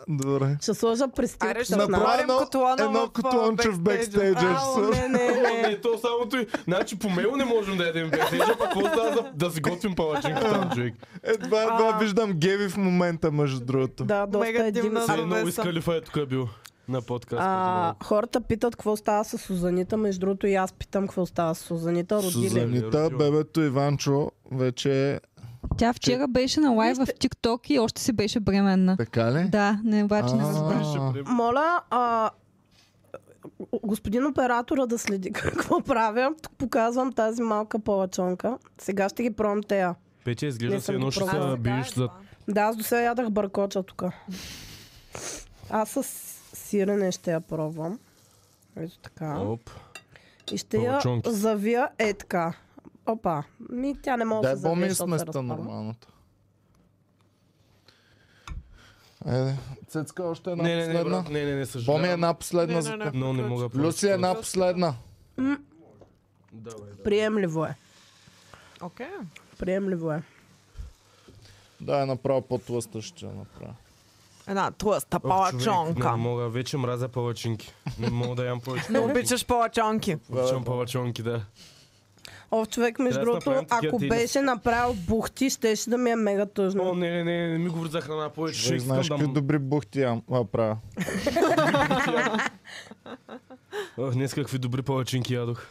Speaker 1: Добре.
Speaker 3: Ще сложа престилката
Speaker 4: Аре,
Speaker 3: на...
Speaker 4: направо.
Speaker 1: Направя
Speaker 4: отворим котлона
Speaker 1: едно, едно
Speaker 4: в, а,
Speaker 1: котлонче в
Speaker 4: бекстейджа.
Speaker 1: бекстейджа. ще
Speaker 3: Ало,
Speaker 1: се-
Speaker 3: не, не, не.
Speaker 2: Не, то само той. Значи по мейл не можем да ядем бекстейджа, пък какво става за- да си готвим палачинка там, човек?
Speaker 1: Едва, едва виждам Геви в момента, между другото.
Speaker 3: Да, доста
Speaker 4: Мега
Speaker 3: е дивно.
Speaker 4: дивна
Speaker 2: Все
Speaker 4: Аз
Speaker 2: едно
Speaker 4: без
Speaker 2: Уис
Speaker 4: съм.
Speaker 2: Калифа е тук е бил на подкаст.
Speaker 3: А, хората питат какво става с Сузанита, между другото и аз питам какво става с Сузанита, родили.
Speaker 2: Сузани.
Speaker 1: Сузанита, бебето Иванчо, вече е...
Speaker 5: Тя вчера беше на лайв в TikTok и още си беше бременна.
Speaker 1: Така ли?
Speaker 5: Да, не, обаче не
Speaker 1: А.
Speaker 5: разбрах.
Speaker 3: Моля, а, господин оператора да следи какво правя. Тук показвам тази малка палачонка. Сега ще ги пробвам тея.
Speaker 2: Пече
Speaker 3: Не
Speaker 2: изглежда се
Speaker 3: съм
Speaker 2: едно,
Speaker 3: го
Speaker 2: ще
Speaker 3: пробвала.
Speaker 2: се биеш за...
Speaker 3: Да, аз до сега ядах бъркоча тук. Аз с сирене ще я пробвам. Ето така.
Speaker 2: Оп.
Speaker 3: И ще я
Speaker 2: палачонки.
Speaker 3: завия е така. Опа, ми тя не може да
Speaker 1: Дай
Speaker 3: се завие,
Speaker 1: боми с
Speaker 3: защото се
Speaker 1: места
Speaker 3: разпада.
Speaker 1: нормалното. Айде, Цецка, още една
Speaker 2: Не, не, не,
Speaker 1: последна.
Speaker 2: брат, не, не, не,
Speaker 1: Е, Боми е
Speaker 2: съжалявам.
Speaker 1: една е последна
Speaker 4: Не,
Speaker 1: за
Speaker 4: не,
Speaker 1: теб.
Speaker 4: не.
Speaker 2: Но не мога.
Speaker 1: Люси една последна.
Speaker 2: Да, бе, да.
Speaker 3: Приемливо е.
Speaker 4: Окей. Okay.
Speaker 3: Приемливо е.
Speaker 1: Да, е направо е по-тлъста ще я направя.
Speaker 4: Една тлъста
Speaker 2: Ох, човек,
Speaker 4: палачонка.
Speaker 2: Не мога, вече мразя палачинки. Не мога да ям повече.
Speaker 3: Е.
Speaker 4: Не обичаш палачонки.
Speaker 2: Обичам палачонки, да.
Speaker 3: О, човек, между
Speaker 2: Трябва да
Speaker 3: другото,
Speaker 2: направим такива
Speaker 3: ако
Speaker 2: тени.
Speaker 3: беше направил бухти, щеше да ми е мега
Speaker 2: О,
Speaker 3: тъжно.
Speaker 2: не, не, не, не ми говори за храна повече.
Speaker 1: Човек,
Speaker 2: Ще
Speaker 1: знаеш
Speaker 2: знаеш
Speaker 1: какви
Speaker 2: да...
Speaker 1: добри бухти я а, правя.
Speaker 2: Ох, днес какви добри палачинки ядох.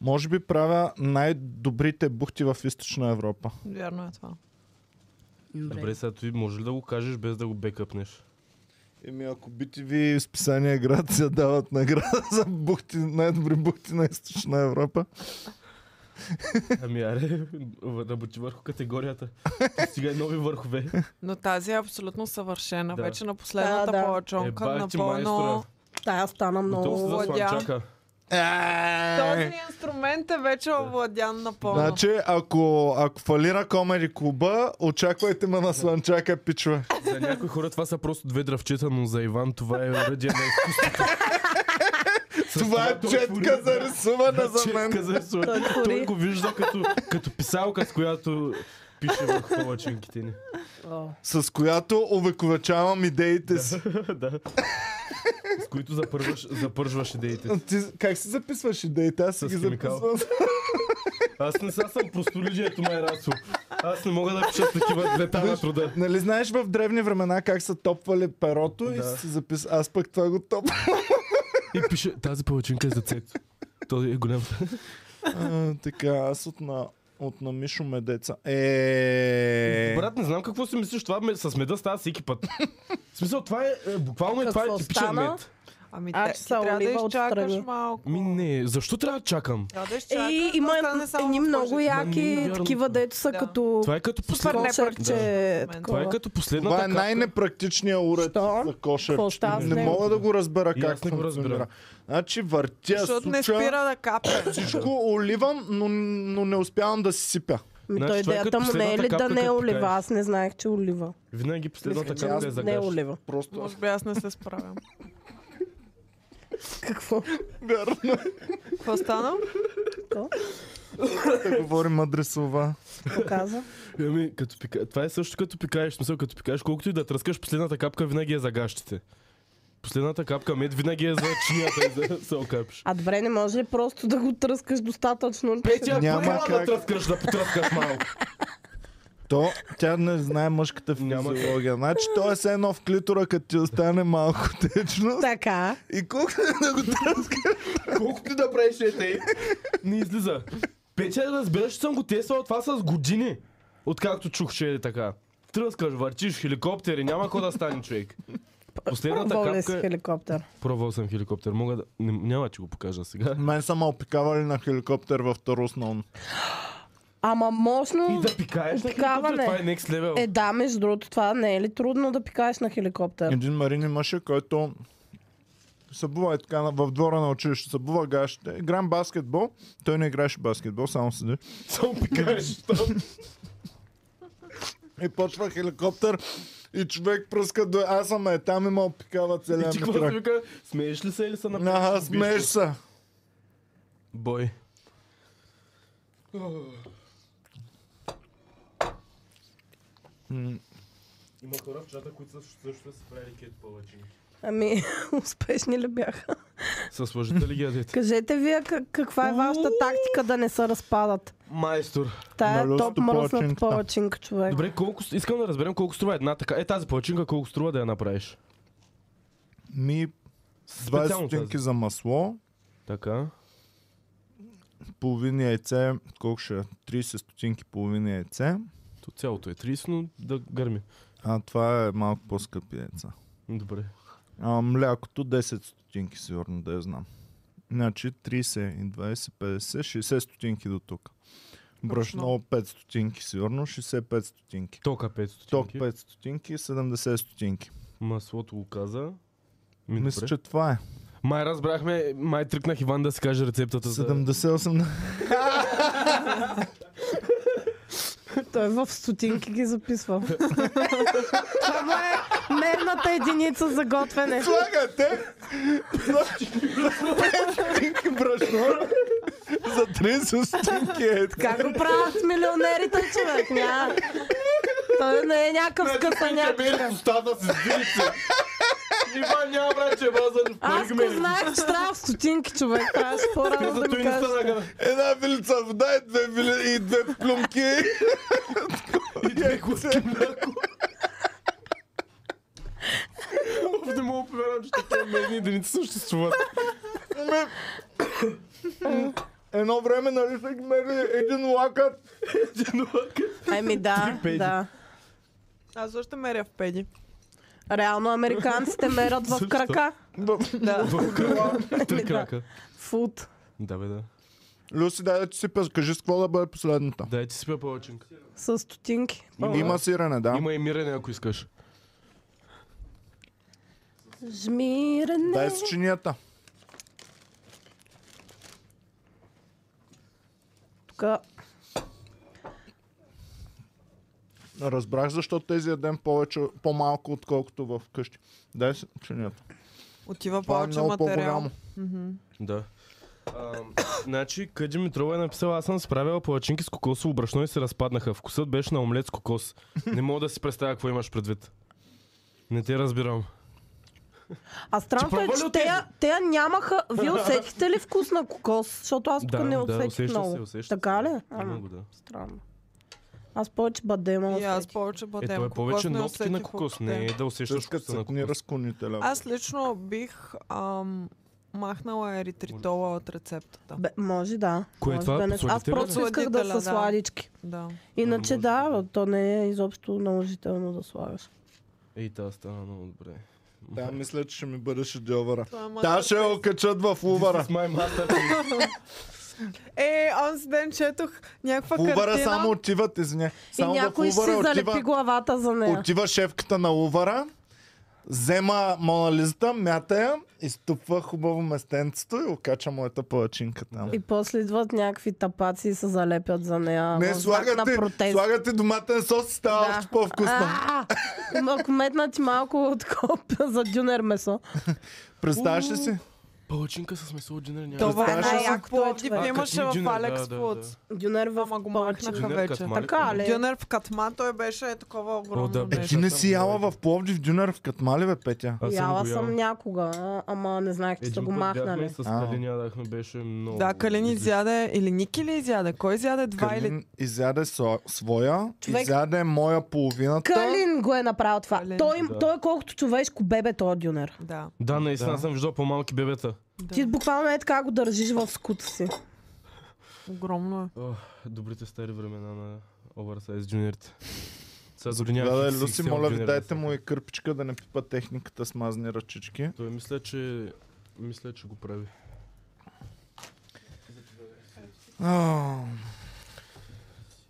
Speaker 1: Може би правя най-добрите бухти в източна Европа.
Speaker 4: Вярно е това.
Speaker 2: Добре, сега ти може ли да го кажеш без да го бекъпнеш?
Speaker 1: Еми, ако BTV и списание град се дават награда за бухти, най-добри бухти на източна Европа,
Speaker 2: Ами аре, работи върху категорията. Стигай нови върхове.
Speaker 4: Но тази е абсолютно съвършена.
Speaker 2: Да.
Speaker 4: Вече на последната
Speaker 3: Да, да.
Speaker 4: палачонка
Speaker 2: Ебах ти,
Speaker 4: напълно...
Speaker 2: майстора.
Speaker 3: Тая стана
Speaker 2: Готов си
Speaker 3: много...
Speaker 2: за
Speaker 4: владя.
Speaker 2: слънчака.
Speaker 3: Е.
Speaker 4: Този инструмент е вече овладян напълно.
Speaker 1: Значи, ако, ако фалира комери клуба, очаквайте ме на слънчака, пичове.
Speaker 2: За някои хора това са просто две дръвчета, но за Иван това е оръдие на изкуството. С
Speaker 1: Това е
Speaker 2: той
Speaker 1: четка
Speaker 2: твори-
Speaker 1: за рисуване за
Speaker 2: четка
Speaker 1: мен.
Speaker 2: за рисуване.
Speaker 3: Той твори.
Speaker 2: Той го вижда като, като писалка, с която пише върху палачинките ни.
Speaker 3: О.
Speaker 1: С която увековечавам идеите си.
Speaker 2: да. С които запържваш, запържваш идеите. си.
Speaker 1: Ти, как си записваш идеите? Аз си
Speaker 2: С
Speaker 1: ги
Speaker 2: химикал.
Speaker 1: записвам.
Speaker 2: Аз не сега съм простолюдието, май расо. е Аз не мога да пиша с такива двета на труда.
Speaker 1: Нали знаеш в древни времена как са топвали перото и
Speaker 2: Да.
Speaker 1: си запис... Аз пък това го топ.
Speaker 2: И пише, тази палачинка е за цето. Той е голям.
Speaker 1: А, така, аз от на, от на Мишо Медеца. Е...
Speaker 2: Брат, не знам какво си мислиш, това ме- с меда става всеки път. В смисъл, това е, е буквално е, това е
Speaker 3: Какво
Speaker 2: типичен
Speaker 3: стана?
Speaker 2: мед.
Speaker 4: Ами
Speaker 3: А,
Speaker 4: те,
Speaker 3: че
Speaker 4: ти
Speaker 3: са
Speaker 4: трябва да
Speaker 3: олива
Speaker 4: изчакаш
Speaker 3: отстрани.
Speaker 4: малко.
Speaker 2: Ми не, защо трябва да чакам?
Speaker 4: Трябва да изчакаш.
Speaker 3: И
Speaker 4: да
Speaker 3: има
Speaker 4: стане само
Speaker 3: едни
Speaker 4: в
Speaker 3: много
Speaker 4: кожата.
Speaker 2: Ма,
Speaker 3: яки
Speaker 2: не,
Speaker 3: такива,
Speaker 2: вярно.
Speaker 3: дето са
Speaker 4: Да.
Speaker 3: като...
Speaker 2: Това е като
Speaker 4: Супер
Speaker 2: последната.
Speaker 3: Кошерче,
Speaker 4: Да.
Speaker 2: Това е
Speaker 3: такова.
Speaker 2: като последната.
Speaker 1: Това е
Speaker 2: капка.
Speaker 1: най-непрактичният уред
Speaker 3: Що?
Speaker 1: за кошер.
Speaker 3: Какво става с
Speaker 1: Не
Speaker 3: него?
Speaker 1: мога да го разбера
Speaker 2: И
Speaker 1: как
Speaker 2: аз не го разбирам.
Speaker 1: функционира. Значи въртя,
Speaker 4: Защото не
Speaker 1: суча,
Speaker 4: спира да капе.
Speaker 1: всичко оливам, но, но не успявам да си сипя.
Speaker 3: Ми
Speaker 2: Значи,
Speaker 3: той
Speaker 2: това е
Speaker 3: идеята
Speaker 2: като
Speaker 3: му не е
Speaker 2: последната
Speaker 3: ли да
Speaker 2: капка,
Speaker 3: не е
Speaker 2: като
Speaker 3: олива?
Speaker 2: пикаеш.
Speaker 3: Аз не знаех, че е олива.
Speaker 2: Винаги последната
Speaker 1: Мисля, че
Speaker 2: капка
Speaker 1: аз
Speaker 2: е за
Speaker 3: Не е
Speaker 2: гащ.
Speaker 3: олива.
Speaker 1: Просто
Speaker 4: Може би аз не се справям.
Speaker 3: Какво?
Speaker 1: вярно
Speaker 4: Какво стана?
Speaker 1: да говори мъдри слова.
Speaker 3: Показа.
Speaker 2: Ами, като пика... Това е също като пикаеш, в смисъл като пикаеш, колкото и да тръскаш, последната капка винаги е за гащите. Последната капка мед винаги е за чинията и за селкапиш.
Speaker 3: А добре, не може ли просто да го тръскаш достатъчно?
Speaker 2: Петя,
Speaker 1: Няма
Speaker 2: няма
Speaker 1: как.
Speaker 2: да тръскаш, да потръскаш малко.
Speaker 1: То, тя не знае мъжката
Speaker 2: Няма как.
Speaker 1: физиология. Значи, то е все едно в клитора, като ти остане малко течно.
Speaker 3: Така.
Speaker 1: И колко да го
Speaker 2: Колкото и да правиш е тъй, не излиза. Петя, разбираш, че съм го тествал това с години, откакто чух, че е така. Тръскаш, върчиш, хеликоптери, няма какво да стане човек. Последната
Speaker 3: Пробвал си
Speaker 2: капка... е-
Speaker 3: хеликоптер.
Speaker 2: Пробвал съм хеликоптер, мога да... Не, няма, че го покажа сега.
Speaker 1: Мен са ме опикавали на хеликоптер в Тарус на он.
Speaker 3: Ама
Speaker 2: И
Speaker 3: мощно...
Speaker 2: да пикаеш на хеликоптер,
Speaker 3: Опикаване.
Speaker 2: това е next level.
Speaker 3: Е, да, между другото, това не е ли трудно да пикаеш на хеликоптер?
Speaker 1: Един марин имаше, който събува е така на- в двора на училище, събува гащите. Играм баскетбол. Той не играеше баскетбол, само седи.
Speaker 2: Само
Speaker 3: Е,
Speaker 2: пикаеш там.
Speaker 1: И почва хеликоптер и човек пръска до... Аз съм е там и ме опикава целия
Speaker 2: И ти
Speaker 1: ми
Speaker 2: какво си
Speaker 1: крак.
Speaker 2: вика? Смееш ли се или са на
Speaker 1: Аха, Е, смееш се.
Speaker 2: Бой.
Speaker 1: М,
Speaker 2: Има хора в чата, които също са правили кет палачинки.
Speaker 3: Ами, успешни ли бяха?
Speaker 2: С лъжите ли ги ядете?
Speaker 3: Кажете вие как- каква е вашата тактика да не се разпадат?
Speaker 2: Майстор.
Speaker 3: Тая е
Speaker 1: Налил
Speaker 3: топ
Speaker 1: сте
Speaker 3: мръсната
Speaker 1: палачинката.
Speaker 3: палачинка, човек.
Speaker 2: Добре, колко, с- искам да разберем колко струва една така. Е, тази палачинка колко струва да я направиш?
Speaker 1: Ми 20
Speaker 2: Специално тази.
Speaker 1: стотинки за масло,
Speaker 2: Така.
Speaker 1: половин яйце, колко ще е? 30 стотинки, половин яйце.
Speaker 2: То цялото е 30, но да гърми.
Speaker 1: А това е малко по-скъпи яйца.
Speaker 2: Добре.
Speaker 1: А, млякото 10 стотинки, сигурно да я знам. Значи 30 и 20, 50, 60 стотинки до тук. Брашно 5 стотинки, сигурно 65 стотинки.
Speaker 2: Тока 5
Speaker 1: Ток
Speaker 2: стотинки.
Speaker 1: 5 стотинки, 70 стотинки.
Speaker 2: Маслото го каза. Ми,
Speaker 1: Мисля,
Speaker 2: добре.
Speaker 1: че това е.
Speaker 2: Май разбрахме, май тръкнах Иван да си каже рецептата за...
Speaker 1: 78
Speaker 3: Той е в стотинки ги записва. Това му е мерната единица за готвене.
Speaker 1: Слагате! Брашно! За 30 стотинки е така.
Speaker 3: Как го правят милионерите, човек? Няма. Той не е някакъв
Speaker 2: Значи,
Speaker 3: скъсаняк.
Speaker 2: Бери устата си, сдили се. Иван няма брат, че е базен в
Speaker 3: Аз
Speaker 2: паригме.
Speaker 3: го знаех, че трябва в стотинки, човек. Трябваше по-рано да
Speaker 2: Зато
Speaker 3: ми
Speaker 2: и не
Speaker 3: кажеш.
Speaker 2: стана гада.
Speaker 1: Една вилица вода и две, вили... и две плюмки.
Speaker 2: И две глътки мляко. Оф, не мога да повярвам, че такива медни единици съществуват.
Speaker 1: Ме- Ами, Едно време, нали, са ги мерили един лакът.
Speaker 2: Един лък.
Speaker 3: Еми да,
Speaker 2: пейджи.
Speaker 3: да.
Speaker 4: Аз също меря в педи.
Speaker 3: Реално американците мерят в
Speaker 2: Защо?
Speaker 3: крака.
Speaker 4: Да.
Speaker 2: В кръла. Три крака.
Speaker 3: Фут.
Speaker 2: Да, бе, да.
Speaker 1: Люси, дай да ти сипя. Кажи с какво да бъде последната.
Speaker 2: Дай ти спя повеченка.
Speaker 3: С стотинки.
Speaker 1: Има сирене, да.
Speaker 2: Има и мирене, ако искаш.
Speaker 3: Жмирене.
Speaker 1: Дай си чинията.
Speaker 3: Тук.
Speaker 1: Разбрах защо тези ядем повече, по-малко, отколкото в къщи. Дай си чинията.
Speaker 4: Отива
Speaker 1: Това е
Speaker 4: повече
Speaker 1: много по-голямо.
Speaker 4: материал.
Speaker 2: Да. А, значи, Къди Димитрова е написала, аз съм справила палачинки с кокосово брашно и се разпаднаха. Вкусът беше на омлет с кокос. Не мога да си представя какво имаш предвид. Не те разбирам.
Speaker 3: А странното
Speaker 2: Ти
Speaker 3: е,
Speaker 2: пробва ли
Speaker 3: че
Speaker 2: от тези?
Speaker 3: тея, тея нямаха... Вие усетихте ли вкус на кокос? Защото аз тук
Speaker 2: Да,
Speaker 3: не
Speaker 2: да,
Speaker 3: усетих
Speaker 2: усеща
Speaker 3: много.
Speaker 2: се, усеща
Speaker 3: така ли?
Speaker 2: Има
Speaker 3: А,
Speaker 2: го, да.
Speaker 3: странно. Аз повече бадема
Speaker 4: И аз
Speaker 3: усетих.
Speaker 4: повече
Speaker 2: Е,
Speaker 4: бъдем.
Speaker 2: това е
Speaker 4: кокос,
Speaker 2: повече
Speaker 4: не
Speaker 2: нотки на
Speaker 4: усетих
Speaker 2: кокос,
Speaker 4: въобще.
Speaker 2: не е да усещаш
Speaker 1: Тъскат
Speaker 2: вкуса
Speaker 1: се
Speaker 2: на
Speaker 1: кни
Speaker 2: кокос.
Speaker 1: разклонителя.
Speaker 4: Аз лично бих ам, махнала еритритола от рецептата.
Speaker 3: Бе, може да.
Speaker 2: Кое е
Speaker 3: може
Speaker 2: това?
Speaker 3: да не... Аз
Speaker 2: Подсладителя ли? Е,
Speaker 3: просто исках да
Speaker 4: Подсладителя,
Speaker 3: са
Speaker 4: да.
Speaker 3: сладички.
Speaker 4: Да.
Speaker 3: Иначе
Speaker 2: може
Speaker 3: да,
Speaker 2: да.
Speaker 3: бе, то не е изобщо наложително да слагаш.
Speaker 2: Ей, тази стана много добре.
Speaker 1: Да, мисля, че ще ми бъде шедьовъра.
Speaker 4: Това е
Speaker 1: Та ще я окачат в лувара.
Speaker 2: С май masterpiece.
Speaker 4: Е, онзи ден четох някаква
Speaker 1: В лувара
Speaker 4: картина.
Speaker 1: само отиват, извиня. Само
Speaker 3: и
Speaker 1: в
Speaker 3: някой ще си
Speaker 1: лувара
Speaker 3: залепи
Speaker 1: отива,
Speaker 3: главата за нея.
Speaker 1: отива шефката на лувара, взема монализата, мята я, изтупва хубаво местенцето и окача моята палачинка там.
Speaker 3: И после идват някакви тапаци и се залепят за нея.
Speaker 1: Не,
Speaker 3: в знак на
Speaker 1: слагате,
Speaker 3: протест.
Speaker 1: слагате доматен сос, става
Speaker 3: Да.
Speaker 1: още по-вкусно.
Speaker 3: А, Ако метна ти малко от копа за дюнер месо.
Speaker 1: Представяш ли си?
Speaker 2: Палачинка с месо от джинер няма.
Speaker 4: Това е
Speaker 1: Представяш ли си?
Speaker 4: най-якото
Speaker 3: А,
Speaker 4: плод.
Speaker 3: като
Speaker 4: И имаше в
Speaker 2: джинер,
Speaker 4: Алекс
Speaker 2: да, да,
Speaker 4: Фудс.
Speaker 3: Дюнер в
Speaker 4: Ама го
Speaker 3: повече.
Speaker 4: махнаха
Speaker 2: Джинер
Speaker 4: вече.
Speaker 2: катмар.
Speaker 3: Така ли?
Speaker 4: Дюнер в Катма, той беше такова огромно
Speaker 2: да, бе.
Speaker 1: Е, ти
Speaker 4: нещо.
Speaker 1: не си яла в Пловдив дюнер в Катмалеве, Петя.
Speaker 2: Аз съм
Speaker 3: Яла
Speaker 2: го
Speaker 3: съм
Speaker 2: ял.
Speaker 3: някога, а, ама не знаех, че са
Speaker 2: Един
Speaker 3: го
Speaker 2: път бяхме
Speaker 3: махнали.
Speaker 2: с
Speaker 1: А.
Speaker 2: Калин ядахме, беше много...
Speaker 4: Да, Калин
Speaker 2: излишно.
Speaker 4: изяде, или Ники ли изяде? Кой изяде? Два или...
Speaker 1: Калин изяде со- своя,
Speaker 3: Човек-
Speaker 1: изяде моя половината.
Speaker 3: Калин го е направил това.
Speaker 4: Калин,
Speaker 3: той,
Speaker 2: да.
Speaker 3: той е колкото човешко бебе, той е дюнер.
Speaker 4: Да.
Speaker 2: Да, наистина
Speaker 1: Да.
Speaker 2: съм виждал по-малки бебета.
Speaker 4: да.
Speaker 3: Ти буквално е така го държиш в скута си.
Speaker 4: Огромно е.
Speaker 2: Ох, добрите стари времена на Oversize джуниорите. Сега дори
Speaker 1: Да,
Speaker 2: няма
Speaker 1: да,
Speaker 2: фикс
Speaker 1: Люси,
Speaker 2: XXL
Speaker 1: моля ви,
Speaker 2: джуниор
Speaker 1: дайте
Speaker 2: да
Speaker 1: му и кърпичка да не пипа техниката с мазни ръчички.
Speaker 2: са. Той мисля, че... Мисля, че го прави.
Speaker 1: Ау.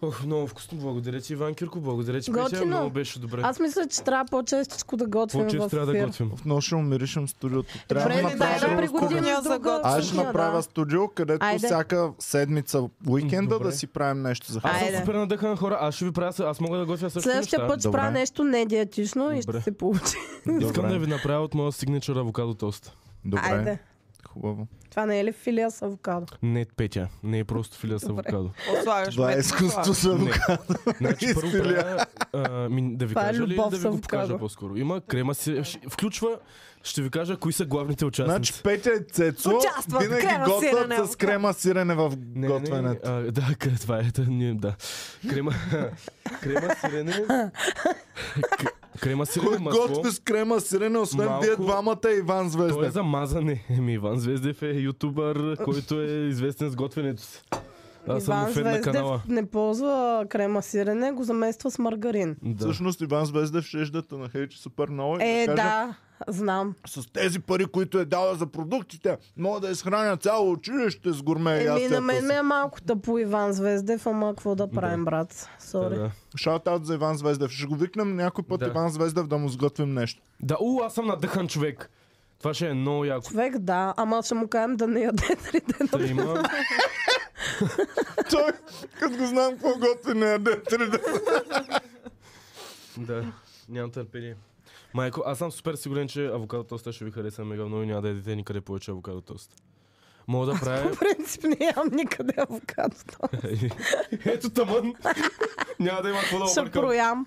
Speaker 2: Ох, много вкусно. Благодаря ти, Иван Кирко. Благодаря ти, Петя.
Speaker 3: Готино.
Speaker 2: Много беше добре.
Speaker 3: Аз мисля, че трябва по-честичко да готвим
Speaker 2: По-често
Speaker 3: в
Speaker 2: трябва да
Speaker 3: ефир.
Speaker 2: готвим.
Speaker 1: В нощ ще умиришем студиото. Трябва
Speaker 3: Добре,
Speaker 1: да
Speaker 3: ми дай да
Speaker 1: направим
Speaker 3: пригодим
Speaker 4: кухня
Speaker 3: с
Speaker 4: за
Speaker 3: друга
Speaker 4: готвене.
Speaker 1: Аз ще
Speaker 3: кухня,
Speaker 1: направя
Speaker 3: да.
Speaker 1: студио, където
Speaker 3: Айде.
Speaker 1: всяка седмица уикенда
Speaker 2: Добре.
Speaker 1: да си правим нещо за
Speaker 2: Аз
Speaker 1: хора.
Speaker 2: съм
Speaker 3: Айде.
Speaker 2: супер надъхан хора. Аз ще ви правя... с- Аз мога да готвя също
Speaker 3: Следващия
Speaker 2: неща.
Speaker 3: път ще правя
Speaker 1: Добре.
Speaker 3: нещо недиетично и ще
Speaker 2: Добре.
Speaker 3: се получи.
Speaker 2: Искам
Speaker 1: Добре.
Speaker 2: да ви направя от моя сигничър авокадо тост.
Speaker 1: Добре,
Speaker 3: Айде.
Speaker 1: хубаво.
Speaker 3: Това не е ли филия с авокадо?
Speaker 2: Не, Петя. Не е просто филия с
Speaker 3: Добре.
Speaker 2: авокадо.
Speaker 4: Ослагаш
Speaker 1: Това е
Speaker 4: мед,
Speaker 1: изкуство
Speaker 4: ослагаш.
Speaker 1: за
Speaker 2: Не.
Speaker 1: лука.
Speaker 2: Значи първо
Speaker 1: Искали.
Speaker 2: правя, а, ми, да ви
Speaker 3: Това е
Speaker 2: кажа ли,
Speaker 3: любов
Speaker 2: да ви
Speaker 3: с
Speaker 2: го покажа
Speaker 3: авокадо.
Speaker 2: по-скоро. Има крема се, ще- включва, ще ви кажа кои са главните участници.
Speaker 1: Значи Петя и Цецо
Speaker 4: Участват
Speaker 1: винаги
Speaker 4: крема сирене,
Speaker 1: готвят с
Speaker 4: авокадо.
Speaker 1: крема сирене в
Speaker 2: Не, не, не, не,
Speaker 1: готвенето.
Speaker 2: а, да, къде това е, да, ние, да. Крема, крема сирене, к- крема сирене
Speaker 1: Кой
Speaker 2: масло,
Speaker 1: готви с крема сирене, освен
Speaker 2: Малко-
Speaker 1: вие двамата и Иван
Speaker 2: то е
Speaker 1: Звездев?
Speaker 2: за мазане. Еми, Иван Звездев е ютубър, който е известен с готвенето си. Аз съм му
Speaker 3: Иван
Speaker 2: фен на
Speaker 3: Звездев
Speaker 2: канала.
Speaker 3: не ползва крема сирене, го замества с маргарин.
Speaker 2: Да.
Speaker 1: Всъщност Иван Звездев ще еждата на Хейче супер много и
Speaker 3: Е,
Speaker 1: да кажа,
Speaker 3: да, знам.
Speaker 1: с тези пари, които е дала за продуктите, мога да изхраня цяло училище с гурме
Speaker 3: Еми, на
Speaker 1: ястията
Speaker 3: мен
Speaker 1: си.
Speaker 3: ми е малко тъпо Иван Звездев, ама какво да правим, брат?
Speaker 2: Да,
Speaker 3: Сори.
Speaker 2: да.
Speaker 1: Шаутаут за Иван Звездев. Ще го викнем някой път
Speaker 2: Да.
Speaker 1: Иван Звездев да му сготвим нещо.
Speaker 2: да, у, аз съм надъхан човек. Това ще е много яко.
Speaker 3: Човек, да, ама ще му кажем да не яде три дена.
Speaker 2: Та има...
Speaker 1: Той, като го знам какво готви, не яде три дни.
Speaker 2: Да, нямам търпение. Майко, аз съм супер сигурен, че авокадо тоста ще ви хареса мега много и няма да ядете никъде повече авокадо тост. Мога да правя...
Speaker 3: По принцип нямам никъде авокадо.
Speaker 2: Ето тъмън. Няма да има какво да
Speaker 3: Ще
Speaker 2: объркам.
Speaker 3: проям.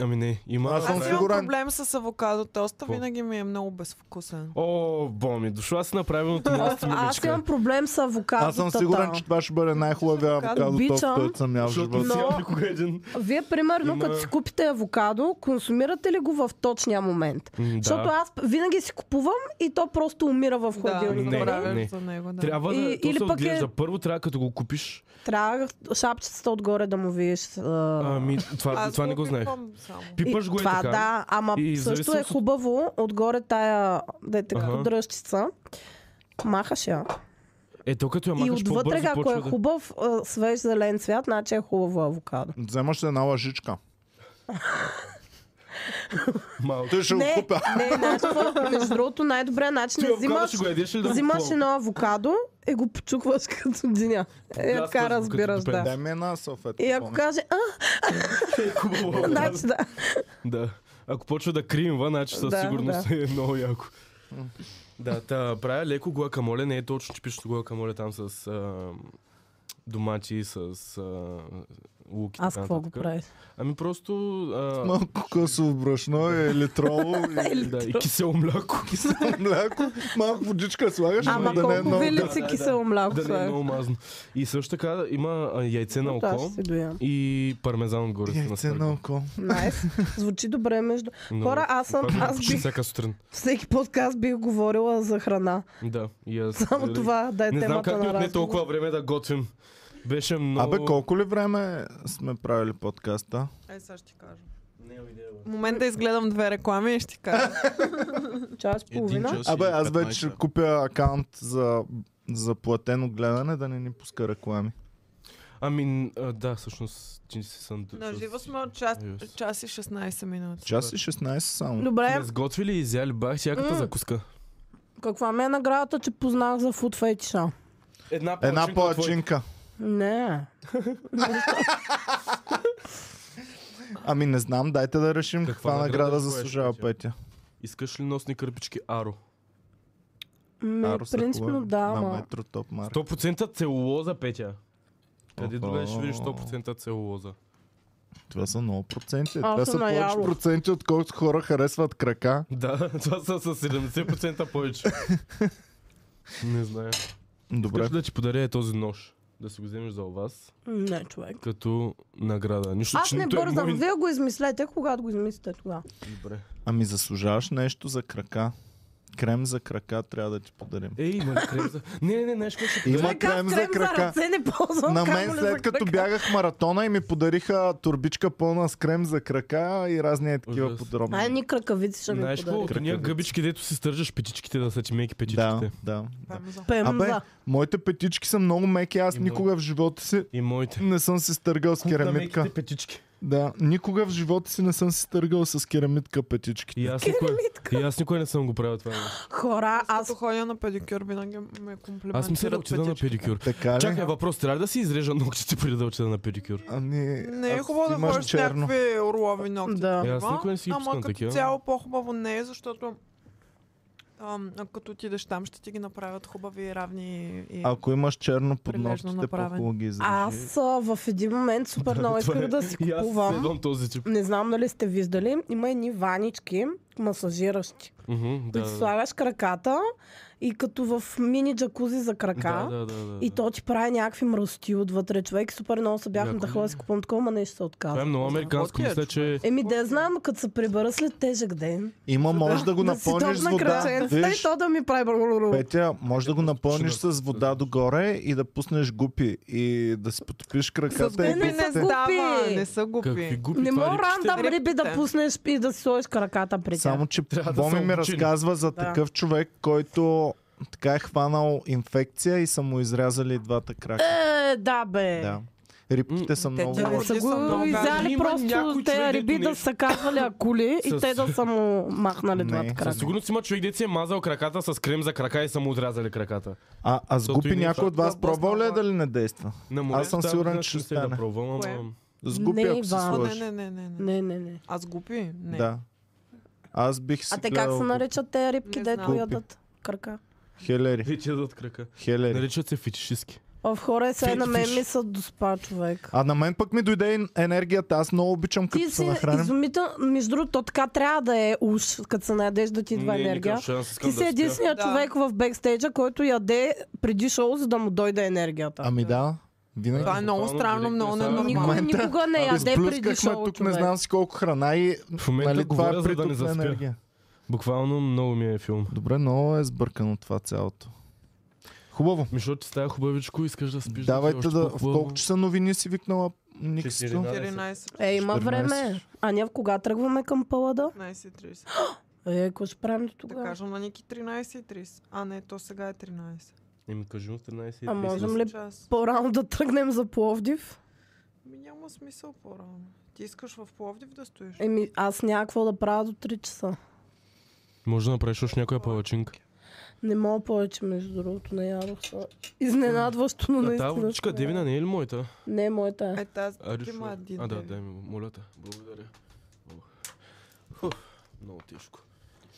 Speaker 2: Ами не, има...
Speaker 1: Аз съм
Speaker 4: Аз имам
Speaker 1: сигурен.
Speaker 4: проблем с авокадо тоста,
Speaker 2: Какво?
Speaker 4: винаги ми е много безвкусен.
Speaker 2: О, боми, дошла си на правилното място,
Speaker 3: Аз
Speaker 2: миличка.
Speaker 3: имам проблем с авокадото.
Speaker 1: Аз съм сигурен, че това ще бъде най-хубавия авокадо тост,
Speaker 3: Обичам.
Speaker 1: който съм ял в
Speaker 2: Защото
Speaker 1: живота.
Speaker 2: си
Speaker 1: си.
Speaker 2: имам никога един.
Speaker 3: Вие, примерно,
Speaker 2: Има-
Speaker 3: като си купите авокадо, консумирате ли го в точния момент?
Speaker 2: М, Да.
Speaker 3: Защото аз винаги си купувам и то просто умира в хладилника. нали?
Speaker 2: Не,
Speaker 4: правиш
Speaker 2: не.
Speaker 4: за него, да.
Speaker 2: Трябва да...
Speaker 3: И-
Speaker 2: то
Speaker 3: или
Speaker 2: се
Speaker 3: пък е-
Speaker 2: отглежда. Първо трябва като го купиш.
Speaker 3: Трябва шапчицата отгоре да му видиш. А...
Speaker 2: Ами, това,
Speaker 4: Аз
Speaker 2: това не го знаех.
Speaker 4: пипам само.
Speaker 2: Пипаш го е
Speaker 3: това,
Speaker 2: така.
Speaker 3: да, ама
Speaker 2: И
Speaker 3: и също е
Speaker 2: зависимост от-
Speaker 3: хубаво отгоре тая, да е така
Speaker 2: Аха.
Speaker 3: дръжчица. Махаш я.
Speaker 2: Е, то като я
Speaker 3: и
Speaker 2: махаш
Speaker 3: отвътре,
Speaker 2: по-бързо,
Speaker 3: ако е
Speaker 2: почва да...
Speaker 3: хубав, а, свеж зелен цвят, значи е хубаво авокадо.
Speaker 1: Вземаш една лъжичка.
Speaker 2: Малко.
Speaker 1: Ти ще го
Speaker 3: не,
Speaker 1: купя.
Speaker 3: не, значи, какво- между другото, най-добрият начин
Speaker 2: Ти
Speaker 3: е
Speaker 2: авокадо
Speaker 3: взимаш,
Speaker 2: ще го едеш ли да е го
Speaker 3: взимаш
Speaker 2: пробваш?
Speaker 3: едно авокадо и го почукваш като диня. Е,
Speaker 2: Подляскаш го
Speaker 3: така
Speaker 2: като
Speaker 3: разбираш, да.
Speaker 1: Дай ми една салфетка.
Speaker 3: И ако
Speaker 1: Боми.
Speaker 3: каже, а,
Speaker 2: Е, хубаво.
Speaker 3: значи да.
Speaker 2: Да. Ако почва да кримва, значи със
Speaker 3: Да,
Speaker 2: сигурност е много яко. Да, та, правя леко гуакамоле, не е точно типичното гуакамоле там с а, домати, с а, лук. и
Speaker 3: Аз
Speaker 2: така
Speaker 3: какво го
Speaker 2: нататък.
Speaker 3: правя?
Speaker 2: Ами просто... А,
Speaker 1: Малко косово брашно или троло и
Speaker 2: да, и кисело мляко.
Speaker 1: мляко. Малко водичка слагаш,
Speaker 3: Ама
Speaker 1: ама да не е
Speaker 3: колко
Speaker 1: много.
Speaker 2: вили-
Speaker 1: гадно.
Speaker 3: вилици
Speaker 2: да, да.
Speaker 3: кисело мляко
Speaker 2: да не е
Speaker 3: слагаш?
Speaker 2: много мазно. И също така има а, яйце на
Speaker 3: Това ще
Speaker 2: око
Speaker 3: се доям.
Speaker 2: и пармезан отгоре. се
Speaker 1: Яйце
Speaker 2: насърка.
Speaker 1: на око.
Speaker 3: Найс. Звучи добре между...
Speaker 2: Много.
Speaker 3: Хора, аз съм...
Speaker 2: Това
Speaker 3: Аз
Speaker 2: почти
Speaker 3: бих...
Speaker 2: Всяка сутрин.
Speaker 3: Всеки подкаст бих говорила за храна.
Speaker 2: Да, и аз... нали,
Speaker 3: Само това да е
Speaker 2: Не знам
Speaker 3: темата
Speaker 2: как ни
Speaker 3: на
Speaker 2: отне
Speaker 3: разговор.
Speaker 2: толкова време да готвим. Беше много...
Speaker 1: Абе, колко ли време сме правили подкаста?
Speaker 4: Е, сега ще ти кажа. е В момента изгледам две реклами и ще ти кажа.
Speaker 3: Час и
Speaker 6: Един
Speaker 3: половина.
Speaker 6: час и
Speaker 1: Абе, аз
Speaker 6: 15.
Speaker 1: вече ще купя акаунт за, за платено гледане, да не ни пуска реклами.
Speaker 2: Ами, н- а, да, всъщност, ти си съм...
Speaker 4: На живо сме от час,
Speaker 2: Yes.
Speaker 4: час и 16 минути.
Speaker 1: Час и 16 само.
Speaker 3: Добре,
Speaker 2: Не сготвили и изяли бах всяката
Speaker 3: М.
Speaker 2: закуска.
Speaker 3: каква ми е наградата, че познах за фуд фетиша?
Speaker 2: Една
Speaker 1: Една палачинка.
Speaker 3: Не.
Speaker 1: Ами не знам, дайте да решим
Speaker 2: Каква
Speaker 1: каква,
Speaker 2: награда
Speaker 1: награда
Speaker 2: ще
Speaker 1: заслужава
Speaker 2: поеш,
Speaker 1: Петя.
Speaker 2: Искаш ли носни кърпички Аро?
Speaker 3: Ми,
Speaker 1: Аро са
Speaker 3: Ами, принципно
Speaker 1: хубави.
Speaker 3: да,
Speaker 1: На
Speaker 3: ама...
Speaker 1: метро топ марка.
Speaker 2: 100% целулоза, Петя. Къде
Speaker 1: Охо.
Speaker 2: другаде ще видиш 100% целулоза?
Speaker 1: Това са много проценти.
Speaker 3: Аз
Speaker 1: Това
Speaker 3: съм
Speaker 1: са
Speaker 3: на
Speaker 1: повече
Speaker 3: Яро.
Speaker 1: проценти, отколкото хора харесват крака.
Speaker 2: Да, това са с 70% повече. Не знае.
Speaker 1: Добре.
Speaker 2: Искаш да ти подаря този нож. Да си го вземеш за вас
Speaker 3: Не, човек.
Speaker 2: като награда. Нищо,
Speaker 3: Аз
Speaker 2: че
Speaker 3: не
Speaker 2: нито е
Speaker 3: бързам.
Speaker 2: мой.
Speaker 3: Вие го измислете, когато го измислите тогава.
Speaker 2: Добре.
Speaker 1: Ами заслужаваш нещо за крака. Крем за крака трябва да ти подарим.
Speaker 2: Ей, има ли крем за... Не, не, не, нещо ще подаря.
Speaker 1: Има
Speaker 3: Човек, аз
Speaker 1: крем за крака.
Speaker 3: ръце не ползвам.
Speaker 1: На
Speaker 3: камо
Speaker 1: мен
Speaker 3: ли
Speaker 1: след
Speaker 3: за
Speaker 1: като
Speaker 3: крака.
Speaker 1: бягах маратона и ми подариха турбичка пълна с крем за крака и разни е такива
Speaker 2: Ужас.
Speaker 3: Ай,
Speaker 1: подробности.
Speaker 3: ни кръкавици ще ми
Speaker 2: Знаеш какво, е
Speaker 3: подари.
Speaker 2: от ние
Speaker 1: Кракавица.
Speaker 2: гъбички, дето си стържаш петичките да са ти меки
Speaker 1: Да,
Speaker 2: петичките.
Speaker 1: да.
Speaker 3: Пем
Speaker 1: Абе,
Speaker 3: за.
Speaker 1: моите петички са много меки, аз
Speaker 2: И моите.
Speaker 1: никога в живота си
Speaker 2: И моите.
Speaker 1: не съм се стъргал с керамитка.
Speaker 2: меките петички.
Speaker 1: Да, никога в живота си не съм се стъргал с керамитка петички.
Speaker 2: И аз, никой, и аз никой не съм го правил това. нещо.
Speaker 3: Хора,
Speaker 2: е
Speaker 4: Аз
Speaker 3: аз
Speaker 4: като ходя на педикюр, винаги ме комплиментират
Speaker 2: Аз мисля да отида на
Speaker 4: пътичките.
Speaker 2: педикюр.
Speaker 1: Така ли?
Speaker 2: Чакай, въпрос, трябва ли да си изрежа ногтите преди да отида на педикюр?
Speaker 1: Ами,
Speaker 4: Не е
Speaker 1: ако
Speaker 4: хубаво
Speaker 1: си
Speaker 4: да
Speaker 1: имаш
Speaker 4: ходиш с някакви орлови ногти.
Speaker 3: Да.
Speaker 2: Е, аз никога не си ги
Speaker 4: Ама
Speaker 2: пускам
Speaker 4: като
Speaker 2: такива.
Speaker 4: цяло по-хубаво не е, защото ам, а като отидеш там, ще ти ги направят хубави и равни. И...
Speaker 1: Ако имаш черно под
Speaker 4: Е, Прилежно
Speaker 1: ногтите,
Speaker 4: направен.
Speaker 1: по-хубаво ги изрежи.
Speaker 3: Аз а, в един момент супер много
Speaker 2: Това е.
Speaker 3: исках да си
Speaker 2: И аз
Speaker 3: купувам.
Speaker 2: следвам този тип.
Speaker 3: Не знам дали сте виждали, има едни ванички, масажиращи.
Speaker 2: Мгм,
Speaker 3: Да. Ти слагаш краката и като в мини джакузи за крака.
Speaker 2: Да, да, да, да.
Speaker 3: И
Speaker 2: да.
Speaker 3: то ти прави някакви мръсти отвътре. Човек, супер много се бях
Speaker 2: Яко
Speaker 3: натъхла да си купувам такова, ама нещо се
Speaker 2: Това е
Speaker 3: отказва.
Speaker 2: много американско.
Speaker 4: Готино е,
Speaker 2: Мисля, че...
Speaker 3: Еми да знам, като се прибера след тежък ден.
Speaker 1: Има, може да го
Speaker 3: да си
Speaker 1: напълниш с
Speaker 3: топна
Speaker 1: вода.
Speaker 3: краченцата и
Speaker 1: Виж,
Speaker 3: то да ми прави бру-ру-ру.
Speaker 1: Петя, може да го напълниш
Speaker 2: Ще да-
Speaker 1: с вода догоре и да пуснеш гупи и да си потопиш краката и
Speaker 3: гупи не
Speaker 1: гупите.
Speaker 3: са
Speaker 4: става,
Speaker 3: гупи.
Speaker 4: не са гупи.
Speaker 2: Какви гупи
Speaker 3: Не
Speaker 2: това
Speaker 3: мога
Speaker 2: рибчета.
Speaker 3: рандам
Speaker 4: рибките.
Speaker 3: риби да пуснеш и да си сложиш краката при тях.
Speaker 1: Само, че
Speaker 2: Трябва да
Speaker 1: Боми
Speaker 2: са
Speaker 1: ми
Speaker 2: обучени.
Speaker 1: разказва за
Speaker 3: Да.
Speaker 1: такъв човек, който така е хванал инфекция и са му изрязали двата крака.
Speaker 3: Е, да бе.
Speaker 1: Да. Рибките са
Speaker 4: Те
Speaker 1: много
Speaker 3: Да не
Speaker 1: лоши.
Speaker 3: са
Speaker 4: Са много
Speaker 3: го
Speaker 4: гадни.
Speaker 3: изяли
Speaker 2: Има
Speaker 3: просто
Speaker 2: някой човек,
Speaker 3: те
Speaker 2: дето
Speaker 3: риби да
Speaker 2: нещо.
Speaker 3: са казвали акули и
Speaker 2: С-
Speaker 3: те да са му
Speaker 1: Не,
Speaker 3: махнали двата
Speaker 1: със
Speaker 2: Със
Speaker 3: крака.
Speaker 2: сигурност има човек, дето си е мазал краката с крем за крака и са му отрязали краката.
Speaker 1: А, а с
Speaker 2: Защото и
Speaker 1: гупи
Speaker 2: ние
Speaker 1: някой
Speaker 2: това-
Speaker 1: от вас
Speaker 4: това
Speaker 1: пробвал ли е
Speaker 4: познаваме.
Speaker 1: дали не действа?
Speaker 2: На значи морето
Speaker 1: съм
Speaker 2: тази
Speaker 1: сигурен,
Speaker 2: година
Speaker 1: че
Speaker 2: ще мисля
Speaker 1: стане.
Speaker 2: е Да пробвам, ама...
Speaker 4: Кое?
Speaker 1: С гупи,
Speaker 3: Не,
Speaker 1: ако се
Speaker 3: Иван.
Speaker 4: А, не,
Speaker 1: сложиш.
Speaker 4: не, не, не, не.
Speaker 3: Не, не, не.
Speaker 4: Аз гупи? Не.
Speaker 1: Да. Аз бих си
Speaker 3: А те как
Speaker 1: гледал
Speaker 3: се
Speaker 1: гупи.
Speaker 3: наричат те рибки,
Speaker 4: Не
Speaker 3: дето
Speaker 4: знам.
Speaker 1: Гупи.
Speaker 3: ядат крака?
Speaker 1: Хелери.
Speaker 2: Рече зад крака.
Speaker 1: Хелери.
Speaker 2: Наричат се фетишистки.
Speaker 3: О, в хора, е, сега
Speaker 2: Ти-
Speaker 3: на мен
Speaker 2: ти-
Speaker 3: ми са до спа, човек.
Speaker 1: А на мен пък ми дойде ен- енергията. Аз много обичам като
Speaker 3: Ти
Speaker 1: се
Speaker 3: си
Speaker 1: нахраням.
Speaker 3: изумител, между другото, то така трябва да е уж, като се надежда да ти идва
Speaker 2: Не,
Speaker 3: енергия.
Speaker 2: никакъв шанс, искам
Speaker 3: Ти
Speaker 2: да
Speaker 3: си
Speaker 2: спя.
Speaker 3: единствения
Speaker 4: Да.
Speaker 3: човек в бекстейджа, който яде преди шоу, за да му дойде енергията.
Speaker 1: Ами да, винаги.
Speaker 4: Това е много
Speaker 2: буквално
Speaker 4: странно,
Speaker 2: директно
Speaker 4: много
Speaker 2: е само-
Speaker 4: ненормално.
Speaker 3: Никога,
Speaker 1: момента
Speaker 3: никога не яде преди
Speaker 1: Изплюскахме
Speaker 3: шоу,
Speaker 1: тук
Speaker 3: човек.
Speaker 1: не знам си колко храна и
Speaker 2: В момента
Speaker 1: нали, това
Speaker 2: говоря,
Speaker 1: е
Speaker 2: за да не
Speaker 1: приток на
Speaker 2: заспя.
Speaker 1: енергия.
Speaker 2: Буквално много ми е филм.
Speaker 1: Добре, много е сбъркано това цялото. Хубаво.
Speaker 2: Мишо, ти става хубавичко, искаш да спиш.
Speaker 1: Давайте
Speaker 2: ти е
Speaker 1: да...
Speaker 2: още
Speaker 1: В
Speaker 2: по-хубаво.
Speaker 1: колко часа новини си викнала Никсито?
Speaker 4: 14.
Speaker 3: Е, има
Speaker 1: 14.
Speaker 3: време. Аня, в кога тръгваме към пълада?
Speaker 4: 15.30.
Speaker 3: Е, какво ще правим до
Speaker 4: Да
Speaker 3: тогава?
Speaker 4: кажем на Ники 13.30. А не, то сега е 13.
Speaker 2: Еми, Ами, кажи му в 13
Speaker 3: А можем ли
Speaker 4: Час.
Speaker 3: по-рано да тръгнем за Пловдив?
Speaker 4: Ми Ами няма смисъл по-рано. Ти искаш в Пловдив да стоиш.
Speaker 3: Еми, аз някакво да правя до 3 часа.
Speaker 2: Може да направиш още някоя палачинка.
Speaker 3: Не мога повече, между другото, не ядох са. Изненадващо, но
Speaker 2: А
Speaker 3: наистина.
Speaker 2: тази водичка,
Speaker 3: ще ядам.
Speaker 2: Девина, не е ли моята?
Speaker 3: Не е моята. е.
Speaker 4: Е, тази
Speaker 2: А,
Speaker 4: тук има
Speaker 2: решила.
Speaker 4: един.
Speaker 2: а да,
Speaker 4: ден.
Speaker 2: дай ми, моля те. Благодаря. О. Фу, Много тежко.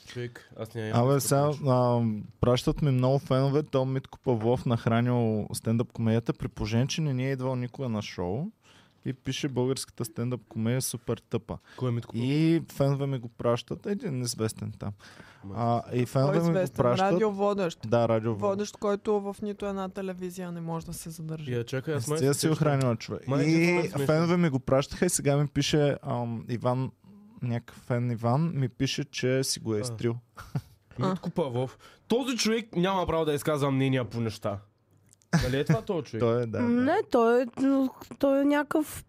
Speaker 2: Човек, аз няма...
Speaker 1: Абе, сега а, пращат ми много фенове. То Митко Павлов нахранил стендъп комедията, при положение, че не ни е идвал никога на шоу. И пише българската стендъп комедия е супер тъпа.
Speaker 2: Кой е митко?
Speaker 1: И фенове ми го пращат. Един известен там. А, и
Speaker 4: Той е
Speaker 1: фенове ми го
Speaker 4: известен
Speaker 1: пращат.
Speaker 4: радиоводещ.
Speaker 1: Да, радио. Водещ.
Speaker 4: Водещ, който в нито една телевизия не може да се задържи.
Speaker 2: Я, чакай, аз май
Speaker 1: Тя си е
Speaker 2: сещам.
Speaker 1: охранила човек.
Speaker 2: Май един
Speaker 1: и
Speaker 2: момент сме
Speaker 1: фенове ми го пращаха и сега ми пише ам, Иван, някакъв фен Иван, ми пише, че си го е
Speaker 2: А.
Speaker 1: изтрил.
Speaker 2: Митко Павлов. Този човек няма право да изказва мнения по неща. Дали е това този човек?
Speaker 1: Той е, да. да.
Speaker 3: Не, той е, но той е някакъв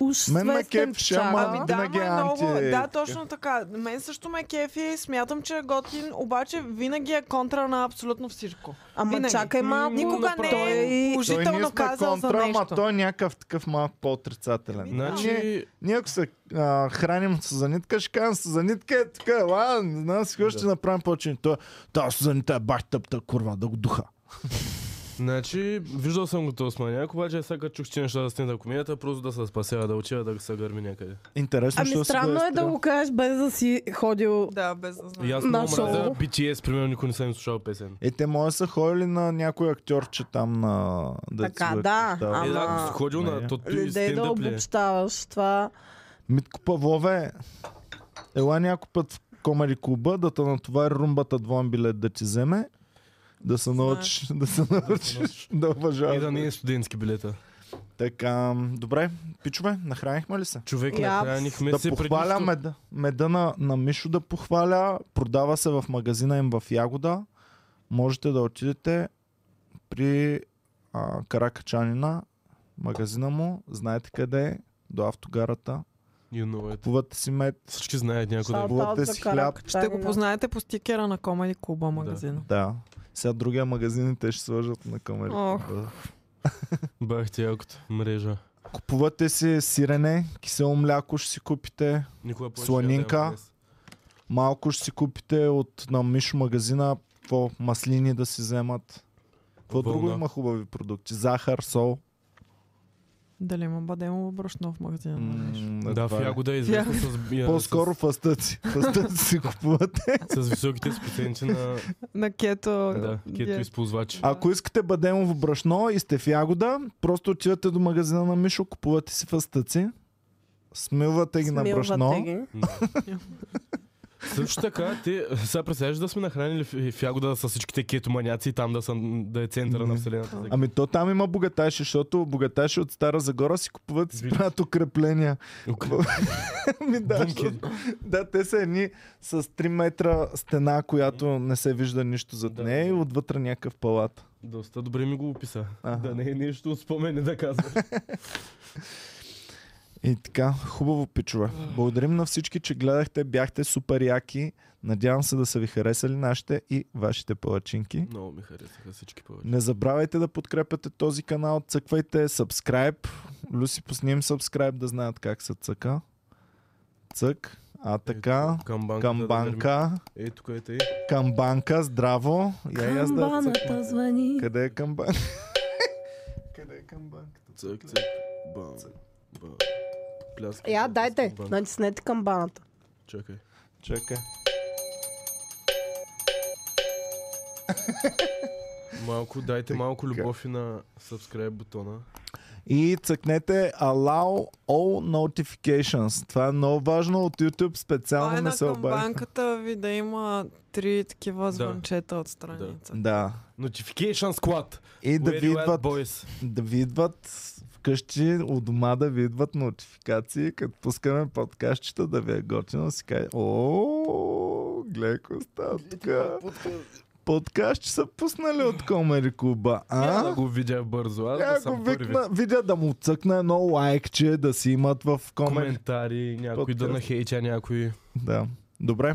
Speaker 3: уж
Speaker 1: Мен ме
Speaker 3: свестен
Speaker 1: кефеше, ама
Speaker 3: пчага.
Speaker 1: Ами
Speaker 4: да,
Speaker 1: винаги
Speaker 4: ма е
Speaker 1: е
Speaker 4: много.
Speaker 1: анти-
Speaker 4: Да, точно така. Мен също ме е кефи и смятам, че е готин, обаче винаги е контра на абсолютно всичко.
Speaker 3: Ама
Speaker 4: Винаги.
Speaker 3: чакай малко.
Speaker 4: Никога не е
Speaker 3: той-
Speaker 1: Той ние
Speaker 4: положително
Speaker 1: сме
Speaker 4: казал за
Speaker 1: контра, ама
Speaker 4: нещо.
Speaker 1: той е някакъв такъв малко по-отрицателен. Ние,
Speaker 2: Значи,
Speaker 1: ние ако се а, храним с занитка, ще кажем с занитка е тук, ела, не знам си какво ще
Speaker 2: Да.
Speaker 1: направим повече. Той, е, та Сузанита е баш тъпта, курва, да го духа.
Speaker 2: значи, виждал съм го този маняк, обаче сега като чух, че неща да стенда комедията, просто да се спасява, да отива да се гърми някъде.
Speaker 1: Интересно,
Speaker 3: Ами
Speaker 1: що си го
Speaker 3: странно е да
Speaker 1: изтрил.
Speaker 3: го кажеш без да си ходил.
Speaker 4: Да, без да знам.
Speaker 2: И аз
Speaker 3: На
Speaker 2: много
Speaker 3: шоу.
Speaker 2: мразя BTS, примерно никой не съм им слушал песен.
Speaker 1: Е, те може да са ходили на някой актьорче там на... деца
Speaker 3: Така,
Speaker 1: го е
Speaker 3: да,
Speaker 1: кръщал.
Speaker 3: ама-
Speaker 2: Е, да, ако си ходил
Speaker 1: Не.
Speaker 2: на тото
Speaker 3: Не
Speaker 2: и
Speaker 3: дей да
Speaker 2: стендъп ли е?
Speaker 3: обобщаваш това.
Speaker 1: Митко Павлове, ела някой път в Комари клуба да те натовари румбата двоен билет да ти вземе. Да се научиш, да се научиш, да
Speaker 2: И
Speaker 1: уважаваш.
Speaker 2: да не е студентски билета.
Speaker 1: Така, м, добре, пичове, нахранихме ли се?
Speaker 2: Човек, е
Speaker 3: Я-
Speaker 2: нахранихме
Speaker 1: да
Speaker 2: се преди
Speaker 1: похваля
Speaker 2: нищо.
Speaker 1: меда, меда на, на Мишо да похваля. Продава се в магазина им в Ягода. Можете да отидете при а, Каракачанина, магазина му. Знаете къде е, до автогарата.
Speaker 2: You know it.
Speaker 1: Купувате си мед,
Speaker 2: Всички знаят някой да...
Speaker 3: Шаут
Speaker 1: бутате
Speaker 3: аут за
Speaker 1: си хляб.
Speaker 4: Ще го
Speaker 3: Каракачанина.
Speaker 4: познаете по стикера на Комеди Клуба магазина.
Speaker 1: Да. Сега другия магазин и те ще сложат на камери.
Speaker 4: Ох.
Speaker 2: Бах ти якото. Мрежа.
Speaker 1: Купувате си сирене, кисело мляко ще си купите,
Speaker 2: Никога повече
Speaker 1: Сланинка.
Speaker 2: няма да ям днес.
Speaker 1: малко ще си купите от на Мишо магазина, по маслини да си вземат. Какво
Speaker 2: Вълна.
Speaker 1: друго има хубави продукти? Захар, сол.
Speaker 4: Дали има бадемово брашно в магазина?
Speaker 1: М,
Speaker 4: на Мишо?
Speaker 1: едва
Speaker 2: Да, в
Speaker 1: ли.
Speaker 2: Ягода е известна с... я-
Speaker 1: По-скоро фастъци. Фастъци си купувате.
Speaker 2: С, с високите си проценти на...
Speaker 4: На кето.
Speaker 2: Да, кето
Speaker 4: диет.
Speaker 2: използвачи.
Speaker 1: Ако искате бадемово брашно и сте в Ягода, просто отивате до магазина на Мишо, купувате си фастъци, смилвате ги на
Speaker 3: Смилвате
Speaker 1: брашно.
Speaker 3: ги.
Speaker 2: Също така, ти сега представяш да сме нахранили в, в Ягода с всичките кето маняци и там да, са, да е центъра на
Speaker 1: Не.
Speaker 2: вселената. за-
Speaker 1: Ами то там има богаташи, защото богаташи от Стара Загора си купуват и си правят укрепления.
Speaker 2: Укр-
Speaker 1: Ми да,
Speaker 2: Бункер.
Speaker 1: защото- да, те са едни с 3 метра стена, която не се вижда нищо зад
Speaker 2: Да,
Speaker 1: нея и
Speaker 2: да.
Speaker 1: отвътре някакъв палат.
Speaker 2: Доста добре ми го описа.
Speaker 1: Аха.
Speaker 2: Да не е нещо от спомене да казвам.
Speaker 1: И така, хубаво пичове. Благодарим на всички, че гледахте, бяхте супер яки. Надявам се да са ви харесали нашите и вашите палачинки.
Speaker 2: Много ми харесаха всички повече.
Speaker 1: Не забравяйте да подкрепяте този канал, цъквайте subscribe. Люси, пусни им subscribe да знаят как се цъка. Цък. А така,
Speaker 2: Камбанка.
Speaker 1: към банка,
Speaker 2: Е, тук е тъй.
Speaker 1: към банка, здраво. Я и аз да цъкна.
Speaker 3: Камбаната звъни.
Speaker 1: Къде е към банка? Къде е към банка?
Speaker 2: Цък, цък, бам, бам. Пляска.
Speaker 3: Е, Я,
Speaker 2: пляска,
Speaker 3: дайте. Значи,
Speaker 2: бам.
Speaker 3: Натиснете камбаната.
Speaker 2: Чакай.
Speaker 1: Чакай.
Speaker 2: Малко, дайте малко любов и на subscribe бутона.
Speaker 1: И цъкнете Allow All Notifications. Това е много важно от YouTube.
Speaker 4: Това е
Speaker 1: Специално ме
Speaker 4: на
Speaker 1: се обади.
Speaker 4: камбанката ви да има три такива звънчета от страница.
Speaker 1: Да.
Speaker 2: Notification Squad.
Speaker 1: И да
Speaker 2: Where
Speaker 1: ви,
Speaker 2: you at,
Speaker 1: идват,
Speaker 2: boys?
Speaker 1: да ви идват вкъщи у дома да ви идват нотификации, като пускаме подкастчета да ви е готино да си каже О, гледай какво става тук.
Speaker 4: е
Speaker 1: Подкастче са пуснали от Комери Куба.
Speaker 2: Няма да
Speaker 1: А?
Speaker 2: го видя бързо, аз да
Speaker 1: Тя
Speaker 2: съм
Speaker 1: Е, го
Speaker 2: първи.
Speaker 1: викна, видя да му цъкне едно лайкче, да си имат в комент.
Speaker 2: Коментари, някой да
Speaker 1: Подкаст.
Speaker 2: нахейтя някой.
Speaker 1: Да. Добре.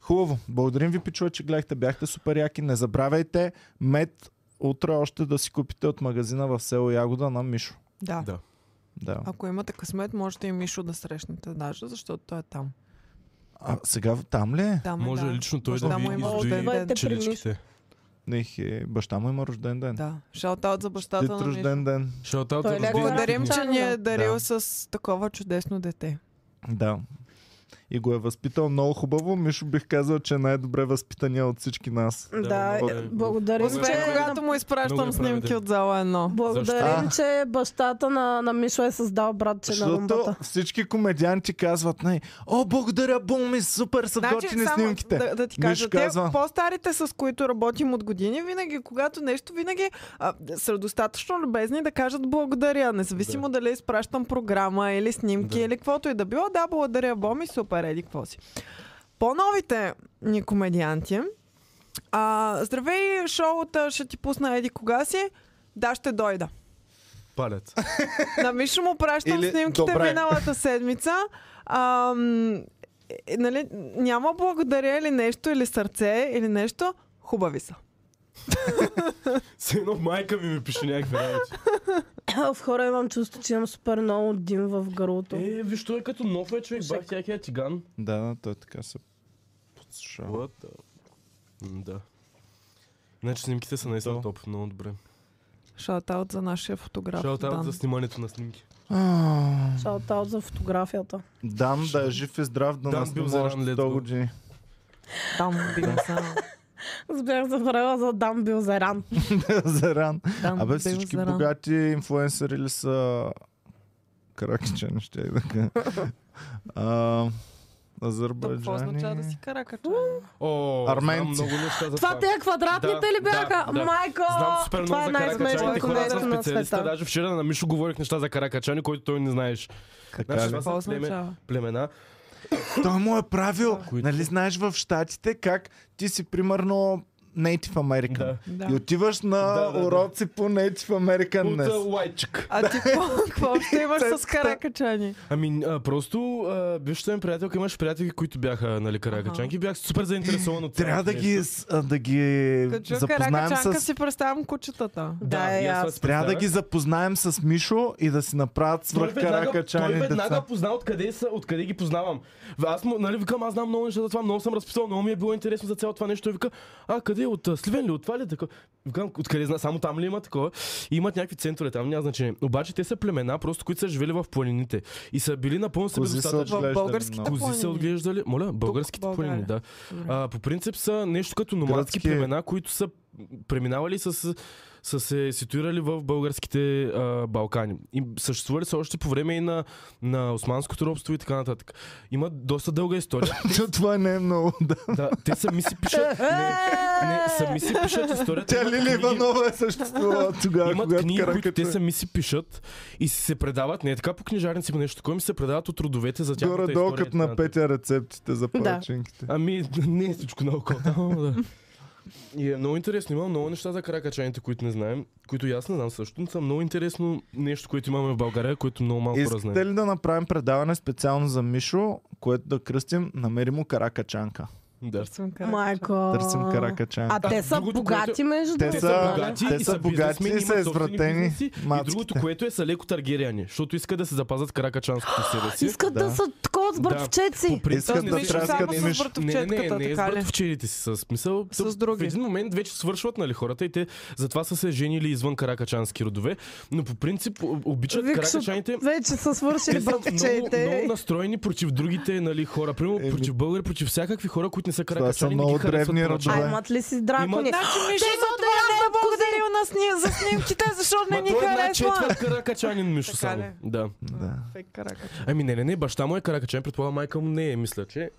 Speaker 1: Хубаво. Благодарим ви, пичува, че гледахте. Бяхте супер яки. Не забравяйте мед утре още да си купите от магазина в село Ягода на Мишо.
Speaker 4: Да.
Speaker 2: Да.
Speaker 1: Да.
Speaker 4: Ако имате късмет, можете и Мишо да срещнете даже, защото той е там.
Speaker 1: А сега там ли е?
Speaker 4: Там е,
Speaker 2: Може
Speaker 4: да.
Speaker 2: лично той
Speaker 4: Може
Speaker 2: да
Speaker 4: да му
Speaker 2: ви
Speaker 4: има
Speaker 2: издои
Speaker 4: рожден
Speaker 3: ден.
Speaker 2: челичките.
Speaker 1: Нехи, е- баща му има рожден ден.
Speaker 4: Да. Шаутаут за бащата
Speaker 1: Дит
Speaker 4: на Мишо.
Speaker 1: рожден ден.
Speaker 2: Шаутаут
Speaker 3: Той
Speaker 2: за
Speaker 3: е ляко
Speaker 2: родителите
Speaker 4: Благодарим,
Speaker 2: ни.
Speaker 4: че ни
Speaker 3: Да.
Speaker 4: е дарил с такова чудесно дете.
Speaker 1: Да. И го е възпитал много хубаво. Мишо бих казал, че е най-добре възпитания от всички нас.
Speaker 3: Да,
Speaker 2: много
Speaker 3: е,
Speaker 2: е.
Speaker 3: благодарим,
Speaker 2: Много е
Speaker 4: Освен
Speaker 3: че...
Speaker 2: правилно.
Speaker 4: когато му
Speaker 2: Много е
Speaker 4: изпращам снимки
Speaker 2: правилно.
Speaker 4: от зала едно.
Speaker 3: Благодарим, че бащата на, на Мишо е създал братче на
Speaker 1: Защото
Speaker 3: румбата.
Speaker 1: всички комедианти казват най- О, благодаря, Буми, супер са готини снимките.
Speaker 4: Значи Да, да ти
Speaker 1: Миш
Speaker 4: кажа, те
Speaker 1: казва.
Speaker 4: по-старите, с които работим от години, винаги, когато нещо, винаги а, са достатъчно любезни да кажат благодаря, независимо дали изпращам програма или снимки
Speaker 2: Да.
Speaker 4: или каквото и да било. Да, благодаря, Боми, супер, еди, какво си. По-новите ни комедианти. А, здравей, шоута ще ти пусна еди кога си. Да, ще дойда.
Speaker 2: Палец.
Speaker 4: На Мишо му пращам
Speaker 1: Или-
Speaker 4: снимките
Speaker 1: добре.
Speaker 4: миналата седмица. Ам, е, нали, няма благодаря или нещо, или сърце, или нещо. Хубави са.
Speaker 2: С едно майка ми ми пише някакви работи.
Speaker 3: В хора имам чувство, че имам супер много дим в гърлото.
Speaker 2: Е, виж, той е като нов е човек, бах тя е тиган.
Speaker 1: Да, да, той така се подсушава.
Speaker 2: What the- М, Да. Значи снимките са
Speaker 1: Да.
Speaker 2: наистина топ, много добре.
Speaker 4: Шаутаут за нашия фотограф.
Speaker 2: Шаутаут
Speaker 4: Дан.
Speaker 2: за снимането на снимки.
Speaker 1: А,
Speaker 3: Шаутаут за фотографията.
Speaker 1: Дам да е жив и здрав, да
Speaker 2: Дан
Speaker 1: нас не
Speaker 2: бил
Speaker 1: може
Speaker 2: заран, let's
Speaker 1: 100
Speaker 2: go.
Speaker 1: години.
Speaker 4: Там бил са.
Speaker 3: Аз Бях забравила за Дан Билзеран.
Speaker 1: заран.
Speaker 4: Там
Speaker 1: Абе
Speaker 4: бил
Speaker 1: всички
Speaker 4: заран.
Speaker 1: богати инфлуенсъри ли са... Кракича не ще и да кажа. А,
Speaker 4: Да, Какво означава да
Speaker 1: Азербайджани...
Speaker 4: си карака?
Speaker 2: О,
Speaker 1: Арменци.
Speaker 2: знам много неща за
Speaker 3: Това те квадратните
Speaker 2: Да,
Speaker 3: ли бяха?
Speaker 2: да, да.
Speaker 3: Майко!
Speaker 2: Знам супер много
Speaker 3: Това е
Speaker 2: за каракачаните
Speaker 3: най-смешното
Speaker 2: хора, аз
Speaker 3: нещо
Speaker 2: съм
Speaker 3: на
Speaker 2: специалиста.
Speaker 3: света.
Speaker 2: Даже вчера на Мишо говорих неща за каракачани, които той не знаеш.
Speaker 1: Така ли?
Speaker 2: Значи,
Speaker 4: Какво
Speaker 2: това са племе-
Speaker 4: означава?
Speaker 2: племена.
Speaker 1: Той му е правил.
Speaker 2: Които-
Speaker 1: Нали знаеш в щатите как ти си примерно Native American.
Speaker 2: Да.
Speaker 4: Да.
Speaker 1: И отиваш на
Speaker 2: Да, да, да.
Speaker 1: уроци по Native American
Speaker 2: От
Speaker 1: днес.
Speaker 2: а, лайчик.
Speaker 4: А ти какво- какво ще имаш с
Speaker 1: Цецката.
Speaker 4: каракачани?
Speaker 2: Ами, а, просто а, бившата ми приятелка имаше приятелки, които бяха нали, каракачанки. Бях супер заинтересован от
Speaker 1: Трябва да
Speaker 2: цялото
Speaker 1: ги,
Speaker 2: нещо. е
Speaker 1: с- а, да ги
Speaker 4: Като чуя
Speaker 1: запознаем
Speaker 4: каракачанка
Speaker 1: с...
Speaker 4: си представям кучетата.
Speaker 2: Да,
Speaker 3: Да, е
Speaker 2: и
Speaker 3: и
Speaker 2: аз това
Speaker 3: аз.
Speaker 2: си
Speaker 1: Трябва да
Speaker 2: представях.
Speaker 1: ги запознаем с Мишо и да си направят свръх
Speaker 2: Той веднага-
Speaker 1: каракачани
Speaker 2: Той веднага
Speaker 1: деца.
Speaker 2: позна откъде, са, откъде ги познавам. Аз му, нали, викам, аз знам много неща за това, много съм разписал, много ми е било интересно за цялото това нещо. Той вика, а къде, е от а, Сливен ли, от това ли? Така, викам, откъде зна, само там ли има такова? И имат някакви центрове там, няма значение. Обаче те са племена, просто които са живели в планините и са били напълно
Speaker 1: Кози са
Speaker 2: себедостатъчни.
Speaker 1: отглеждали
Speaker 4: българските
Speaker 1: много.
Speaker 2: Кози са
Speaker 4: планини.
Speaker 2: отглеждали, моля, българските
Speaker 4: в
Speaker 2: планини, да.
Speaker 4: България.
Speaker 2: А, по принцип са нещо като номадски
Speaker 1: Гръцки-
Speaker 2: племена, които са преминавали с са се ситуирали в българските а, Балкани. И съществували са още по време и на, на османското робство и така нататък. Има доста дълга история.
Speaker 1: Това не е много. Да.
Speaker 2: да, те сами си пишат... Не,
Speaker 3: Е!
Speaker 2: не, сами си пишат историята.
Speaker 1: Тя
Speaker 2: Имат
Speaker 1: Лили
Speaker 2: книги-
Speaker 1: Иванова е съществувала тогава,
Speaker 2: Имат
Speaker 1: когато
Speaker 2: книги, които те
Speaker 1: каракачани...
Speaker 2: сами си пишат и си се предават, не е така по книжарници, но нещо такова ми се предават от родовете за тяхната история.
Speaker 1: Горе-долу
Speaker 2: и
Speaker 1: като
Speaker 2: така
Speaker 1: на
Speaker 2: нататък.
Speaker 1: Петя рецептите за палачинките.
Speaker 2: Ами, не е всичко наоколо. там, да. И е много интересно. Имам много неща за каракачаните, които не знаем, които и аз не знам също, но са много интересно нещо, което имаме в България, което много е. малко хора
Speaker 1: Искате
Speaker 2: знаем.
Speaker 1: ли да направим предаване специално за Мишо, което да кръстим Намери му каракачанка.
Speaker 2: Да.
Speaker 4: Търсим каракачани.
Speaker 3: Майко!
Speaker 1: Търсим каракачанка.
Speaker 3: А те са
Speaker 2: другото, което-
Speaker 3: богати
Speaker 1: Те
Speaker 3: между другото,
Speaker 1: са
Speaker 3: нали?
Speaker 1: богати. те са богати и
Speaker 2: бизнесмени,
Speaker 1: са
Speaker 2: имат собствени
Speaker 1: извратени
Speaker 2: бизнеси. И
Speaker 1: мацките.
Speaker 2: другото, което е са леко таргериани, защото искат да се запазят каракачанското себе си.
Speaker 3: Искат да.
Speaker 1: Да.
Speaker 3: са такова от с бъртовчеци.
Speaker 2: По принцип,
Speaker 1: Искат
Speaker 2: не
Speaker 1: да
Speaker 2: се
Speaker 4: Мишо
Speaker 1: тряскат
Speaker 4: само
Speaker 2: излагат.
Speaker 1: миш.
Speaker 4: с
Speaker 2: не, не, не,
Speaker 4: бъртовчетката,
Speaker 2: не, с
Speaker 4: така ли?
Speaker 2: бъртовчедите си, с смисъл.
Speaker 4: С
Speaker 2: то
Speaker 4: други.
Speaker 2: В един момент вече свършват, нали, хората и те затова са се женили извън каракачански родове, но по принцип о- обичат
Speaker 3: Викшо,
Speaker 2: каракачаните.
Speaker 3: Вече са свършили
Speaker 2: Те са много, много
Speaker 3: бъртовчеите.
Speaker 2: настроени против другите нали, хора. Примерно
Speaker 1: Еми.
Speaker 2: против българи, против всякакви хора, които не са
Speaker 1: Това са
Speaker 2: каракачани. не ги
Speaker 1: много
Speaker 2: харесват
Speaker 1: древни
Speaker 2: повече.
Speaker 3: А,
Speaker 1: родове.
Speaker 3: имат ли си дракони?
Speaker 2: Имат.
Speaker 4: Значи Мишо
Speaker 3: Те
Speaker 4: за това
Speaker 3: водят
Speaker 4: не е
Speaker 3: бъркоти.
Speaker 4: благодарил на сни... за снимките, защото не
Speaker 2: Ма
Speaker 4: ни
Speaker 2: той е една
Speaker 4: харесва.
Speaker 2: четвърт каракачанин, Мишо
Speaker 4: Така
Speaker 2: само.
Speaker 4: ли?
Speaker 2: Да.
Speaker 1: Да.
Speaker 4: Фейк каракача.
Speaker 2: Ами не, не, не, баща му е каракачан, предполагам майка му не е, мисля, че.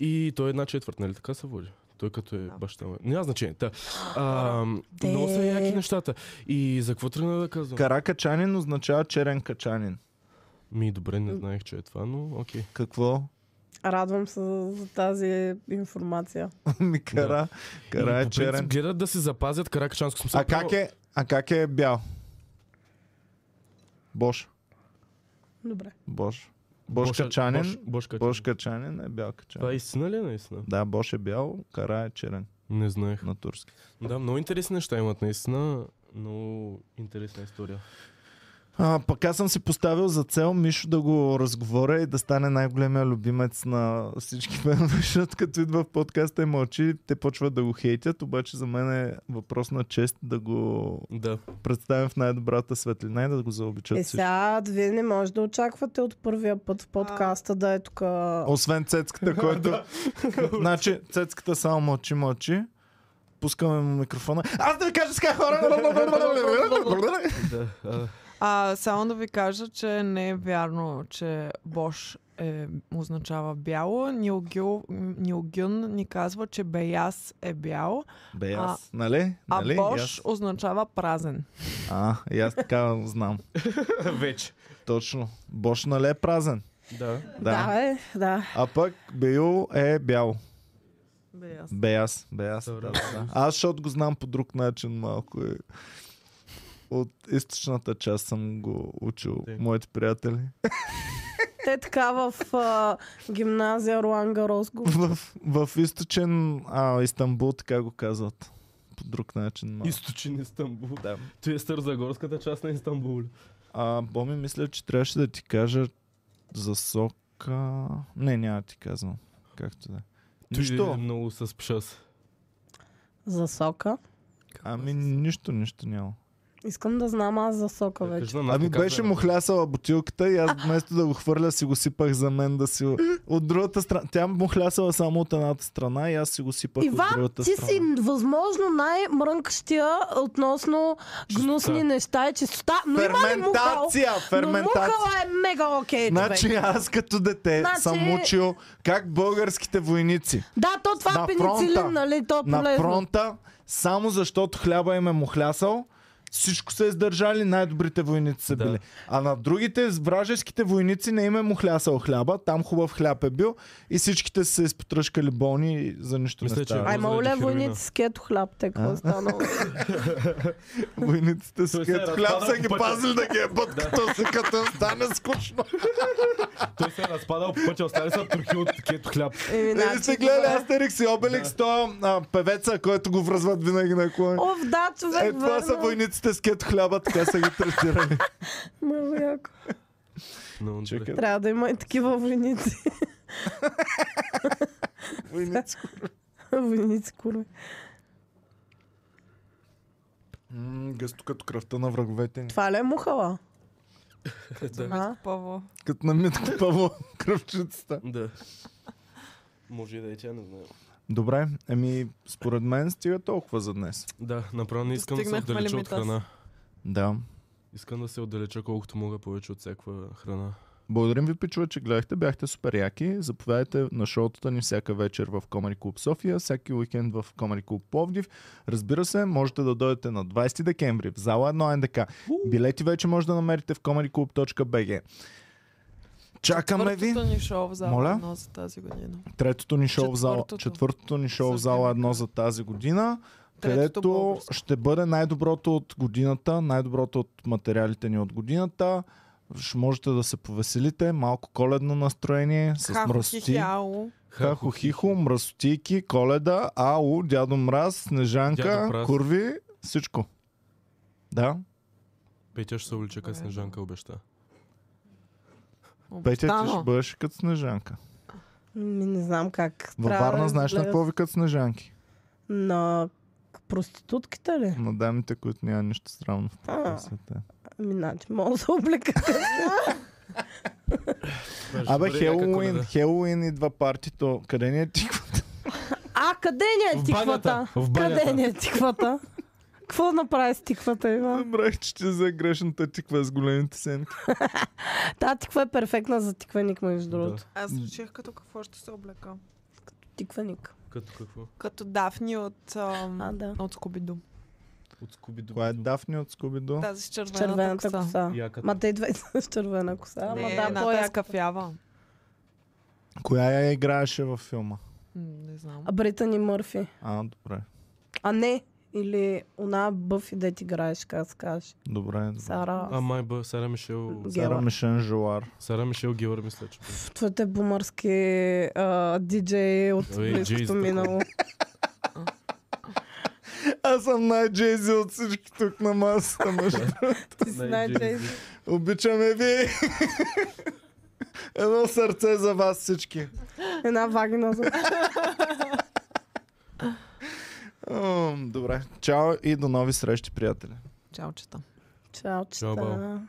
Speaker 2: И той е една четвърт, нали така се води? Той като е баща му. е. Няма значение. Та. А, много са
Speaker 3: Те.
Speaker 2: яки нещата. И за какво трябва да казвам?
Speaker 1: Каракачанин означава черен качанин.
Speaker 2: Ми, добре, не знаех, че е това, но окей.
Speaker 1: Какво?
Speaker 3: Радвам се за за тази информация.
Speaker 1: Ми кара. Кара
Speaker 2: И
Speaker 1: е
Speaker 2: по принцип
Speaker 1: черен.
Speaker 2: гледат да се запазят каракачанско смисъл.
Speaker 1: А как е, а как е бял? Бош.
Speaker 3: Добре.
Speaker 1: Бош. Бош качанин.
Speaker 2: Бош,
Speaker 1: Бош
Speaker 2: Качанин.
Speaker 1: качанин е бял
Speaker 2: Това е
Speaker 1: качанин.
Speaker 2: истина ли е наистина?
Speaker 1: Да, Бош е бял, кара е черен
Speaker 2: Не знаех.
Speaker 1: на турски.
Speaker 2: Да, много интересни неща имат наистина. Много интересна история.
Speaker 1: А, пък аз съм си поставил за цел Мишо да го разговоря и да стане най-големия любимец на всички фенове, защото като идва в подкаста и мълчи, те почват да го хейтят, обаче за мен е въпрос на чест да го
Speaker 2: Да.
Speaker 1: представим в най-добрата светлина и да го заобичат
Speaker 3: Е,
Speaker 1: всички.
Speaker 3: сега вие не може да очаквате от първия път в подкаста да е тук.
Speaker 1: Освен цецката, който... значи, цецката само мълчи, мълчи. Пускаме му микрофона. Аз да ви кажа сега хора!
Speaker 2: да. А,
Speaker 4: А, само да ви кажа, че не е вярно, че Бош е, означава бяло. Нил, Гил, Нил Гюн ни казва, че Беяс е бял,
Speaker 1: Бе, аз, нали?
Speaker 4: а
Speaker 1: нали?
Speaker 4: Бош
Speaker 1: Аз-
Speaker 4: означава празен.
Speaker 1: А, и аз така знам.
Speaker 2: Вече.
Speaker 1: Точно. Бош, нали е празен?
Speaker 2: Да.
Speaker 1: Да.
Speaker 3: Да, е, да.
Speaker 1: А пък Бейл е бял.
Speaker 4: Беяс.
Speaker 1: Беяс. Беяс.
Speaker 2: Добре.
Speaker 1: Да, да. Аз, защото го знам по друг начин малко. И... От източната част съм го учил.
Speaker 2: Ти.
Speaker 1: Моите приятели.
Speaker 3: Те така в а, гимназия Руан Гарос го
Speaker 1: В, в източен а, Истанбул така го казват. По друг начин. Малко.
Speaker 2: Източен Истанбул.
Speaker 1: Да.
Speaker 2: Той е Стързагорската част на Истанбул.
Speaker 1: А, Боми, мисля, че трябваше да ти кажа за сока. Не, няма да ти казвам. Както да е.
Speaker 2: Той е
Speaker 1: Нищо.
Speaker 2: много с пшас. Е,
Speaker 3: за сока.
Speaker 1: Ами, нищо, нищо няма.
Speaker 3: Искам да знам аз за сока
Speaker 2: Е, Кажи
Speaker 3: вече.
Speaker 2: на нас,
Speaker 1: Ами
Speaker 2: така
Speaker 1: беше
Speaker 2: сме.
Speaker 1: му хлясала бутилката и аз вместо да го хвърля си го сипах за мен да си... От другата страна... Тя му хлясала само от едната страна и аз си го сипах от
Speaker 3: Иван,
Speaker 1: другата
Speaker 3: ти
Speaker 1: страна.
Speaker 3: си възможно най-мрънкащия относно гнусни неща и чистота, но има ли мухал?
Speaker 1: Ферментация!
Speaker 3: Но
Speaker 1: Ферментация!
Speaker 3: мухала е мега окей, човек.
Speaker 1: Значи аз като дете
Speaker 3: Значи-
Speaker 1: съм учил как българските войници
Speaker 3: Да, то това
Speaker 1: на
Speaker 3: е пеницилин,
Speaker 1: фронта,
Speaker 3: нали? То е
Speaker 1: на
Speaker 3: полезно.
Speaker 1: фронта, само защото хляба им е мухлясал, всичко са издържали, най-добрите войници са
Speaker 2: Да.
Speaker 1: били. А на другите, с вражеските войници не им е мухлясал хляба, там хубав хляб е бил и всичките са се изпотръшкали болни и за нищо
Speaker 2: Мисля,
Speaker 1: не
Speaker 2: че-
Speaker 1: става.
Speaker 3: Ай,
Speaker 1: Че...
Speaker 3: ма
Speaker 2: Заради
Speaker 3: оле,
Speaker 2: хероина.
Speaker 3: войници с кето хляб, те
Speaker 1: А?
Speaker 3: какво станало?
Speaker 1: Войниците
Speaker 2: Той
Speaker 1: с
Speaker 2: се е
Speaker 1: кет хляб
Speaker 2: разпадал
Speaker 1: са ги
Speaker 2: по пътя.
Speaker 1: пазили да ги ебат, като се като стане скучно.
Speaker 2: Той се е разпадал по пътя, остали са турки от кето хляб.
Speaker 3: Еми,
Speaker 1: Нали сте
Speaker 3: значи,
Speaker 1: гледали
Speaker 3: добре.
Speaker 1: Астерикс и Обеликс, то а, певеца, който го връзват винаги на клон.
Speaker 3: Оф, да, човек,
Speaker 1: Е, това са
Speaker 3: верно.
Speaker 1: войниците с кет хляба, така са ги третирали.
Speaker 3: Много яко.
Speaker 2: Но,
Speaker 1: Чакай.
Speaker 3: Трябва да има и такива войници.
Speaker 1: Войници.
Speaker 3: войници, курви.
Speaker 1: М, Гъсто като кръвта на враговете ни.
Speaker 3: Това ли е мухала? А?
Speaker 4: Паво.
Speaker 1: Като на Митко Павло кръвчицата.
Speaker 2: Да. Може и да е, тя не знае.
Speaker 1: Добре, еми според мен стига толкова за днес.
Speaker 2: Да, направо не искам да се
Speaker 4: Достигнахме
Speaker 2: отдалеча от
Speaker 4: лимита си.
Speaker 2: храна.
Speaker 1: Да.
Speaker 2: Искам да се отдалеча колкото мога повече от всякаква храна.
Speaker 1: Благодарим ви, пичува, че гледахте. Бяхте супер яки. Заповядайте на шоутата ни всяка вечер в Comedy Club София, всяки уикенд в Comedy Club Пловдив. Разбира се, можете да дойдете на 20 декември в зала 1 НДК. Билети вече може да намерите в comedyclub.bg. Чакаме ви.
Speaker 4: Четвъртото ни шоу в зала
Speaker 1: Моля?
Speaker 4: едно за тази година.
Speaker 1: Третото ни шоу в зала,
Speaker 4: Четвъртото.
Speaker 1: четвъртото ни шоу в
Speaker 4: За
Speaker 1: зала
Speaker 4: Гена.
Speaker 1: едно за тази година,
Speaker 4: Третото
Speaker 1: където
Speaker 4: българско.
Speaker 1: ще бъде най-доброто от годината, най-доброто от материалите ни от годината. Ще можете да се повеселите, малко коледно настроение, с
Speaker 4: Хахо,
Speaker 1: мръсоти.
Speaker 4: хихяо.
Speaker 1: Хахо-хихо, мръсотики, коледа, ау, дядо мраз,
Speaker 2: Дядо
Speaker 1: снежанка,
Speaker 2: Мраз.
Speaker 1: курви, всичко. Да,
Speaker 2: Петя ще се увлече къс
Speaker 4: Добре.
Speaker 2: Снежанка обеща.
Speaker 1: Петя, ти ще
Speaker 4: Обещано.
Speaker 1: бъдеш като снежанка.
Speaker 3: Ми, не знам как.
Speaker 1: Във Варна знаеш на
Speaker 3: на
Speaker 1: какво викат снежанки?
Speaker 3: На к- проститутките ли?
Speaker 1: На дамите, които няма нищо странно в професията.
Speaker 3: Ами, значи, мога да се облека.
Speaker 1: Абе,
Speaker 2: Добре, някакво не
Speaker 1: Хелоуин,
Speaker 2: да.
Speaker 1: Хелоуин идва партито. Къде ни е тиквата?
Speaker 3: А, къде ни е
Speaker 2: В
Speaker 3: тиквата?
Speaker 2: банята. В
Speaker 3: Къде
Speaker 2: банята.
Speaker 3: ни е тиквата? Какво направи с тиквата, Иван?
Speaker 1: Забрах, че ти за грешната тиква с големите сенки.
Speaker 3: Та тиква е перфектна за тиквеник, между другото.
Speaker 4: Аз реших като какво ще се облека.
Speaker 3: Тиквеник.
Speaker 2: Като какво?
Speaker 4: Като Дафни от, ам,
Speaker 3: А, да.
Speaker 4: от Скубидо.
Speaker 2: От скуби до...
Speaker 1: Това е Дафни от Скубидо.
Speaker 4: Тази с червената,
Speaker 3: Червената
Speaker 4: коса.
Speaker 3: коса.
Speaker 2: Яката.
Speaker 3: Ма те идва и с червена коса. Ама
Speaker 4: Не,
Speaker 3: да,
Speaker 4: едната е
Speaker 3: по-яка.
Speaker 4: скафява.
Speaker 1: Коя я играеше във филма?
Speaker 4: М, Не знам.
Speaker 3: А Британи Мърфи.
Speaker 1: А, добре.
Speaker 3: А не, или она Бъфи да ти играеш, как се каже.
Speaker 1: Добре, добре.
Speaker 3: Сара.
Speaker 2: А, май бъ, Сара Мишел...
Speaker 1: Сара
Speaker 3: Гела.
Speaker 1: Мишен Жуар.
Speaker 2: Сара Мишел Геор, мисля, че.
Speaker 3: Пф, Твоите бумърски а, диджеи от
Speaker 2: Ой, джейс,
Speaker 3: близкото
Speaker 2: да.
Speaker 3: минало.
Speaker 1: Аз съм най-джейзи от всички тук на масата, между
Speaker 3: Ти си най-джейзи.
Speaker 1: Обичаме ви! Едно сърце за вас всички.
Speaker 3: Една вагина за...
Speaker 1: Ам, Добре. Чао и до нови срещи, приятели.
Speaker 4: Чао, чета.
Speaker 3: Чао,
Speaker 2: Чао, бао.
Speaker 3: чета.